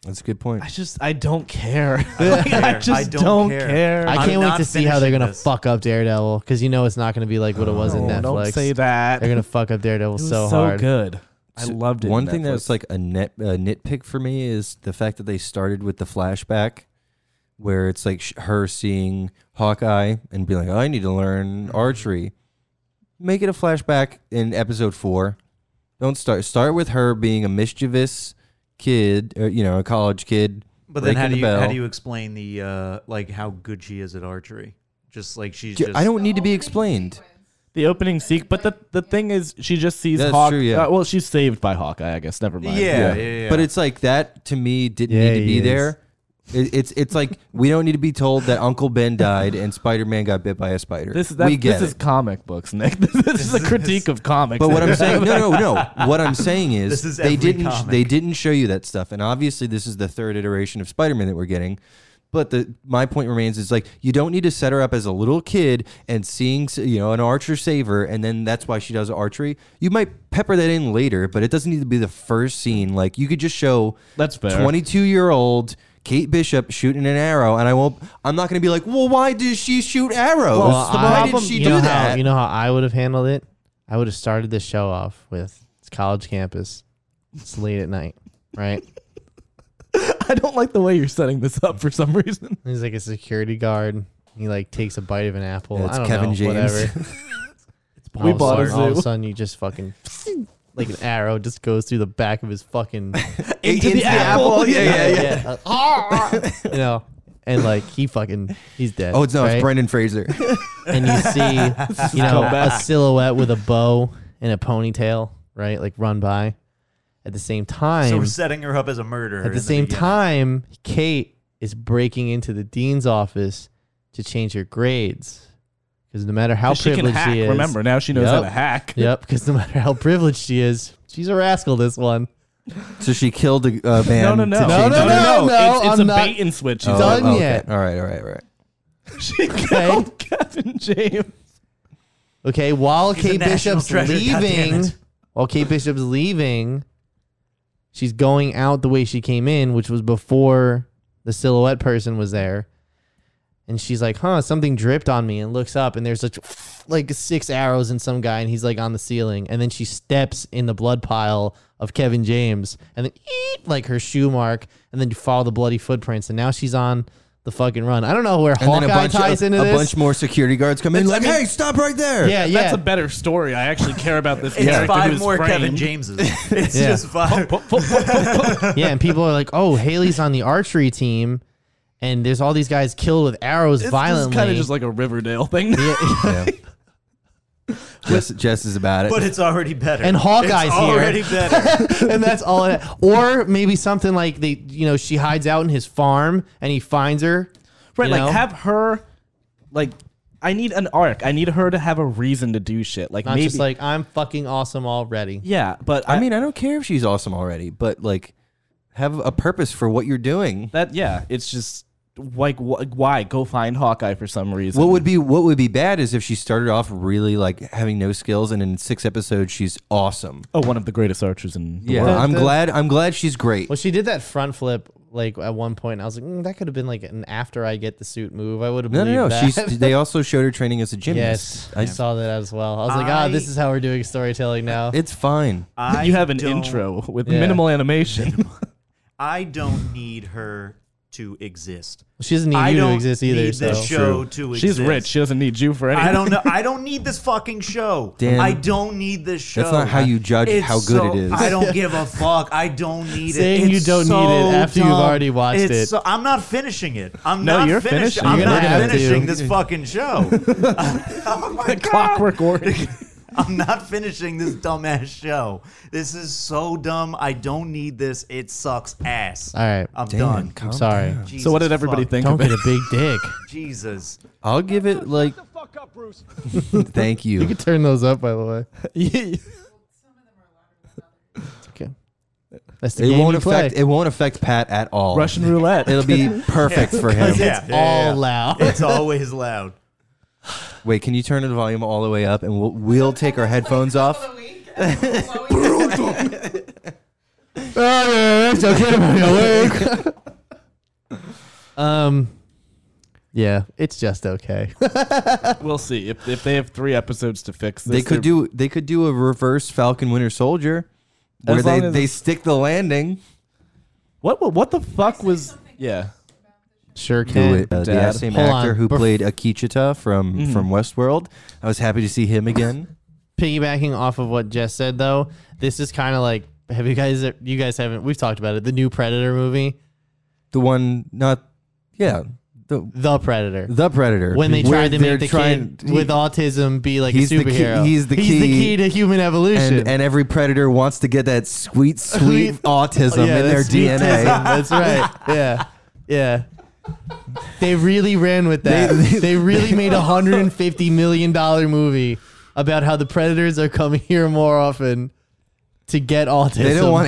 S4: That's a good point.
S3: I just I don't care.
S2: don't care.
S3: I just
S2: I
S3: don't,
S2: don't
S3: care.
S2: care.
S1: I
S2: I'm
S1: can't wait
S2: not
S1: to see how they're
S2: finishing
S1: gonna
S2: this.
S1: fuck up Daredevil because you know it's not gonna be like what it was in
S3: No,
S1: Netflix.
S3: don't say that.
S1: They're gonna fuck up Daredevil
S3: It was
S1: so, hard.
S3: good. I loved it.
S4: One
S3: in
S4: thing
S3: Netflix.
S4: that's like a net a nitpick for me is the fact that they started with the flashback, where it's like sh- her seeing Hawkeye and being like, "I need to learn archery." Make it a flashback in episode four. Don't start start with her being a mischievous kid, or, you know, a college kid.
S2: But then how
S4: breaking
S2: do you
S4: the
S2: how
S4: bell.
S2: do you explain the uh like how good she is at archery? Just like she's
S4: J-
S2: just
S4: I don't need to be explained.
S3: the opening sequence. But the the thing is, she just sees
S4: That's
S3: Hawk.
S4: true, yeah.
S3: uh, well, she's saved by Hawkeye. I guess. Never mind.
S2: Yeah, yeah, yeah.
S4: But it's like that to me didn't
S1: Yeah,
S4: need to
S1: he
S4: be
S1: is.
S4: there. It, it's it's like we don't need to be told that Uncle Ben died and Spider Man got bit by a spider.
S3: This is that,
S4: we get
S3: this is
S4: it.
S3: comic books, Nick. This, is a critique of comics.
S4: But what I'm saying, no, no, no. What I'm saying is,
S2: This is
S4: they
S2: every
S4: didn't
S2: comic.
S4: they didn't show you that stuff, and obviously this is the third iteration of Spider-Man that we're getting. But the my point remains is like you don't need to set her up as a little kid and seeing you know an archer saver, and then that's why she does archery. You might pepper that in later, but it doesn't need to be the first scene. Like you could just show
S3: That's fair.
S4: 22 year old. Kate Bishop shooting an arrow, and I won't. I'm not going to be like, well, why does she shoot arrows?
S1: Well,
S4: why
S1: I-
S4: did she
S1: you
S4: do
S1: know
S4: that?
S1: How, you know how I would have handled it? I would have started the show off with it's college campus. It's late at night. right?
S3: I don't like the way you're setting this up for some reason.
S1: He's like a security guard. He like takes a bite of an apple.
S4: That's
S1: I don't
S4: Kevin
S1: know,
S4: James.
S1: Whatever.
S3: We
S1: All of
S3: bought a
S1: sudden- All of
S3: zoo.
S1: a sudden, you just fucking like an arrow just goes through the back of his fucking
S4: Into,
S3: the apple.
S4: Yeah, yeah, yeah.
S1: yeah. you know, and like he fucking he's dead.
S4: Oh, it's no,
S1: right?
S4: it's Brendan Fraser.
S1: and you see, you know, a silhouette with a bow and a ponytail, right? Like run by. At the same time,
S2: So we're setting her up as a murderer.
S1: at the same time, Kate is breaking into the dean's office to change her grades because no matter how
S3: she
S1: privileged
S3: can hack.
S1: she is,
S3: Remember, now she knows how
S1: Yup.
S3: to hack.
S1: yep, because no matter how privileged she is, she's a rascal. This one,
S4: so she killed a uh, man.
S3: No, no, no.
S4: to
S1: No,
S4: change
S1: no, no.
S4: it.
S3: It's, it's
S1: I'm
S3: a
S1: not-
S3: bait and switch.
S1: Oh. done yet.
S4: All right, all right, all right.
S3: She killed Kevin James.
S1: okay. While
S2: a
S1: Kate
S2: national
S1: Bishop's
S2: treasure,
S1: leaving,
S2: goddammit.
S1: while Kate Bishop's leaving, she's going out the way she came in, which was before the silhouette person was there. And she's like, huh, something dripped on me and looks up and there's like, like six arrows in some guy and he's like on the ceiling. And then she steps in the blood pile of Kevin James and then eep, like her shoe mark and then you follow the bloody footprints. And now she's on the fucking run. I don't know where
S4: And
S1: Hawkeye
S4: then a bunch,
S1: ties
S4: a,
S1: into
S4: a
S1: this.
S4: bunch more security guards come in.
S3: That's-
S4: Like,
S3: I mean-
S4: hey, stop right there.
S1: yeah, yeah.
S3: That's a better story. I actually care about this
S2: it's
S3: character
S2: five
S3: who's
S2: more
S3: framed.
S2: Kevin Jameses. It's
S1: Yeah. Oh,
S2: just five.
S1: yeah, and people are like, "Oh, Haley's on the archery team," and there's all these guys killed with arrows violently.
S3: It's kind of just like a Riverdale thing.
S1: Yeah.
S4: Yeah. Jess, Jess is about it.
S2: But it's already better.
S1: And Hawkeye's
S2: it's
S1: here.
S2: already better.
S1: and that's all. It, or maybe something like they, you know, she hides out in his farm and he finds her.
S3: Right,
S1: you
S3: like
S1: know?
S3: have her like I need an arc. I need her to have a reason to do shit. Like
S1: Not
S3: maybe
S1: just like I'm fucking awesome already.
S3: Yeah, but
S4: I mean, I don't care if she's awesome already, but like, have a purpose for what you're doing.
S3: that yeah, it's just like wh- why go find Hawkeye for some reason.
S4: What would be what would be bad is if she started off really like having no skills, and in six episodes she's awesome.
S3: Oh, one of the greatest archers in the
S4: Yeah,
S3: world.
S4: I'm
S1: the-
S4: glad. I'm glad she's great.
S1: Well, she did that front flip like at one point. And I was like, mm, that could have been like an after I get the suit move. I would have.
S4: No, no, no.
S1: That.
S4: She's. They also showed her training as a gymnast.
S1: yes, I saw that as well. I was like, ah,
S2: I-
S1: this is how we're doing storytelling now.
S4: It's fine.
S2: I
S3: you have an
S2: don't-
S3: intro with
S1: Yeah.
S3: minimal animation.
S2: I don't need her to exist.
S1: she doesn't need
S2: I
S1: you
S2: don't
S1: to exist either.
S2: need
S1: so.
S2: this show to exist.
S3: She's rich. She doesn't need you for anything.
S2: I don't know. I don't need this fucking show.
S4: Dan,
S2: I don't need this show.
S4: that's not how you judge
S2: It's
S4: how good it is.
S2: I don't give a fuck. I don't need
S1: Saying
S2: it.
S1: you
S2: It's
S1: don't need
S2: so
S1: it after you've
S2: dumb.
S1: already watched
S2: It's
S1: it.
S2: So, I'm not finishing it. I'm
S3: No,
S2: not
S3: you're
S2: finish-
S3: finishing
S2: I'm
S3: it.
S1: You're
S2: not
S1: gonna have to.
S2: finishing this fucking show. oh my God.
S3: Clockwork Orange.
S2: I'm not finishing this dumbass show. This is so dumb. I don't need this. It sucks ass.
S1: All right.
S2: I'm
S4: Dan,
S2: done.
S4: calm
S1: I'm sorry.
S4: down.
S2: Jesus
S3: so what did everybody
S2: fuck.
S3: think
S1: Don't
S3: of
S1: get
S3: it?
S1: a big dick.
S2: Jesus.
S4: I'll give it like. Thank you.
S1: You could turn those up, by the way. Okay. That's the
S4: It
S1: game
S4: won't
S1: you play.
S4: affect. It won't affect Pat at all.
S3: Russian roulette.
S4: It'll be perfect for him.
S2: Yeah, yeah,
S1: all
S2: yeah.
S1: loud.
S2: It's always loud.
S4: Wait, can you turn the volume all the way up, and we'll we'll take our headphones off.
S1: um, yeah, it's just okay.
S3: we'll see if, if they have three episodes to fix. This,
S4: They could
S3: they're-
S4: do. They could do a reverse Falcon Winter Soldier, where
S3: As
S4: they,
S3: long as
S4: they
S3: it's-
S4: stick the landing.
S3: what? What, what the fuck was? Yeah.
S1: sure can.
S4: Uh, the
S3: Dad.
S4: same
S1: Hold
S4: actor
S1: on.
S4: who
S1: Bef-
S4: played Akichita from from Westworld. I was happy to see him again.
S1: Piggybacking off of what Jess said, though, this is kind of like have you guys? You guys haven't. We've talked about it. The new Predator movie,
S4: The one, not yeah, the
S1: The Predator.
S4: the Predator.
S1: when they
S4: Where
S1: tried to
S4: they're
S1: make the
S4: trying-
S1: kid with autism be like
S4: He's
S1: a
S4: the key-
S1: superhero.
S4: he's the
S1: He's the
S4: key.
S1: key to human evolution.
S4: and, and every predator wants to get that sweet, sweet autism in their
S1: that's sweet
S4: DNA.
S1: autism. That's right. Yeah. Yeah. They really ran with that. They, really made a hundred and fifty million dollar movie about how the predators are coming here more often to get autism.
S4: They don't want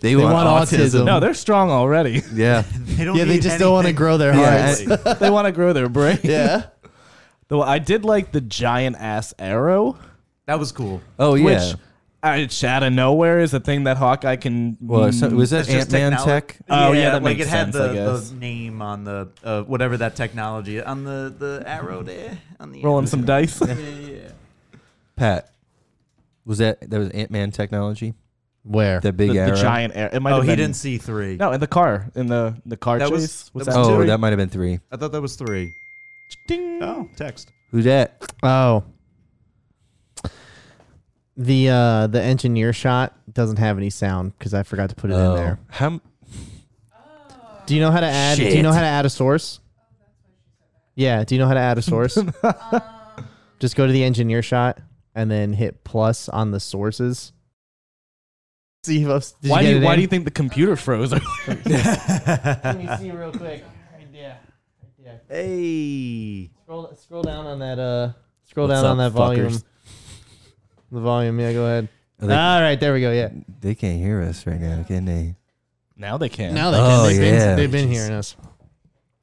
S4: They, want,
S1: want
S4: autism.
S1: autism.
S3: No, they're strong already.
S4: Yeah.
S2: They don't
S1: Yeah, they
S2: need
S1: just don't want to
S2: anything.
S1: grow their
S4: Yeah,
S1: hearts.
S4: I-
S3: they want to grow their brain.
S1: Yeah.
S3: Though I did like the giant ass arrow,
S2: That was cool.
S4: oh yeah.
S3: which uh, it's out of nowhere is a thing that Hawkeye can.
S4: well, so- was that
S2: That's just
S4: Ant Man
S2: technol-
S4: tech?
S3: Oh, yeah, that
S2: like
S3: makes
S2: it had
S3: sense,
S2: the,
S3: I guess.
S2: the name on the uh, whatever that technology on the the arrow there on the
S3: rolling some dice.
S2: Yeah, yeah, yeah.
S4: Pat, was that that was Ant Man technology?
S1: Where?
S4: That big
S3: The,
S4: arrow.
S3: the giant arrow. It might
S2: Oh,
S3: have
S2: he
S3: been,
S2: didn't see three.
S3: No, in the car. In the the car
S2: That was-
S3: chase.
S2: that was
S4: oh,
S2: Sorry.
S4: that might have been three.
S2: I thought that was three.
S3: Ding.
S2: Oh, text.
S4: Who's that?
S1: oh. The uh the engineer shot doesn't have any sound because I forgot to put it
S4: Oh.
S1: in there.
S4: Um, How? m-
S1: Do you know how to add? Do you know how to add a source? Yeah. Do you know how to add a source? Uh, Just go to the engineer shot and then hit plus on the sources. See if I was, did you
S3: Why do
S1: get
S3: you,
S1: it
S3: why
S1: in?
S3: do you think the computer froze?
S1: Let me see real quick. Right there. Right there.
S2: Hey.
S1: Scroll, scroll down on that. Uh, scroll
S3: What's
S1: down on that
S3: up,
S1: volume.
S3: fuckers?
S1: The volume. Yeah, go ahead.
S4: Oh, they-
S1: All right, there we go. Yeah.
S4: They can't hear us right now, can they?
S3: now they can.
S1: Now they
S4: Oh,
S1: they've,
S4: yeah.
S1: been, they've been hearing us.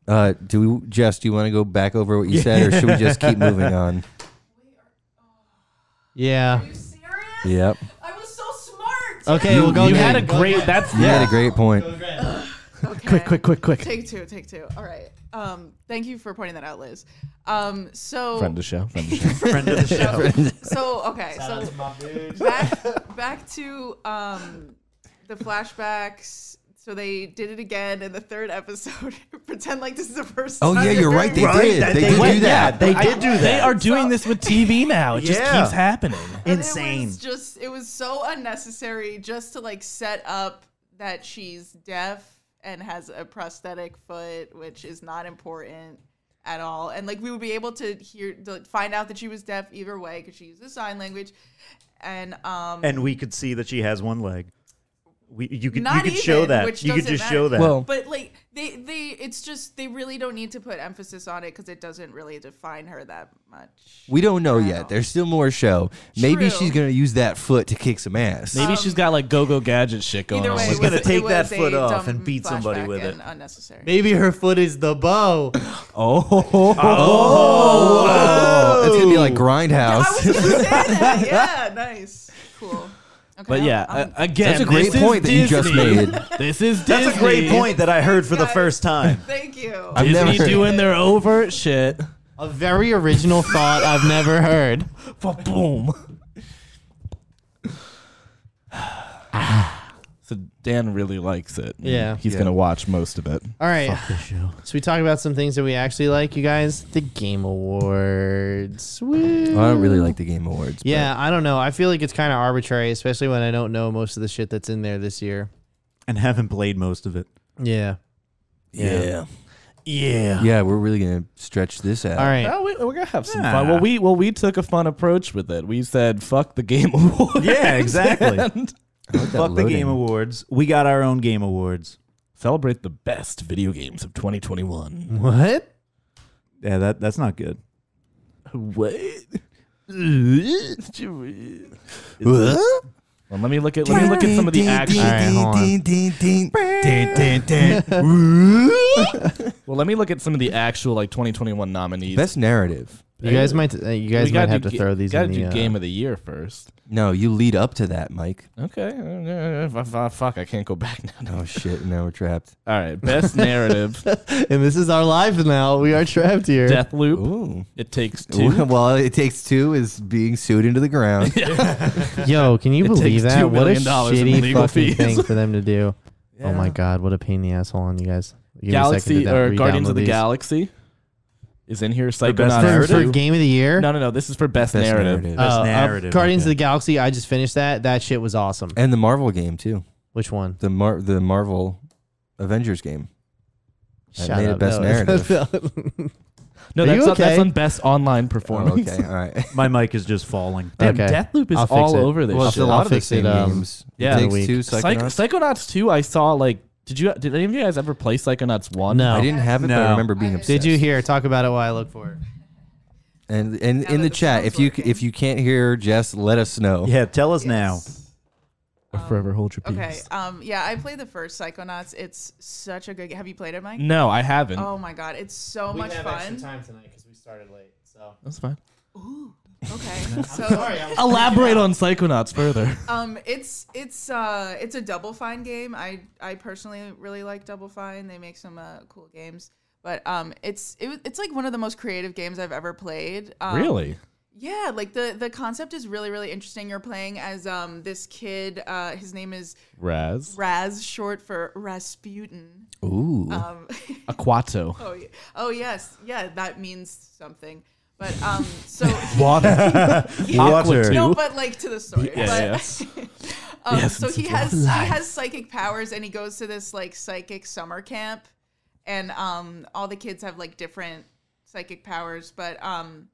S4: Uh, do we, Jess? Do you want to go back over what you said, or should we just keep moving on?
S1: Yeah.
S5: Are you serious?
S4: Yep.
S5: I was so smart.
S1: Okay,
S4: You-
S1: we'll go.
S4: you
S3: you
S1: again.
S3: had a
S1: Go
S3: great.
S1: again.
S3: That's
S4: You had a great point.
S5: Okay.
S3: Quick, quick, quick, quick.
S5: Take two, take two. All right. Um, thank you for pointing that out, Liz. Um, so
S3: Friend of the show. Friend of the show.
S2: Friend of the show.
S5: so okay, so back back to um the flashbacks. So they did it again in the third episode. Pretend like this is the first.
S4: Oh
S5: time
S4: yeah,
S5: they're
S4: you're right.
S5: doing
S4: They
S5: it.
S2: Right, that
S4: did. They
S2: they
S4: did
S2: went-
S4: do that.
S2: yeah, they did do
S3: They
S2: that.
S3: are doing this with TV now. It just
S2: Yeah.
S3: keeps happening.
S5: And It
S2: Insane.
S5: was just it was so unnecessary just to like set up that she's deaf and has a prosthetic foot, which is not important at all. And like we would be able to hear to find out that she was deaf either way because she uses sign language. And um
S2: And we could see that she has one leg. We, you could, you
S5: Not
S2: could show
S5: even,
S2: that.
S5: which
S2: You could
S5: doesn't
S2: just show that.
S5: matter.
S3: Well-
S5: but like they they it's just they really don't need to put emphasis on it because it doesn't really define her that much.
S4: We don't know yet. There's still more show. Maybe
S5: True.
S4: she's gonna use that foot to kick some ass.
S3: Maybe she's got like go-go gadget shit going
S5: Either
S3: on.
S5: way,
S2: She's
S5: it
S2: gonna
S5: was-
S2: take
S5: it
S2: that
S5: was a
S2: foot off
S5: dumb
S2: and beat somebody
S5: flashback
S2: with it.
S5: and Unnecessary.
S1: Maybe her foot is the bow.
S4: oh, it's gonna be like
S5: I was
S4: Grindhouse.
S5: gonna say that. Yeah, nice, cool. Okay,
S3: But yeah,
S5: I'm-
S3: a- again,
S4: That's a great
S3: this is
S4: point that you just
S3: Disney.
S4: made.
S3: This is Disney.
S2: That's a great point that I heard for the
S5: Guys.
S2: first time.
S5: thank you.
S4: I've
S3: Disney
S4: never heard-
S3: doing their overt shit.
S1: A very original thought I've never heard.
S3: Boom. so Dan really likes it.
S1: Yeah.
S3: he's gonna watch most of it.
S1: All right. So we talk about some things that we actually like, you guys. The Game Awards. Woo.
S4: I don't really like the Game Awards. but-
S1: Yeah, I don't know. I feel like it's kind of arbitrary, especially when I don't know most of the shit that's in there this year.
S2: And haven't played most of it.
S1: Yeah.
S4: yeah,
S2: Yeah.
S4: yeah. We're really gonna stretch this out.
S1: All right.
S3: Oh, we, we're gonna have some
S2: Yeah.
S3: fun. Well, we well we took a fun approach with it. We said fuck the game award.
S2: Yeah, exactly. Fuck the
S4: loading.
S2: Game Awards. We got our own Game Awards.
S3: Celebrate the best video games of 2021.
S1: What?
S2: Yeah, that that's not good.
S3: What?
S4: Huh?
S3: Well, let me look at let me look at some of the action.
S1: Alright, hold on.
S3: Well, let me look at some of the actual like 2021 nominees.
S4: Best narrative.
S1: You guys might. Uh, you guys
S3: We
S1: might
S3: gotta
S1: have
S3: do
S1: to
S3: ga-
S1: throw these
S3: Gotta
S1: in the
S3: do
S1: uh,
S3: game of the year first.
S4: No, you lead up to that, Mike.
S3: Okay. uh, uh, uh, Fuck, I can't go back now.
S4: Oh shit! Now we're trapped.
S3: All right. Best narrative:
S1: And this is our life now. We are trapped here.
S3: Deathloop.
S4: Ooh.
S3: It takes two.
S4: Well, it takes two is being sued into the ground.
S1: Yo, can you
S3: It
S1: believe
S3: takes
S1: that?
S3: $2
S1: What a
S3: million in
S1: shitty
S3: legal
S1: fucking
S3: fees.
S1: thing for them to do. Oh my
S4: Yeah.
S1: god, what a pain in the asshole on you guys. Give me a second to
S3: Galaxy
S1: da-
S3: or Guardians
S1: re-download
S3: of the
S1: these.
S3: Galaxy is in here.
S2: best
S1: For,
S3: Psychonauts.
S1: for
S2: narrative?
S1: game of the year.
S3: No, no, no. This is for best,
S4: Best
S3: narrative.
S4: narrative.
S2: Best
S1: Uh, uh,
S2: narrative,
S1: Guardians of
S2: okay.
S1: the Galaxy. I just finished that. That shit was awesome.
S4: And the Marvel game too.
S1: Which one?
S4: The Mar- the Marvel Avengers game. That
S1: Shut
S4: made it
S1: up.
S4: best
S1: No.
S4: narrative.
S3: No,
S1: Are
S3: that's,
S1: you
S3: on, that's
S1: okay?
S3: on best online
S4: Oh,
S3: performance.
S4: okay, all right.
S2: My mic is just falling.
S3: Damn,
S1: Okay.
S3: Deathloop is
S1: I'll fix
S3: all
S1: it.
S3: over this
S1: Well,
S3: shit.
S1: I'll
S4: lot of the
S1: fix
S4: same
S1: it, um,
S4: games.
S3: yeah,
S4: it takes
S1: the
S4: two.
S1: week.
S3: Psych-
S4: Psychonauts.
S3: Psychonauts 2, I saw like. Did you? Did any of you guys ever play Psychonauts 1?
S1: No.
S4: I didn't have it, but
S2: No.
S4: I remember being obsessed.
S1: Did you hear? Talk about it while I look for it.
S4: And and
S5: Now
S4: in the
S5: that the
S4: chat,
S5: phone's
S4: if you c-
S5: working.
S4: if you can't hear Jess, let us know.
S2: Yeah, tell us now.
S5: Yes.
S3: Forever hold your peace.
S5: Okay. Um. Yeah, I played the first Psychonauts. It's such a good. Have you played it, Mike?
S3: No, I haven't.
S5: Oh my god, it's so much fun.
S1: time tonight because we started late. So
S3: That's fine.
S5: Okay. So
S3: Oh, Elaborate on Psychonauts further.
S5: um, it's it's uh it's a Double Fine game. I I personally really like Double Fine. They make some uh, cool games. But um, it's it, was- it's like one of the most creative games I've ever played. Um,
S3: really?
S5: Yeah, like the the concept is really really interesting. You're playing as um this kid. Uh, his name is
S3: Raz.
S5: Raz, short for Rasputin.
S4: Ooh.
S5: Um,
S3: Aquato.
S5: oh, yeah. oh yes, yeah, that means something. But um, so
S3: Water.
S5: Aqua
S3: Water.
S5: No, but like to the story.
S3: Yeah,
S5: but,
S3: yes.
S5: um,
S3: Yes,
S5: so
S3: it's
S5: he
S3: a
S5: has he
S3: lie.
S5: has psychic powers, and he goes to this like psychic summer camp, and um, all the kids have like different psychic powers, but um.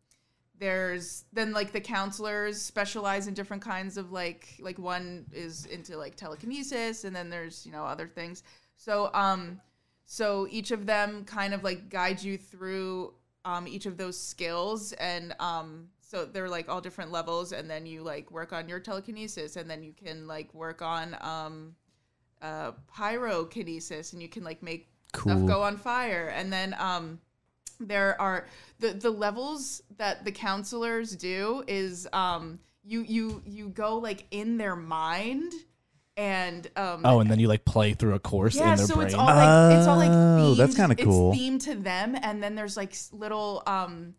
S5: There's then like the counselors specialize in different kinds of like like one is into like telekinesis and then there's you know other things. So um so each of them kind of like guide you through um, each of those skills and um, so they're like all different levels and then you like work on your telekinesis and then you can like work on um, uh, pyrokinesis and you can like make stuff
S4: Cool.
S5: go on fire and then um, there are the the levels that the counselors do is um, you you you go like in their mind and um,
S3: Oh, and then you like play through a course
S5: yeah,
S3: in their
S5: so
S3: brain.
S5: it's all like it's all like
S2: Oh,
S5: themed.
S2: that's kinda cool.
S5: It's themed to them, and then there's like s- little um,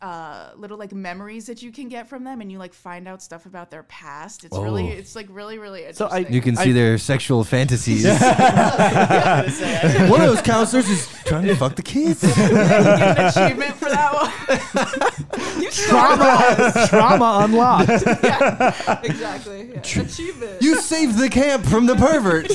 S5: uh, little like memories that you can get from them, and you like find out stuff about their past. It's really,
S4: Oh.
S5: it's like really, really
S3: So
S5: interesting.
S3: I-
S4: you can see their sexual fantasies. One of those counselors is trying to fuck the kids.
S5: you get an achievement for that one. you trauma,
S3: Trauma unlocked.
S5: exactly. Yeah. Achievement.
S4: You saved the camp from the pervert.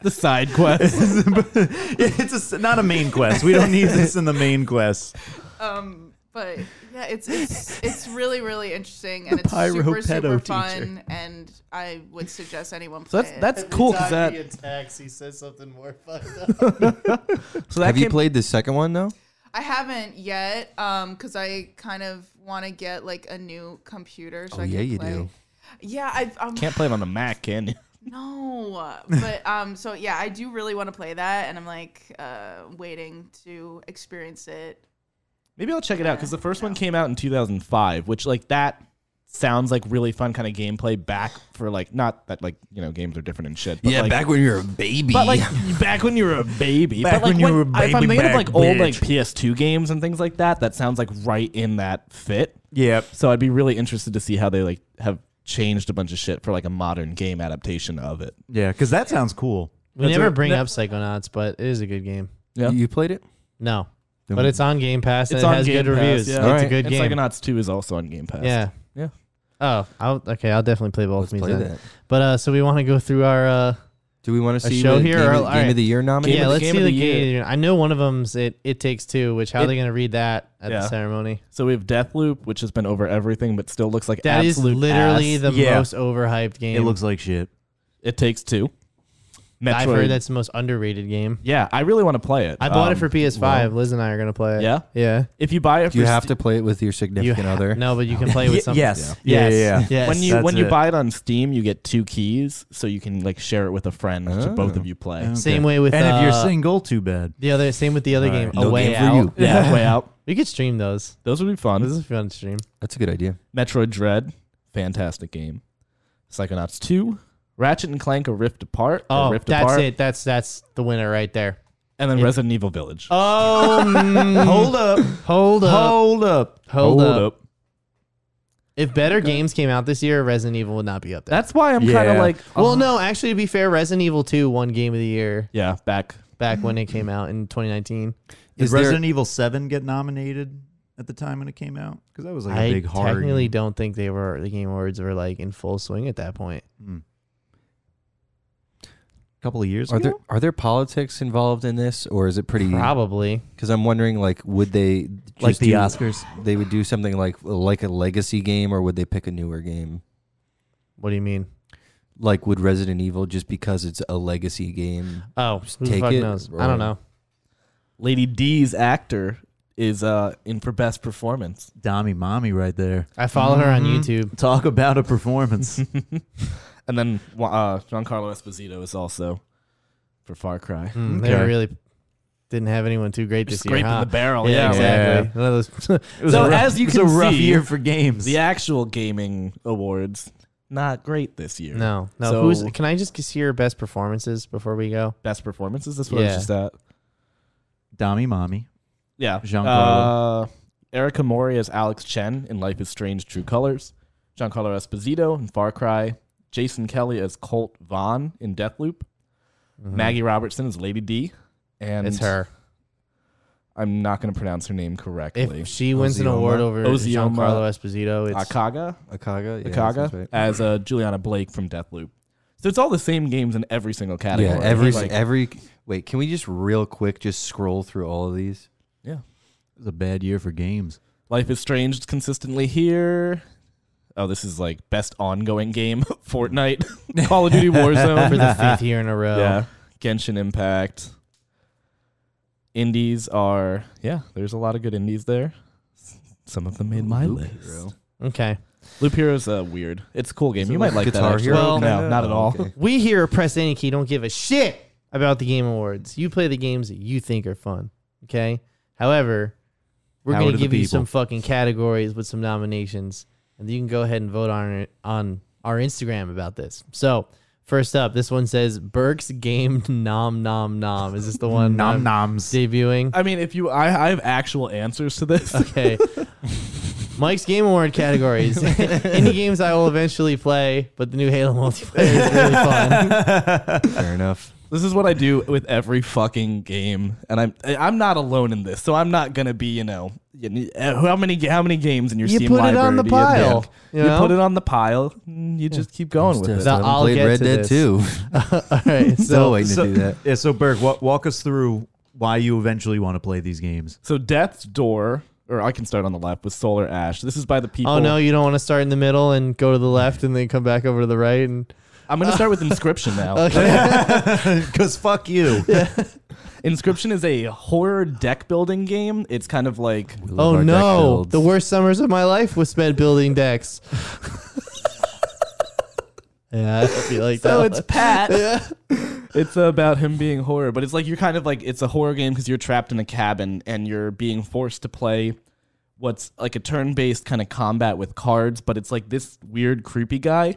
S3: the side quest.
S2: it's a s not a main quest. We don't need this in the main quest.
S5: um but yeah it's it's it's really really interesting and it's
S2: pyro
S5: super
S2: pedo
S5: super
S2: teacher.
S5: fun and i would suggest anyone
S3: So
S5: play
S3: that's
S5: it.
S3: that's cool because that.
S1: attacks, he says something more fucked up.
S3: So that
S4: Have you
S3: came-
S4: played the second one though?
S5: I haven't yet, um, because I kind of want to get like a new computer. So
S4: Oh,
S5: I
S4: yeah,
S5: can
S4: you
S5: play.
S4: do.
S5: Yeah, I um,
S3: Can't play it on the Mac, can you?
S5: no, but um, so yeah, I do really want to play that, and I'm like uh, waiting to experience it.
S3: Maybe I'll check it out because the first one came out in 2005, which like that sounds like really fun kind of gameplay back for like not that like you know games are different and shit. But, like,
S4: when you were a baby.
S3: But like back when you were a baby.
S2: Back
S3: but like
S2: when you were a
S3: If I'm
S2: baby
S3: thinking of
S2: back,
S3: like old like
S2: bitch.
S3: PS2 games and things like that, that sounds like right in that fit.
S2: Yep.
S3: So I'd be really interested to see how they like have changed a bunch of shit for like a modern game adaptation of it.
S2: Yeah, because that sounds cool.
S1: We
S3: That's
S1: never
S3: a-
S1: bring
S3: that-
S1: up Psychonauts, but it is a good game.
S3: Yeah.
S4: you played it?
S1: No, but it's on Game Pass and it has good reviews.
S3: Yeah.
S1: It's a
S4: Alright.
S1: good
S3: and
S1: game.
S3: Psychonauts 2 is also on Game Pass.
S1: yeah.
S4: Yeah.
S1: Oh, I'll, okay. I'll definitely play both. of
S4: Let's
S1: these
S4: play
S1: then.
S4: that.
S1: But uh, so we want to go through our uh,
S4: Do we want to see
S1: show
S4: the
S1: here
S4: game,
S1: or-
S4: of, game
S1: alright.
S4: of the year nominee?
S1: yeah.
S3: of the-
S1: Let's
S3: game
S1: see
S3: of
S1: the
S3: the
S1: game. I know one of them's it. It takes two. Which how are they going to read that at
S3: Yeah.
S1: the ceremony?
S3: So we have Deathloop, which has been over everything, but still looks like
S1: That is
S3: absolute
S1: literally
S3: ass.
S1: the
S2: Yeah.
S1: most overhyped game.
S2: It looks like shit.
S3: It takes two. Metroid.
S1: I've heard that's the most underrated game.
S3: Yeah, I really want to play it.
S1: I bought it
S3: Um,
S1: for PS5. Liz and I are gonna play it.
S3: Yeah?
S1: yeah.
S3: If you buy it,
S4: Do you
S3: for
S4: have
S3: Ste-
S4: to play it with your
S1: You
S4: significant
S1: ha-
S4: other?
S1: No, but you can play with something.
S2: Yeah. Yeah. yeah.
S1: Yes.
S3: when you
S2: That's
S3: when you
S2: it.
S3: buy it on Steam, you get two keys, so you can like share it with a friend to both of you play.
S1: Same way with
S2: And if
S1: uh,
S2: you're single, too bad.
S1: the other, same with the other game,
S2: Alright.
S1: A
S4: No
S1: Way
S4: game for
S1: Out.
S4: you.
S3: Yeah, way out.
S1: We could stream those.
S3: Those would be
S1: This is
S3: fun.
S1: a fun stream.
S4: That's a good idea.
S3: Metroid Dread, fantastic game. Psychonauts two, Ratchet and Clank: A Rift Apart. A
S1: Oh,
S3: Rift
S1: that's
S3: Apart,
S1: it. That's that's the winner right there.
S3: And then Resident Evil Village.
S1: Oh,
S2: Hold up.
S1: hold up, hold,
S2: Hold up.
S1: up. If better games came out this year, Resident Evil would not be up there.
S3: That's why I'm kind of
S2: Yeah.
S3: like,
S1: well, no, actually, to be fair, Resident Evil 2 won Game of the Year
S3: yeah, back.
S1: back when it came out in 2019.
S2: Did
S4: Is there-
S2: Resident Evil 7 get nominated at the time when it came out? Because that was like a
S1: I
S2: big horror.
S1: technically
S2: game.
S1: don't think they were the Game Awards were like in full swing at that point.
S2: couple of years
S4: Are
S2: ago.
S4: there are there politics involved in this, or is it pretty?
S1: Probably.
S4: Because I'm wondering, like, would they
S2: like
S4: just
S2: the
S4: do-
S2: Oscars.
S4: They would do something like like a legacy game, or would they pick a newer game?
S1: What do you mean?
S4: Like, would Resident Evil just because it's a legacy game?
S1: Oh, who the
S4: take
S1: fuck
S4: it,
S1: knows? I
S4: roll
S1: don't
S4: it.
S1: know.
S3: Lady D's actor is uh in for best performance.
S2: Dommy Mommy right there.
S1: I follow her on YouTube.
S2: Talk about a performance.
S3: And then uh Giancarlo Esposito is also for Far Cry.
S1: Mm, They
S2: Okay.
S1: really didn't have anyone too great this year.
S3: Scraping
S1: huh?
S3: the barrel.
S1: Yeah,
S3: Yeah,
S1: exactly. None of those-
S3: So
S2: a rough-
S3: as you
S2: it was
S3: can
S2: a rough
S3: see-
S2: year for games.
S3: The actual gaming awards not great this year.
S1: no, no.
S3: So-
S1: who's? Can I just hear best performances before we go?
S3: Best performances. That's what I
S1: Yeah.
S3: was just at.
S2: Dommy Mommy.
S3: Yeah.
S2: Giancarlo.
S3: Uh, Erica Mori as Alex Chen in Life is Strange: True Colors, Giancarlo Esposito in Far Cry, Jason Kelly as Colt Vaughn in Deathloop, Maggie Robertson as Lady D, and
S1: It's her.
S3: I'm not going to pronounce her name correctly.
S1: If she wins an
S4: Ozioma.
S1: award over
S3: Ozioma.
S1: Giancarlo Esposito, it's
S3: Akaga,
S4: Akaga. Yeah,
S3: Akaga
S4: sounds right.
S3: as uh, Juliana Blake from Deathloop. So it's all the same games in every single category.
S4: Yeah, every
S3: Like,
S4: every. Wait, can we just real quick just scroll through all of these?
S3: yeah.
S2: was a bad year for games.
S3: Life is Strange is consistently here. Oh, this is like best ongoing game. Fortnite, Call of Duty
S1: for
S3: Warzone.
S1: the fifth year in a row.
S3: yeah. Genshin Impact. Indies are yeah. There's a lot of good indies there. Some of them made my list.
S1: Okay.
S3: Loop Hero's uh, weird. It's a cool game.
S4: Is it
S3: You might like
S4: Guitar
S3: that. actually.
S4: Hero
S1: Well,
S3: no,
S4: kinda?
S3: not at
S4: Oh,
S3: all.
S4: okay.
S1: We here at Press Any Key don't give a shit about the Game Awards. You play the games that you think are fun. Okay. However, we're
S2: Power
S1: going to
S2: to the
S1: give you
S2: people.
S1: some fucking categories with some nominations, and you can go ahead and vote on it on our Instagram about this. So. First up, this one says Burke's game nom nom nom. Is this the one
S2: Nom
S1: I'm
S2: noms.
S1: debuting?
S3: I mean, if you, I, I have actual answers to this.
S1: Okay. Mike's Game Award categories. Indie games I will eventually play, but the new Halo multiplayer is really fun.
S4: Fair enough.
S3: This is what I do with every fucking game, and I'm I'm not alone in this. So I'm not gonna be you know you- uh, how many how many games in your
S1: You
S3: Steam
S1: put it
S3: library
S1: on the
S3: do you
S1: pile,
S3: pick?
S1: you
S3: You,
S1: know?
S3: put it on the pile. and You just keep going with it.
S1: Now,
S4: haven't
S1: I'll
S4: played
S1: get
S4: Red
S1: to
S4: Dead
S1: this.
S4: 2.
S1: All right.
S4: Still
S1: So
S4: waiting to do that.
S2: Yeah, so Berg, wa- walk us through why you eventually want to play these games.
S3: So Death's Door, or I can start on the left with Solar Ash. This is by the people.
S1: Oh no, you don't want to start in the middle and go to the left and then come back over to the right and
S3: I'm gonna start with Inscription now.
S1: Uh,
S2: Because fuck you.
S3: Inscription is a horror deck building game. It's kind of like
S4: Love
S1: Oh
S4: our deck
S1: no.
S4: builds.
S1: The worst summers of my life was spent building decks. yeah, I feel like
S3: So
S1: that.
S3: it's Pat. It's about him being horror, but it's like you're kind of like it's a horror game because you're trapped in a cabin and you're being forced to play what's like a turn-based kind of combat with cards, but it's like this weird creepy guy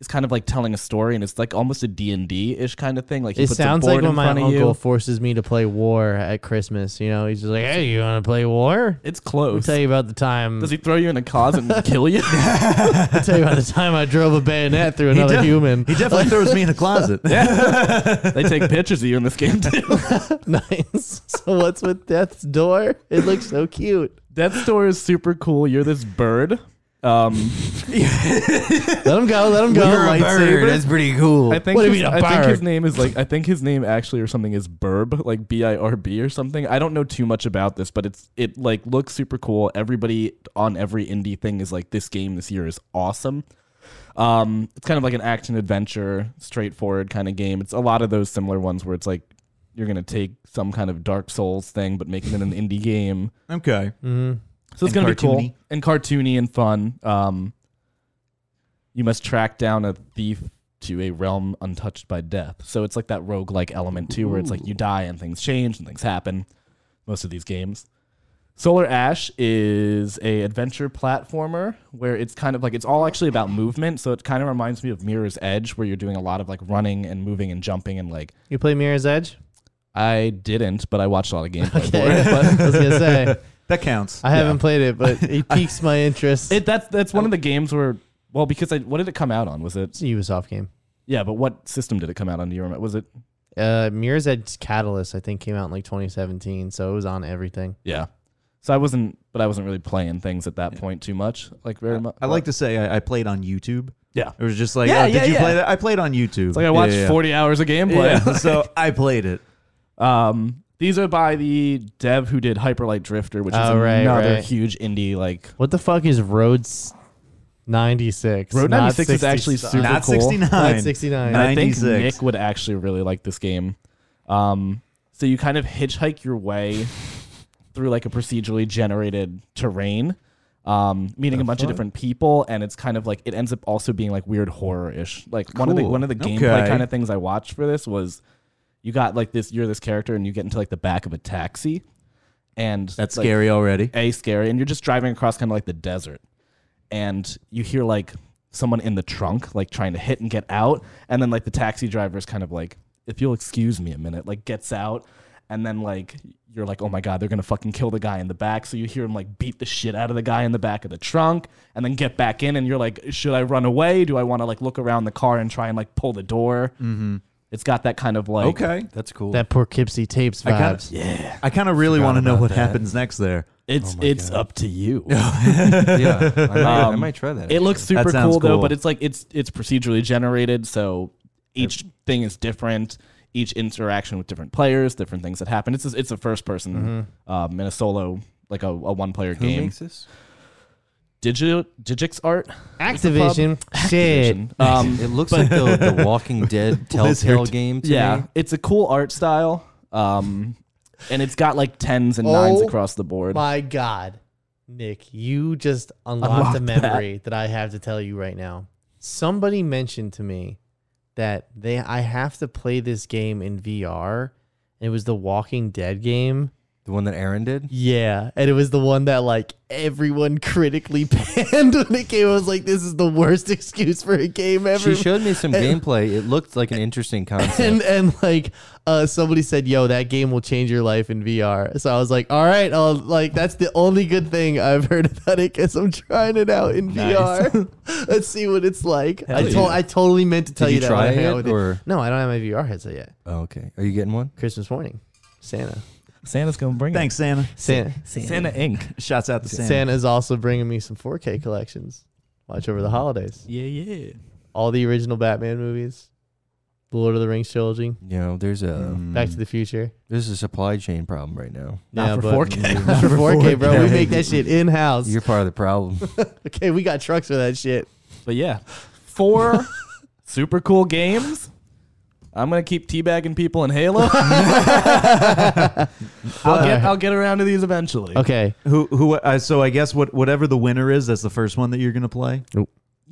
S3: is kind of like telling a story and it's like almost a D&D ish kind of thing. Like he
S1: It
S3: puts
S1: sounds
S3: a
S1: like
S3: board
S1: when
S3: in
S1: my
S3: front
S1: uncle
S3: of you.
S1: forces me to play war at Christmas. You know, he's just like, "Hey, you want to play war?"
S3: It's
S1: I'll
S3: close.
S1: tell you about the time.
S3: Does he throw you in a closet and kill you?
S1: I'll tell you about the time I drove a bayonet through another
S2: def-
S1: human.
S2: He definitely throws me in a closet.
S3: they take pictures of you in this game too.
S1: nice. So what's with Death's Door? It looks so cute.
S3: Death Store is super cool. You're this bird. Um,
S1: Let him go. Let him go.
S4: You're a bird.
S1: Lightsaber.
S4: That's pretty cool.
S3: I think
S1: What do you
S3: his,
S1: mean a
S3: I think
S1: bird?
S3: his name is like I think his name actually or something is Burb, like B I R B or something. I don't know too much about this, but it's it like looks super cool. Everybody on every indie thing is like this game this year is awesome. Um, it's kind of like an action adventure, straightforward kind of game. It's a lot of those similar ones where it's like you're gonna take some kind of Dark Souls thing but make it in an indie game.
S2: okay.
S1: Mm-hmm.
S3: So it's
S2: And
S3: gonna be
S2: cartoony.
S3: cool and cartoony and fun. Um, you must track down a thief to a realm untouched by death. So it's like that roguelike element too, where it's like you die and things change and things happen. Most of these games. Solar Ash is a adventure platformer where it's kind of like it's all actually about movement. So it kind of reminds me of Mirror's Edge, where you're doing a lot of like running and moving and jumping and like
S1: You play Mirror's Edge?
S3: I didn't, but I watched a lot of gameplay. for it.
S1: Yeah, but I was gonna say
S2: That counts.
S1: I haven't played it, but it piques my interest.
S3: It that's that's one of the games where well because I what did it come out on? Was it
S1: it's a Ubisoft game.
S3: yeah? But what system did it come out on? Do you remember? Was it
S1: Uh, Mirror's Edge Catalyst, I think, came out in like 2017, so it was on everything.
S3: yeah? So I wasn't, but I wasn't really playing things at that point too much, like very much.
S2: I like to say I, I played on YouTube.
S3: yeah.
S2: It was just like,
S3: Yeah,
S2: oh, did
S3: yeah,
S2: you
S3: yeah.
S2: play that? I played on YouTube.
S3: It's like I watched forty hours of gameplay.
S2: Yeah, so I played it.
S3: Um, these are by the dev who did Hyperlight Drifter, which is
S1: Oh, right,
S3: another
S1: right.
S3: huge indie like.
S1: What the fuck is Roads 96?
S3: Road
S1: Not
S3: 96 is
S1: 60
S3: actually super
S2: Not
S3: cool.
S2: 69.
S1: Not 69.
S3: And I think
S2: 96.
S3: Nick would actually really like this game. Um, so you kind of hitchhike your way through like a procedurally generated terrain, um, meeting a bunch of different people, and it's kind of like it ends up also being like weird horror ish. Like one of the
S2: Cool.
S3: one of the gameplay
S2: Okay.
S3: kind of things I watched for this was you got like this you're this character and you get into like the back of a taxi, and
S2: That's
S3: like,
S2: scary already.
S3: a scary and you're just driving across kind of like the desert and you hear like someone in the trunk like trying to hit and get out and then like the taxi driver is kind of like if you'll excuse me a minute like gets out and then like you're like, oh my god, they're gonna fucking kill the guy in the back. So you hear him like beat the shit out of the guy in the back of the trunk, and then get back in, and you're like, should I run away? Do I want to like look around the car and try and like pull the door? Mm-hmm. It's got that kind of like
S2: Okay.
S4: That's cool.
S1: That Poughkeepsie tapes vibes.
S2: kinda- I kind of really want to know what happens next there.
S3: It's it's up to you.
S4: yeah, I might, I might try that.
S3: Um, It looks super
S2: sounds
S3: cool, though,
S2: cool.
S3: but it's like it's it's procedurally generated, so each thing is different. Each interaction with different players, different things that happen. It's a, it's a first person um, in a solo like a, a one player
S4: Who
S3: game.
S4: makes this?
S3: Digi Digix art.
S1: Activision. Shit.
S3: Activision. Um,
S4: It looks like the, the Walking Dead Telltale game. To
S3: yeah,
S4: me.
S3: it's a cool art style, um, and it's got like tens and nines
S1: Oh
S3: across the board.
S1: My God, Nick, you just unlocked,
S3: Unlocked
S1: a memory that. I have to tell you right now. Somebody mentioned to me that they I have to play this game in VR. It was the Walking Dead game.
S4: the one that Aaron did.
S1: Yeah. And it was the one that like everyone critically panned when it came. I was like, this is the worst excuse for a game ever.
S4: She showed me some gameplay. It looked like an interesting concept.
S1: and and like uh, somebody said, "Yo, that game will change your life in VR." So I was like, "All right, I'll, like that's the only good thing I've heard about it because I'm trying it out in VR. Let's see what it's like." I told I totally meant to tell
S4: you
S1: you that when
S4: try
S1: I hang
S4: it,
S1: out with you.
S4: or-
S1: No, I don't have my VR headset yet.
S4: oh, okay, are you getting one?
S1: Christmas morning, Santa,
S3: Santa's gonna bring
S2: Thanks, Santa.
S1: Santa,
S3: it. Santa Ink.
S2: Shots out to Santa.
S1: Santa's also bringing me some 4K collections. Watch over the holidays.
S3: Yeah, yeah.
S1: All the original Batman movies, the Lord of the Rings trilogy,
S4: You know, there's a
S1: Back
S4: Mm.
S1: to the Future.
S4: there's a supply chain problem right now.
S3: Not for
S1: but-
S3: 4K.
S1: Not for 4K, bro. We make that shit in house.
S4: You're part of the problem.
S1: Okay, we got trucks for that shit.
S3: But yeah, four super cool games. I'm gonna keep teabagging people in Halo. I'll get I'll get around to these eventually.
S1: Okay.
S2: Who who? Uh, so I guess what whatever the winner is, that's the first one that you're gonna play.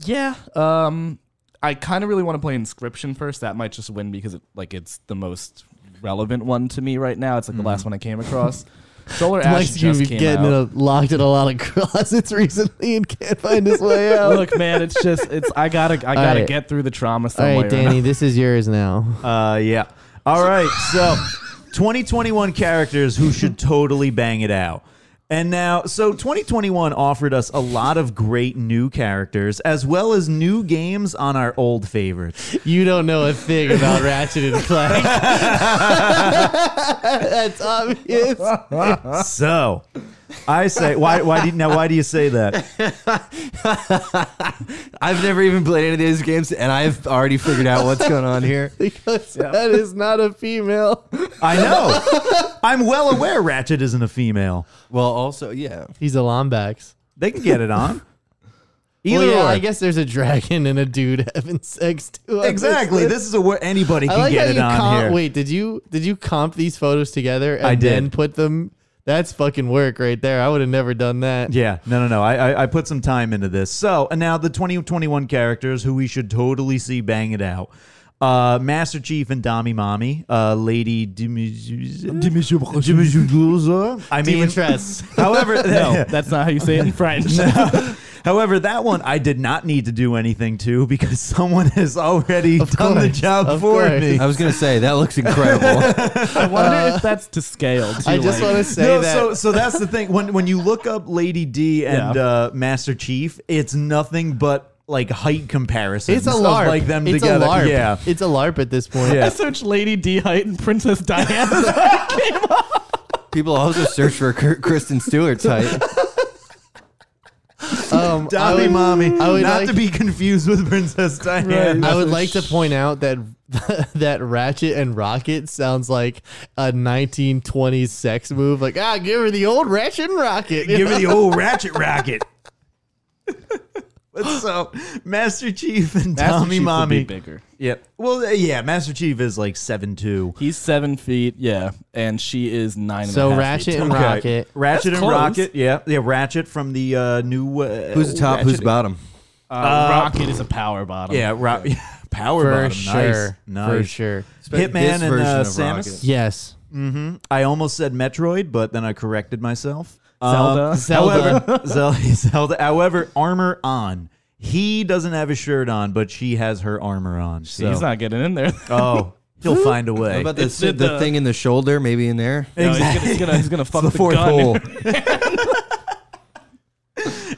S3: Yeah. Um, I kind of really want to play Inscription first. That might just win because it like it's the most relevant one to me right now. It's like the last one I came across. Solar Ash
S1: Mike's gonna
S3: just
S1: be
S3: came
S1: getting in
S3: out.
S1: a, locked in a lot of closets recently and can't find his way out.
S3: Look, man, it's just it's I gotta I gotta
S1: right.
S3: get through the trauma
S1: All
S3: somewhere.
S1: right, Danny, this is yours now.
S2: Uh, yeah. All right. So, 2021 characters who should totally bang it out. And now, so 2021 offered us a lot of great new characters as well as new games on our old favorites.
S1: You don't know a thing about Ratchet and Clank. That's obvious.
S2: So, I say, why? Why do you, now? Why do you say that?
S4: I've never even played any of these games, and I've already figured out what's going on here.
S1: Because that is not a female.
S2: I know. I'm well aware Ratchet isn't a female.
S4: Well, also, yeah,
S1: He's a Lombax.
S2: They can get it on. Either
S1: Well, yeah,
S2: or.
S1: I guess there's a dragon and a dude having sex too. on this
S2: Exactly.
S1: list.
S2: This is a word anybody
S1: I
S2: can
S1: like how
S2: get it
S1: you
S2: on
S1: comp.
S2: here.
S1: Wait, did you did you comp these photos together and
S2: I did.
S1: then put them? That's fucking work right there. I would have never done that.
S2: Yeah, no, no, no. I, I, I put some time into this. So, and now the 2021 characters who we should totally see bang it out. Uh, Master Chief and Dami Mommy, uh, Lady Dimizuza. I mean,
S1: Demetress.
S2: however,
S3: No, that's not how you say it in French.
S2: however, that one I did not need to do anything to because someone has already done the
S1: course,
S2: job
S1: of
S2: for
S1: course.
S2: me.
S4: I was gonna say that looks incredible.
S3: I wonder if that's to scale. too,
S1: I just
S3: like-
S1: want to say
S2: No,
S1: that.
S2: so so that's the thing. When when you look up Lady D and
S3: Yeah.
S2: uh, Master Chief, it's nothing but like height comparisons.
S1: it's a
S2: of,
S1: larp.
S2: like them
S1: it's
S2: together.
S1: A larp.
S2: Yeah.
S1: it's a larp at this point.
S2: Yeah.
S3: I searched Lady D height and Princess Diana.
S4: People also search for Kr- Kristen Stewart type.
S1: Um, I
S2: Dobby
S1: would-
S2: mommy.
S1: I would
S2: not
S1: like-
S2: to be confused with Princess Diana.
S1: I would like to point out that that Ratchet and Rocket sounds like a 1920s sex move. Like, ah, give her the old Ratchet and Rocket.
S2: Give her the old ratchet racket. But so, Master Chief and Tommy Mommy.
S3: bigger.
S2: Yep. Well, uh, yeah, Master Chief is like seven two.
S3: He's seven feet, yeah, and she is nine. and a
S1: So
S3: half
S1: Ratchet
S3: feet
S1: and
S3: tall.
S1: Rocket.
S2: Ratchet
S3: That's
S2: and
S3: close.
S2: Rocket. Yeah, yeah. Ratchet from the uh, new. Uh,
S4: Who's the top? Who's
S2: Ratchet-
S4: bottom?
S3: Uh, Rocket is a power bottom.
S2: Yeah, Ro- Power
S1: For
S2: Bottom.
S1: sure.
S2: Nice.
S1: For
S2: nice.
S1: sure.
S2: Hitman
S4: This
S2: and
S4: version
S2: uh,
S4: of
S2: Samus.
S1: Yes.
S2: I almost said Metroid, but then I corrected myself. Um,
S3: Zelda.
S1: Zelda.
S2: However, Zelda, Zelda. However, armor on. He doesn't have his shirt on, but she has her armor on. So.
S3: he's not getting in there.
S2: Oh, He'll find a way.
S4: What about the,
S3: It's the-
S4: the
S3: the-
S4: thing in the shoulder, maybe in there?
S3: No, he's gonna- he's gonna he's gonna fuck
S4: The
S3: the
S4: fourth
S3: gun.
S4: hole.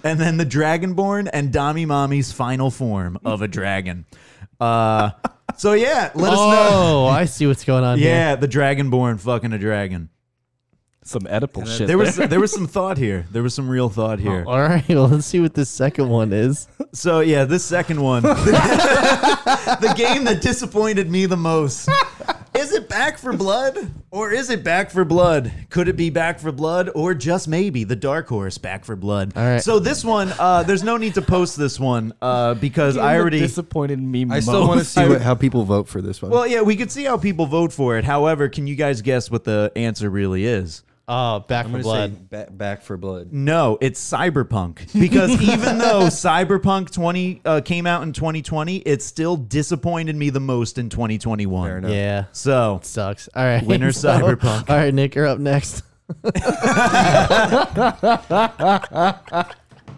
S2: and then the Dragonborn and Dami Mommy's final form of a dragon. Uh, so yeah, let us know.
S1: Oh, I see what's going on here.
S2: Yeah, the Dragonborn fucking a dragon.
S3: Some Oedipal shit.
S2: There was there was some thought here. There was some real thought here.
S1: All right, well, let's see what this second one is.
S2: So yeah, this second one, the game that disappointed me the most. Is it Back for Blood or is it Back for Blood? Could it be Back for Blood or just maybe the Dark Horse Back for Blood?
S1: All right.
S2: So this one, uh, there's no need to post this one uh, because I already
S3: disappointed me.
S4: I still want to see what, how people vote for this one.
S2: Well, yeah, we could see how people vote for it. However, can you guys guess what the answer really is?
S1: Oh, back for
S4: I'm
S1: blood.
S4: going to say ba- back for blood.
S2: No, it's cyberpunk. Because even though cyberpunk 20 uh, came out in 2020, it still disappointed me the most in 2021.
S4: Fair enough.
S1: yeah,
S2: So,
S1: sucks. All right,
S2: Winner Cyberpunk.
S1: All right, Nick, you're up next.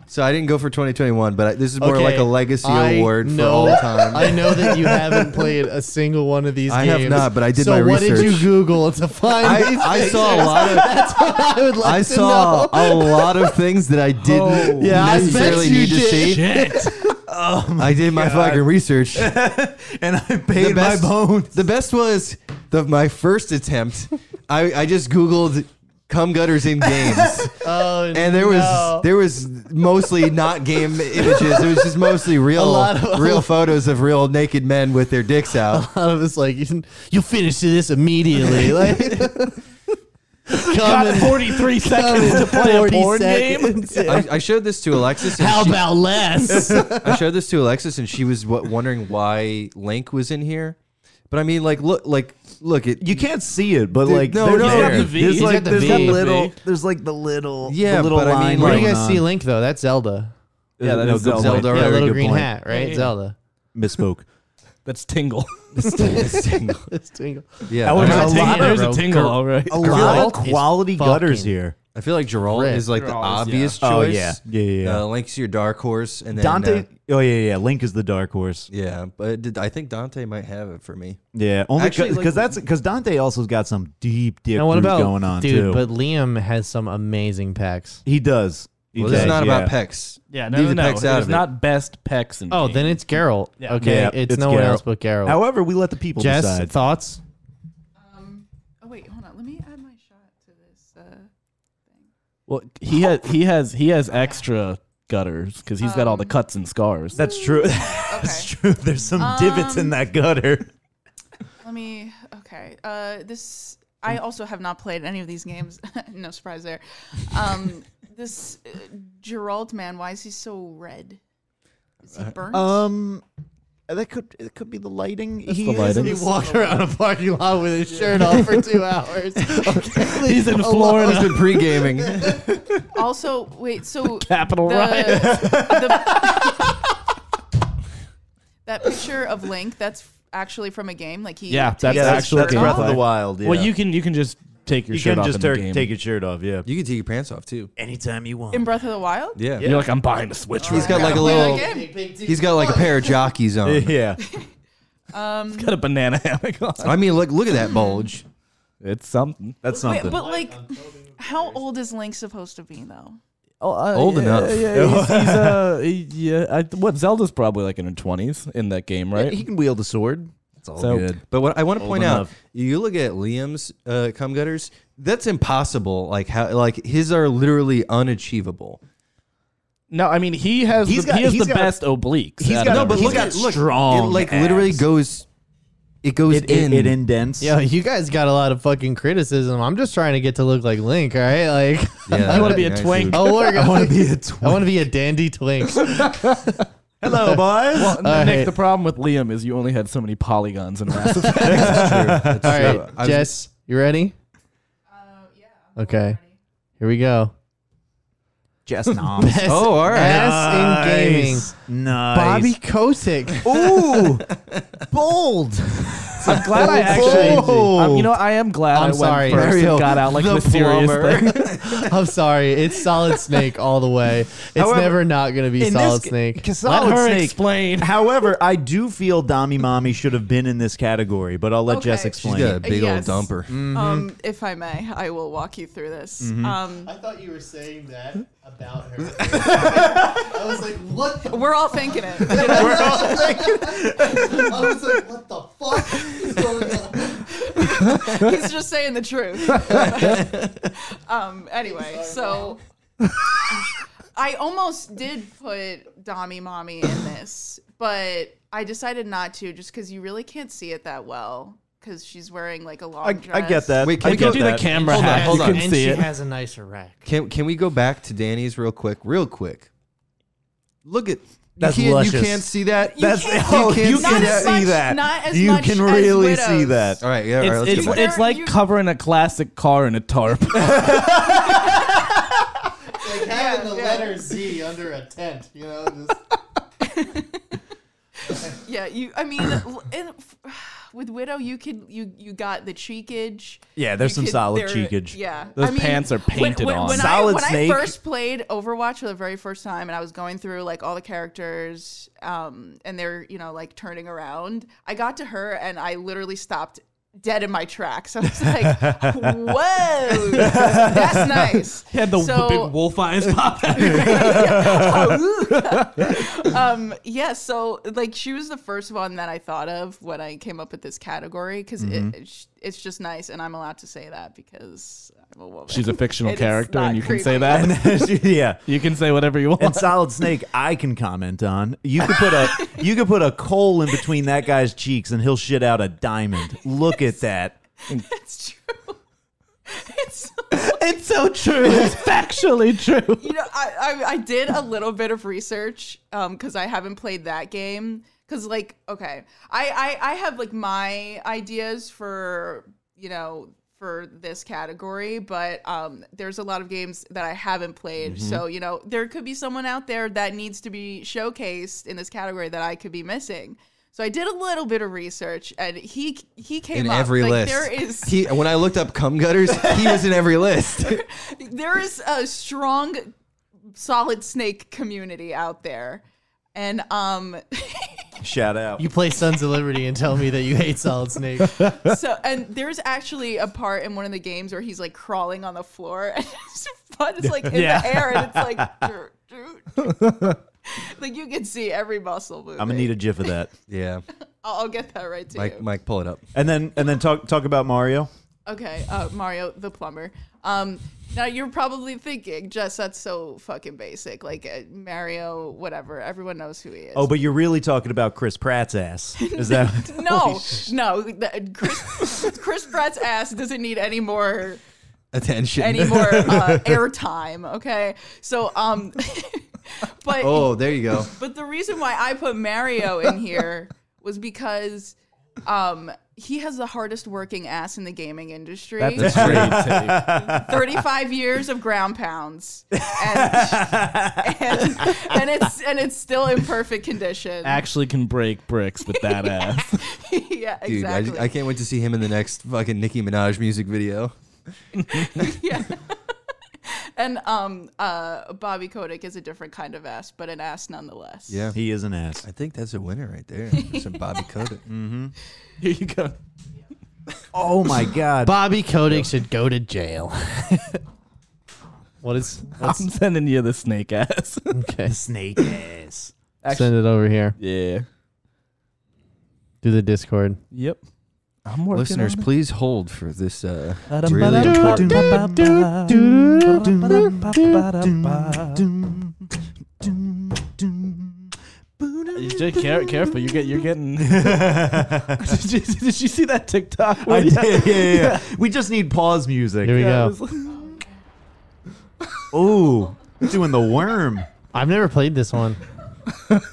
S4: So I didn't go for 2021, but I, this is more
S1: Okay,
S4: like a legacy
S1: I
S4: award for
S1: know-
S4: all time.
S1: I know that you haven't played a single one of these.
S4: I have
S1: games.
S4: not, but I did
S1: so
S4: my
S1: what did you
S4: research.
S1: Google to find
S4: I,
S1: these?
S4: I saw a lot of
S1: I would like
S4: I
S1: to
S4: saw
S1: know.
S4: a lot of things that I didn't
S1: Yeah, I bet
S4: necessarily
S1: you
S4: need to
S1: did.
S4: see. I did my fucking research.
S2: and I paid my bones.
S4: The best was the, my first attempt. I, I just googled cum gutters in games,
S1: Oh,
S4: and there was
S1: no.
S4: there was mostly not game images. It was just mostly real
S1: lot of-
S4: real photos of real naked men with their dicks out.
S1: out of this like you, you'll finish this immediately like come
S3: Got
S1: in-
S3: 43
S1: come
S3: seconds
S1: in
S3: to play a
S1: 40
S3: porn game.
S1: seconds.
S4: I, I showed this to Alexis. and
S1: how
S4: she-
S1: about less
S4: I showed this to Alexis, and she was what, wondering why Link was in here. But I mean, like, look, like, look, it.
S2: You can't see it, but
S4: Dude,
S2: like,
S4: no,
S2: they're
S4: no,
S2: there.
S4: he's got the
S3: V.
S2: there's
S3: He's
S2: like
S1: got the
S2: there's that
S1: V.
S2: little, there's like the little,
S4: Yeah,
S2: the little
S4: but I
S2: line.
S4: mean,
S2: uh,
S1: where do you
S2: going
S1: guys see
S2: on.
S1: link though that's zelda
S2: Oh, Yeah, that
S3: Yeah,
S2: is
S3: that's
S4: Zelda.
S2: Zelda.
S4: Very
S1: yeah little
S4: good
S1: green
S4: point.
S1: hat right
S3: Yeah.
S1: zelda
S2: Misspoke.
S3: That's tingle.
S1: it's tingle
S4: yeah,
S2: was
S4: I, mean,
S2: a lot of-
S3: There's a
S1: bro.
S3: tingle, all right.
S2: A lot of
S1: Geralt is
S2: quality gutters
S1: fucking-
S2: here.
S4: I feel like Geralt
S1: Rick.
S4: is like the
S3: Geralt is-
S4: obvious
S2: yeah. Oh,
S4: choice.
S2: yeah. Yeah, yeah, yeah.
S4: Uh, Link's your dark horse, and then
S2: Dante.
S4: uh,
S2: oh yeah, yeah. Link is the dark horse.
S4: yeah, but did, I think Dante might have it for me.
S2: Yeah, only
S4: Actually,
S2: because
S4: like-
S2: that's because Dante also's got some deep dick
S1: now what about
S2: going on
S1: dude
S2: too.
S1: but liam has some amazing packs
S2: he does. He
S4: Well, this is
S2: does,
S4: not
S2: yeah.
S4: about pecs.
S3: Yeah, no,
S4: Leave
S3: no,
S4: the
S3: no.
S4: pecs out
S3: It's
S4: of it.
S3: not best pecs in
S1: oh
S3: game.
S1: then it's Geralt.
S3: Yeah.
S1: okay
S2: Yeah,
S1: it's,
S2: it's
S1: no one
S2: Geralt.
S1: else but Geralt.
S2: However, we let the people
S1: jess
S2: decide.
S1: thoughts
S5: Um, oh wait, hold on. Let me add my shot to this. Uh,
S3: Well, he has he has he has extra gutters because he's got all the cuts and scars.
S2: That's true. That's
S5: Okay.
S2: true. There's some divots in
S5: Um,
S2: that gutter.
S5: let me. Okay. Uh, this.
S4: Mm.
S5: I also have not played any of these games. no surprise there. Um, this uh, Geralt man. Why is he so red? Is he
S4: Uh,
S5: burnt?
S2: Um, that could it could be the lighting. He
S3: the
S2: is-
S3: lighting.
S1: he walked around a parking lot with his shirt off for two hours okay
S3: he's in
S4: He's
S3: Florida.
S4: been pre gaming.
S5: also, wait. So
S3: Capital
S5: the-
S3: riot.
S5: the- that picture of Link. That's actually from a game. Like he.
S3: Yeah,
S5: takes
S3: that's
S5: his
S3: Yeah, actually
S5: shirt
S2: that's
S3: game
S2: Breath of
S5: off.
S2: the Wild. Yeah.
S3: Well, you can you can just take your
S2: you
S3: shirt
S2: can
S3: off
S2: just
S3: in the
S2: tur-
S3: game.
S2: take your shirt off. Yeah,
S4: You can take your pants off too.
S2: anytime you want.
S5: in Breath of the Wild.
S4: Yeah,
S3: You're like I'm buying a Switch.
S4: he's
S3: Right.
S4: got like a
S5: Play that
S4: little.
S5: game.
S4: He's got like a pair of jockeys on.
S2: yeah,
S3: He's got a banana hammock on.
S4: I mean, look, look at that bulge.
S3: It's something.
S2: that's
S5: Wait,
S2: something.
S5: but like, how old is Link supposed to be though?
S4: Old
S3: Oh, uh, yeah,
S4: enough.
S3: Yeah, he's, he's, uh, he- yeah. I, what Zelda's probably like in her 20s in that game, right?
S2: he can wield a sword. It's all
S3: So-
S2: good.
S4: But what I want to
S2: Old
S4: point
S2: enough.
S4: out, you look at Liam's uh, cum gutters. That's impossible. Like how, like his are literally unachievable.
S3: No, I mean he has
S2: He's
S3: the,
S2: got-
S3: he has
S2: he's
S3: the
S2: got-
S3: best obliques.
S2: he's
S3: out
S2: got-
S3: of
S2: no, but
S3: everybody.
S2: look at- look, strong
S4: It like literally
S2: abs.
S4: goes. It goes
S2: It,
S4: in.
S2: it, it indents.
S1: Yo, you guys got a lot of fucking criticism. I'm just trying to get to look like Link, all right? Like,
S4: Yeah,
S3: I wanna be a
S4: see
S3: twink.
S4: what-
S1: oh, we're
S2: I want
S1: gonna,
S2: to be a twin.
S1: I want to be a dandy twink.
S2: Hello, boys.
S3: Well,
S1: All
S3: Nick,
S1: right.
S3: the problem with Liam is you only had so many polygons in Mass Effect.
S1: all right,
S4: I was-
S1: Jess, you ready?
S5: yeah.
S1: Okay, here we go.
S2: Jess Noms.
S1: Best,
S4: Oh, all right.
S1: Best in gaming.
S2: Nice.
S1: Bobby Kotick.
S2: Ooh, bold.
S3: I'm glad I actually. Um, you know, I am glad i
S1: I'm
S3: went
S1: sorry.
S3: first
S4: Mario,
S3: and got out like
S4: the
S3: the, serious
S4: plumber.
S3: thing.
S1: I'm sorry. It's Solid Snake all the way. It's
S2: However,
S1: never not going to be
S2: in this
S1: Solid
S2: ca-
S1: Snake.
S2: 'cause
S3: Let
S2: Solid
S3: her
S2: Snake-
S3: explain.
S2: However, I do feel Dami Mommy should have been in this category, but I'll let
S5: Okay.
S2: Jess
S5: She's
S4: She's
S2: explain.
S4: got a big
S5: Yes.
S4: old dumper.
S3: Mm-hmm.
S5: Um, if I may, I will walk you through this. Um,
S1: I thought you were saying that about her. I was like, what the
S5: we're all thinking it. you know?
S1: I was like, what the fuck is going on?
S5: He's just saying the truth. um, anyway, so I almost did put Dommy Mommy in this, but I decided not to just because you really can't see it that well because she's wearing like a long
S2: I,
S5: dress.
S2: I get that. I
S4: Wait, can we
S2: get
S4: go
S3: do
S2: that.
S3: the camera
S4: Hold on,
S3: hack.
S4: hold
S3: you
S4: on.
S3: can
S1: and
S3: see
S1: she
S3: it.
S1: has a nicer rack.
S4: Can Can we go back to Danny's real quick, real quick? Look at
S1: That's
S4: you can't,
S1: luscious.
S4: you can't see that.
S5: You
S2: That's
S5: can't-
S2: oh,
S4: you
S2: you
S4: can't
S2: can see
S4: see that.
S5: Not as
S2: that.
S5: much- not as
S2: you
S5: much
S2: can
S5: as
S2: really
S5: widows.
S2: see that.
S4: all right, yeah, all right. Let's
S3: It's, it's,
S4: go back.
S3: it's like
S5: You-
S3: covering a classic car in a tarp.
S1: Like having the letter Z under a tent, you know? Just,
S5: Yeah, you. I mean, l- and f- with Widow, you could you you got the cheekage.
S2: Yeah, there's
S5: You
S2: some
S5: could-
S2: solid
S5: there-
S2: cheekage.
S5: Yeah,
S3: Those
S5: I mean,
S3: pants are painted
S5: when, when,
S3: on.
S5: When I,
S2: Solid
S5: when
S2: snake.
S5: I first played Overwatch for the very first time, and I was going through like all the characters, um, and they're you know like turning around. I got to her, and I literally stopped dead in my tracks. I was like, "Whoa, that's nice."
S3: He had the
S5: So-
S3: big wolf eyes pop out.
S5: um yeah so like she was the first one that i thought of when i came up with this category because
S3: Mm-hmm.
S5: it, it's just nice and i'm allowed to say that because i'm a woman
S3: She's a fictional
S5: It is
S3: character, and
S5: not
S3: you can say
S5: creepy.
S3: that.
S2: yeah.
S3: You can say whatever you want.
S2: And Solid Snake, I can comment on. You could put a you could put a coal in between that guy's cheeks, and he'll shit out a diamond. Look at that.
S5: it's true it's
S3: It's so true. It's factually true.
S5: you know I, I i did a little bit of research um because i haven't played that game because like okay I, I i have like my ideas for you know for this category but um there's a lot of games that i haven't played
S4: Mm-hmm.
S5: so you know there could be someone out there that needs to be showcased in this category that i could be missing so i did a little bit of research and he he came
S4: in
S5: up
S4: every
S5: like,
S4: list.
S5: there is
S4: He, when I looked up cum gutters, he was in every list.
S5: there is a strong solid snake community out there and um
S2: Shout out.
S1: you play Sons of Liberty and tell me that you hate Solid Snake.
S5: so and there's actually a part in one of the games where he's like crawling on the floor and it's fun it's like in
S3: Yeah.
S5: the air and it's like "Dr- dr- dr." like you can see every muscle moving
S2: I'm gonna need a gif of that.
S4: yeah,
S5: I'll, I'll get that right to
S4: Mike,
S5: you
S4: Mike, pull it up.
S2: And then and then talk talk about Mario.
S5: okay uh Mario the plumber um now you're probably thinking Jess that's so fucking basic like uh, Mario whatever everyone knows who he is
S2: Oh, but you're really talking about Chris Pratt's ass. Is that
S5: No, no. th- Chris, Chris Pratt's ass doesn't need any more
S4: Attention.
S5: any more uh, airtime. Okay, so um, but
S4: oh, there you go.
S5: but the reason why I put Mario in here was because um he has the hardest working ass in the gaming industry.
S4: That's great.
S5: 35 years of ground pounds, and, and and it's and it's still in perfect condition.
S3: Actually, can break bricks with that ass.
S5: yeah,
S4: Dude, I-
S5: exactly.
S4: I, can't wait to see him in the next fucking Nicki Minaj music video.
S5: yeah. and um, uh, Bobby Kotick is a different kind of ass, but an ass nonetheless.
S4: Yeah.
S2: he is an ass?
S4: I think that's a winner right there. for Some Bobby Kotick.
S3: Here you go.
S2: Oh my god.
S1: Bobby Kotick should go to jail. what is.
S3: I'm sending you the snake ass.
S1: Okay.
S2: Snake ass.
S1: Send it over here.
S3: yeah.
S1: Do the Discord.
S3: Yep. I'm working.
S4: Listeners,
S3: on
S4: please hold for this uh,
S3: it.
S4: really important.
S3: You just care, careful. You get. You're getting. did, you, did you see that TikTok?
S2: I
S3: where-
S2: did, Oh, yeah, yeah, yeah. We just need pause music.
S1: Here we
S3: Yeah,
S1: go.
S3: it was like-
S2: Ooh, doing the worm.
S1: I've never played this one.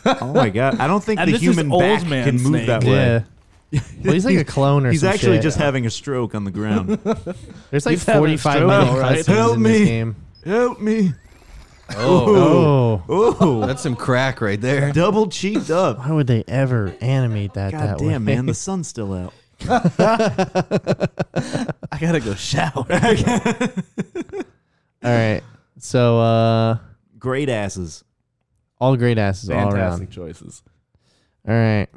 S2: Oh my god! I don't think
S3: And
S2: the
S3: this is
S2: human
S3: old
S2: back
S3: man
S2: can move
S3: snake.
S2: that way.
S1: Yeah. Well, he's like a clone or
S2: He's
S1: some
S2: actually
S1: shit.
S2: just having a stroke on the ground.
S1: There's like
S3: he's having a
S1: 45
S3: stroke,
S1: million
S3: all right.
S1: cutscenes
S2: Help
S1: in this
S2: me.
S1: game.
S2: Help me!
S4: Oh,
S1: Oh.
S2: Oh,
S4: that's some crack right there.
S2: double cheeked up.
S1: Why would they ever animate that
S2: God
S1: that way?
S2: damn, man, the sun's still out.
S3: I gotta go shower.
S1: All right. So uh
S2: Great asses.
S1: all great asses all around.
S3: Fantastic choices.
S1: All right.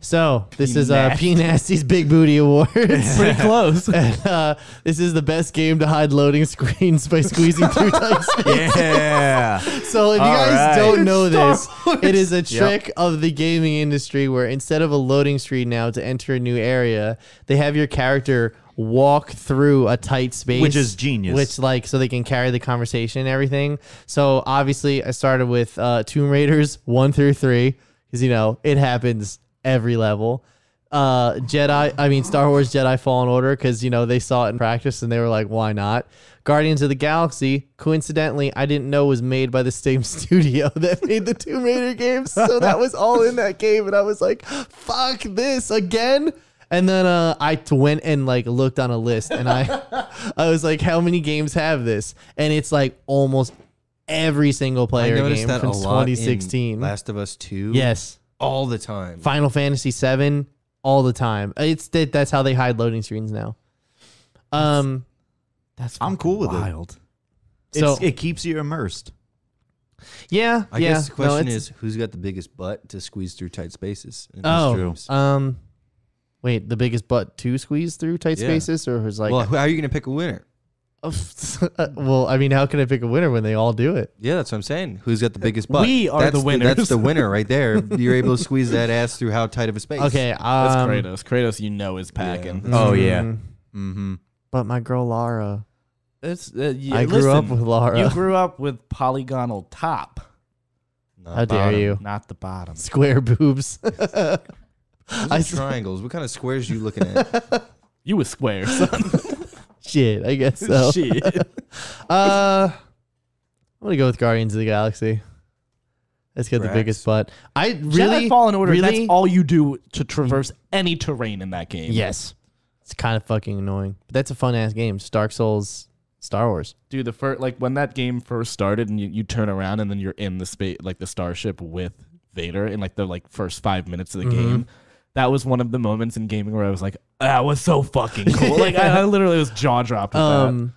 S1: So this is uh P Nasty's Big Booty Awards.
S3: Pretty close.
S1: and, uh, this is the best game to hide loading screens by squeezing through tight spaces.
S2: Yeah.
S1: So if you
S2: All
S1: guys
S2: right.
S1: don't
S2: It's
S1: know
S3: Star
S1: this, it is a trick of the gaming industry where instead of a loading screen now to enter a new area, they have your character walk through a tight space,
S2: Which is genius.
S1: Which like so they can carry the conversation and everything. So obviously, I started with uh, Tomb Raiders one through three because you know it happens every level. Uh, Jedi, I mean Star Wars Jedi Fallen Order because you know they saw it in practice and they were like, why not? Guardians of the Galaxy, coincidentally, I didn't know was made by the same studio that made the Tomb Raider games, so that was all in that game, and I was like, fuck this again. And then uh, I t- went and like looked on a list, and I, I was like, "How many games have this?" And it's like almost every single
S4: I
S1: player
S4: noticed
S1: game
S4: that
S1: from
S4: a lot in
S1: 2016.
S4: Last of Us Two.
S1: yes,
S4: all the time.
S1: Final Fantasy VII all the time. It's that, that's how they hide loading screens now. Um, that's
S2: I'm cool with it.
S3: Wild.
S1: So
S2: It's, it keeps you immersed.
S1: yeah,
S4: I
S1: yeah.
S4: guess the
S1: No,
S4: question
S1: it's-
S4: is who's got the biggest butt to squeeze through tight spaces? in these
S1: oh,
S4: rooms?
S1: um, wait, the biggest butt to squeeze through tight
S4: Yeah.
S1: spaces, or who's like,
S4: well,
S1: well,
S4: how are you going to pick a winner?
S1: I mean, how can I pick a winner when they all do it?
S4: Yeah, that's what I'm saying. Who's got the biggest butt?
S3: We are
S4: that's
S3: the
S4: that's
S3: winners.
S4: the winner right there. You're able to squeeze that ass through how tight of a space?
S1: Okay,
S3: That's
S1: um,
S3: Kratos. Kratos, you know, is packing.
S2: Oh, yeah.
S1: mm,
S2: Mm-hmm.
S1: But my girl Lara.
S3: It's, uh, yeah,
S1: I grew up
S3: listen,
S1: with Laura.
S3: You grew up with polygonal top,
S4: Not
S1: How dare
S4: bottom.
S1: you?
S3: not the bottom.
S1: Square boobs.
S4: Those are
S1: I s-
S4: triangles. What kind of squares you looking at?
S3: You was square, son.
S1: Shit, I guess so.
S3: Shit.
S1: Uh, I'm gonna go with Guardians of the Galaxy. Let's get the
S4: Correct.
S1: biggest butt. I
S3: Really?
S1: really
S3: Jedi Fallen Order.
S1: Really,
S3: That's all you do to traverse any terrain in that game.
S1: Yes, it's kind of fucking annoying, but that's a fun ass game. It's Dark Souls, Star Wars.
S3: dude. The first, like when that game first started, and you, you turn around and then you're in the space, like the starship with Vader, in like the like first five minutes of the
S1: Mm-hmm.
S3: game. That was one of the moments in gaming where I was like, "That was so fucking cool!" Like I, I literally was jaw dropped. with that.
S1: Um,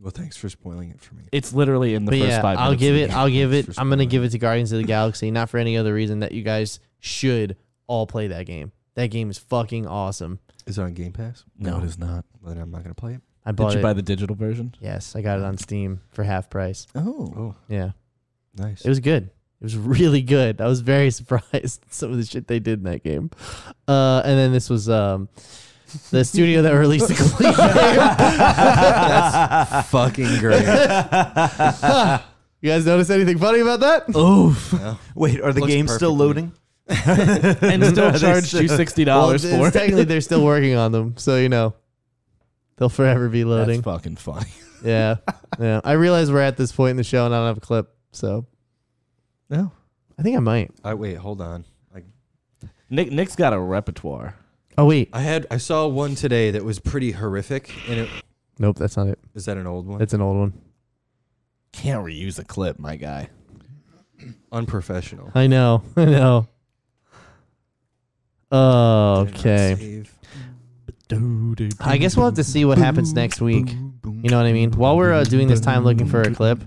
S4: well, thanks for spoiling it for me.
S3: It's literally in the
S1: but
S3: first
S1: yeah,
S3: five.
S1: I'll
S3: minutes
S1: give
S3: of
S1: it.
S3: the
S1: I'll give
S4: Thanks
S1: it.
S4: for
S1: I'm gonna
S4: spoiling.
S1: give it to Guardians of the Galaxy, not for any other reason that you guys should all play that game. That game is fucking awesome.
S4: Is it on Game Pass?
S3: game. No, it is not.
S4: Well, then I'm not going to play it.
S1: I
S3: Did
S1: bought
S3: you
S1: it.
S3: buy the digital version?
S1: yes, I got it on Steam for half price.
S4: Oh, oh,
S1: Yeah.
S4: nice.
S1: It was good. It was really good. I was very surprised at some of the shit they did in that game. Uh, and then this was um, the studio that released the complete
S4: that's fucking great.
S1: game. you guys notice anything funny about that?
S2: Oof.
S4: No.
S2: Wait, are the
S4: Looks
S2: games still
S4: perfect
S2: loading?
S3: and still charged you sixty dollars
S1: Well, it's-
S3: for it.
S1: technically they're still working on them, so you know they'll forever be
S3: That's
S1: loading.
S3: fucking funny.
S1: Yeah, yeah. I realize we're at this point in the show and I don't have a clip, so
S4: No.
S1: I think I might.
S4: I wait. Hold on. I,
S3: Nick Nick's got a repertoire.
S1: Oh wait,
S4: I had. I saw one today that was pretty horrific. And it,
S1: nope, that's not it.
S4: is that an old one?
S1: That's an old one.
S3: Can't reuse a clip, my guy.
S4: Unprofessional.
S1: I know, I know.
S4: Did not
S1: Okay.
S4: save.
S1: I guess we'll have to see what happens next week. You know what I mean? While we're uh, doing this time looking for a clip,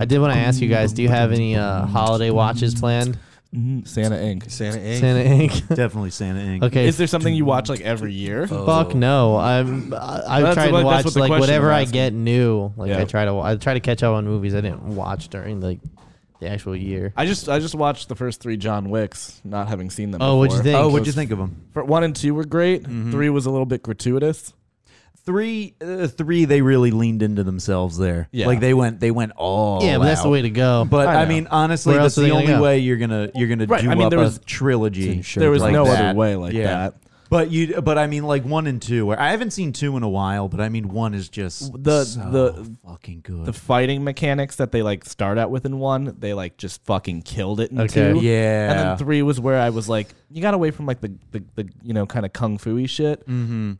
S1: I did want to ask you guys: Do you have any uh, holiday watches planned?
S3: Santa Inc.
S4: Santa Inc.
S1: Santa Inc.
S2: Definitely Santa Inc.
S1: okay.
S3: Is there something you watch like every year?
S1: Fuck no! I'm I, I
S3: That's
S1: try to
S3: what- that's
S1: watch
S3: what the
S1: like
S3: question
S1: whatever
S3: was
S1: I
S3: asking.
S1: get new. Like I
S3: Yeah.
S1: try to I try to catch up on movies I didn't watch during like the actual year.
S3: I just I just watched the first three John Wicks, not having seen them.
S1: Oh,
S3: before.
S1: what'd you think?
S2: Oh, what'd you think of them?
S3: For one and two were great. Three was a little bit gratuitous.
S2: Three, uh, three. They really leaned into themselves there.
S3: Yeah.
S2: like they went, they went all.
S1: yeah, but that's the
S2: out.
S1: way to go.
S2: But I,
S3: I know.
S2: mean, honestly,
S1: Where else
S2: that's
S1: are
S2: the
S1: they gonna
S2: only
S1: go?
S2: way you're gonna you're gonna
S3: Right,
S2: do
S3: I mean,
S2: up
S3: there was-
S2: a trilogy.
S3: there was
S2: like
S3: no
S2: that.
S3: other way like
S2: yeah.
S3: that.
S2: But you, but I mean, like one and two. Or I haven't seen two in a while, but I mean, one is just
S3: The-
S2: so
S3: the-
S2: fucking good.
S3: The fighting mechanics that they like start out with in one, they like just fucking killed it in
S1: Okay.
S3: two.
S2: yeah,
S3: And then three was where I was like, you got away from like the, the, the you know kind of kung fu-y shit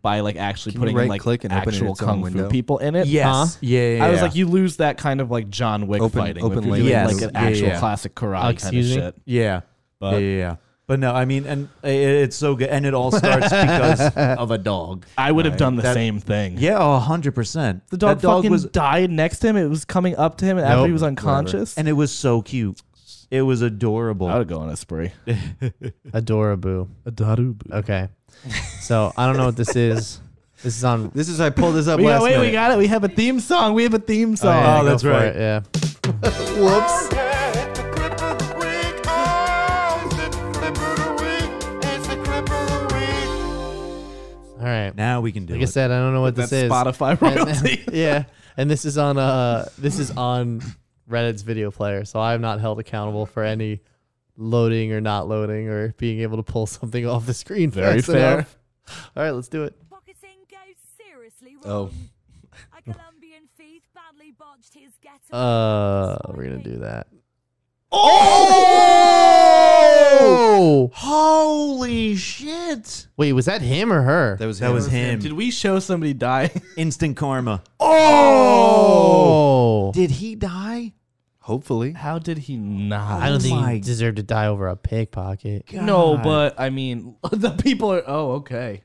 S3: by like actually
S4: Can you
S3: putting in like
S4: right-click and open it in
S3: actual
S4: its own
S3: kung fu
S4: window?
S3: people in it.
S2: yes,
S1: Huh?
S2: yeah, yeah,
S3: I was
S2: yeah.
S3: like, you lose that kind of like John Wick
S4: Open-
S3: fighting.
S4: open
S3: if you're
S4: lane
S3: doing,
S2: Yes.
S3: like an
S2: Yeah,
S3: actual
S2: yeah.
S3: classic karate kind of
S1: Excuse me?
S3: shit.
S2: yeah,
S3: But
S2: yeah, yeah, yeah. But no, I mean, and i- i it's so good, and it all starts because of a dog.
S3: I would have done the
S2: That-
S3: same thing.
S2: Yeah, a hundred percent.
S3: The dog,
S2: That dog
S3: fucking
S2: was,
S3: died next to him. It was coming up to him after
S1: Nope.
S3: he was unconscious.
S2: and it was so cute. It was adorable.
S3: I would go on a spree.
S1: Adoraboo.
S3: A darubu.
S1: Okay. So I don't know what this is. This is on.
S4: This is I pulled this up
S3: We got,
S4: last
S3: wait,
S4: minute.
S3: we got it. We have a theme song. We have a theme song.
S1: yeah,
S2: Oh,
S1: go
S2: that's
S1: for
S2: right.
S1: it, Yeah.
S4: Whoops.
S1: All right.
S2: now we can do
S1: Like I
S2: it.
S1: said, I don't know what
S3: That's
S1: this is.
S3: Spotify
S1: And-
S3: royalty.
S1: yeah, and this is on uh this is on Reddit's video player, so I'm not held accountable for any loading or not loading or being able to pull something off the screen.
S3: Very
S1: fast
S3: fair.
S1: enough. All right, let's do it.
S6: Pocketing goes seriously
S4: Oh.
S6: wrong. A Colombian thief badly botched his getaway.
S1: Uh,
S6: Despite
S1: we're gonna do
S6: being
S1: that. Oh!
S2: Holy shit!
S1: Wait, was that him or her?
S4: was
S2: That was him.
S3: Did we show somebody dying?
S2: Instant karma.
S1: oh!
S2: Did he die?
S4: Hopefully.
S3: How did he not?
S1: I don't think
S2: my-
S1: he deserved to die over a pickpocket.
S3: No, but I mean, the people are. Oh, okay.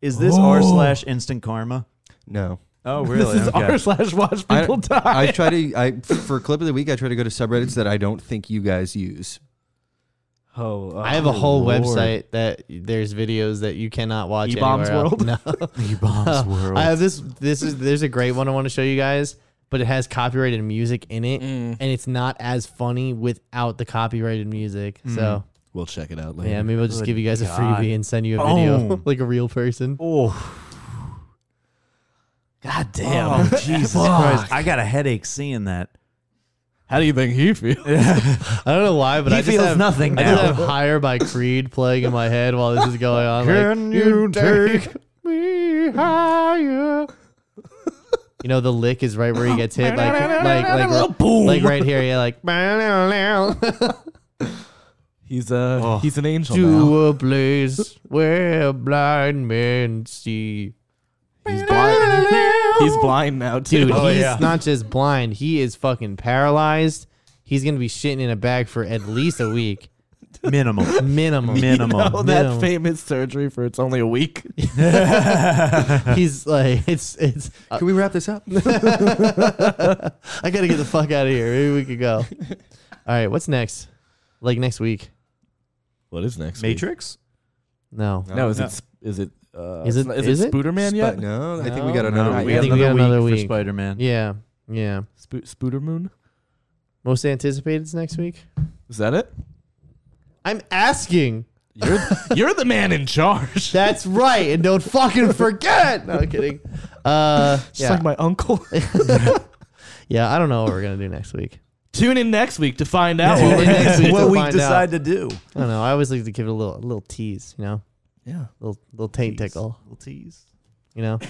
S2: Is this r slash instant karma?
S4: No.
S2: Oh, really?
S3: This is r slash watch
S4: I,
S3: people die.
S4: I try to I for clip of the week I try to go to subreddits that I don't think you guys use.
S3: oh, oh,
S1: I have a whole
S3: Lord.
S1: website that there's videos that you cannot watch.
S3: E-Bombs
S1: anywhere else.
S3: World?
S1: No.
S2: bombs world.
S1: I have this. This is there's a great one I want to show you guys, but it has copyrighted music in it,
S3: Mm.
S1: and it's not as funny without the copyrighted music. So
S3: We'll check it out later.
S1: yeah, maybe I'll just give you guys a
S2: God.
S1: freebie and send you a video
S2: Boom.
S1: like a real person.
S2: oh,
S3: God
S2: damn.
S3: damn.
S2: Oh, Jesus Christ. I got a headache seeing that.
S3: How do you think he feels?
S1: I don't know why, but
S2: He
S1: I just
S2: feels
S1: have,
S2: nothing
S1: I just
S2: now.
S1: have "Higher" by Creed playing in my head while this is going on.
S2: Can
S1: like,
S2: you take
S1: me higher? You know the lick is right where he gets hit, like like like like,
S3: Boom.
S1: right here, yeah, like.
S3: He's uh he's an angel now.
S1: to a place where blind men see.
S3: He's blind. he's blind now too.
S1: Dude, he's
S2: Oh, yeah.
S1: not just blind; he is fucking paralyzed. He's gonna be shitting in a bag for at least a week,
S2: Minimal.
S1: minimum.
S2: Minimum.
S3: oh, that
S1: minimum.
S3: famous surgery for it's only a week.
S1: He's like, it's it's. uh,
S4: Can we wrap this up?
S1: I gotta get the fuck out of here. Maybe we could go. All right, what's next? Like next week?
S3: What is next?
S2: Matrix?
S1: No.
S3: No, is it is it uh,
S1: Is it-
S3: is,
S1: is
S3: it
S1: it?
S3: Spooderman yet?
S4: But no, I think we
S1: No,
S4: got another
S1: no,
S4: week.
S1: I think we got another
S2: week,
S1: week.
S2: for Spider Man.
S1: Yeah. Yeah.
S3: Spo- Spoodermoon?
S1: Most anticipated is next week.
S3: Is that it?
S1: I'm asking.
S3: You're you're the man in charge.
S1: That's right, and don't fucking forget. No I'm kidding. Uh,
S3: Just
S1: yeah.
S3: like my uncle.
S1: yeah, I don't know what we're gonna do next week.
S3: Tune in next week to find out.
S1: Tune
S3: what
S1: in
S3: we're-
S1: next week
S2: Oh, what
S1: to
S2: we
S1: find
S2: decide
S1: out.
S2: to do.
S1: I don't know. I always like to give it a little, a little tease, you know,
S3: yeah.
S1: little, little taint tickle,
S2: Little tease.
S1: you know.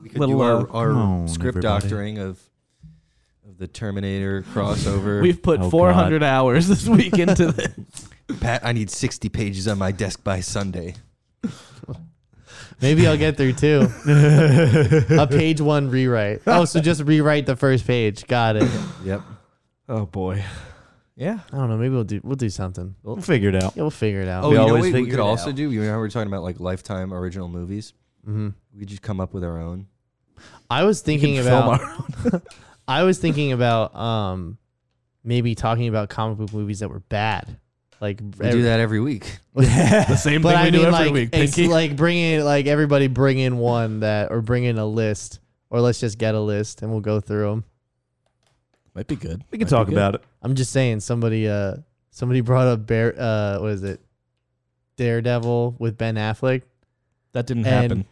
S4: We could
S3: Little,
S4: do
S3: uh,
S4: our, our
S2: come on,
S4: script
S2: everybody.
S4: doctoring of of the Terminator crossover.
S3: We've put
S2: Oh,
S3: 400 hours this week into this.
S4: Pat, I need 60 pages on my desk by Sunday.
S1: Maybe I'll get through too. a page one rewrite. Oh, so just rewrite the first page. Got it.
S4: Yep.
S3: Oh boy. Yeah.
S1: I don't know. Maybe we'll do, we'll do something. We'll,
S2: We'll figure it out.
S1: yeah, we'll figure it out.
S4: Oh,
S2: We
S4: you know
S2: always
S4: what we
S2: figure
S4: could
S2: it
S4: also
S2: out.
S4: do? You know how we are talking about like lifetime original movies?
S1: hmm
S4: We could just come up with our own.
S1: I was thinking
S3: Film
S1: about.
S3: our own.
S1: I was thinking about um, maybe talking about comic book movies that were bad. Like
S4: We do that every week.
S3: the same
S1: But
S3: thing
S1: I
S3: we do
S1: mean,
S3: every
S1: like,
S3: week.
S1: it's
S3: Pinky.
S1: like bring in like everybody bring in one that or bring in a list or let's just get a list and we'll go through them.
S3: Might be good.
S2: We can talk about it.
S1: I'm just saying somebody uh somebody brought up bear uh what is it Daredevil with Ben Affleck
S3: That didn't
S1: and
S3: happen.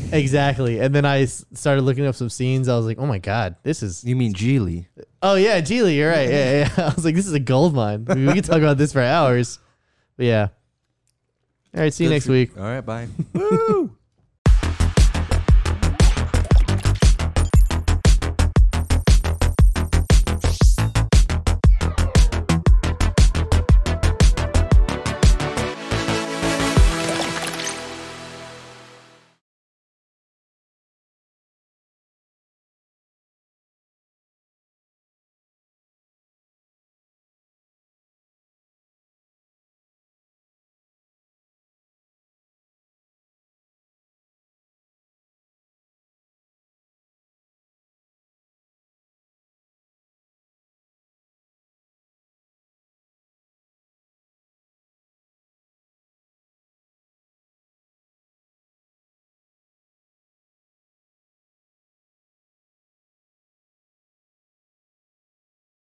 S1: exactly and then I s- started looking up some scenes I was like oh my god this is
S4: You mean Geely?
S1: oh yeah Geely you're right yeah yeah I was like this is a gold mine I mean, we can talk about this for hours but yeah all right see you next week
S4: All right, bye.
S2: Woo!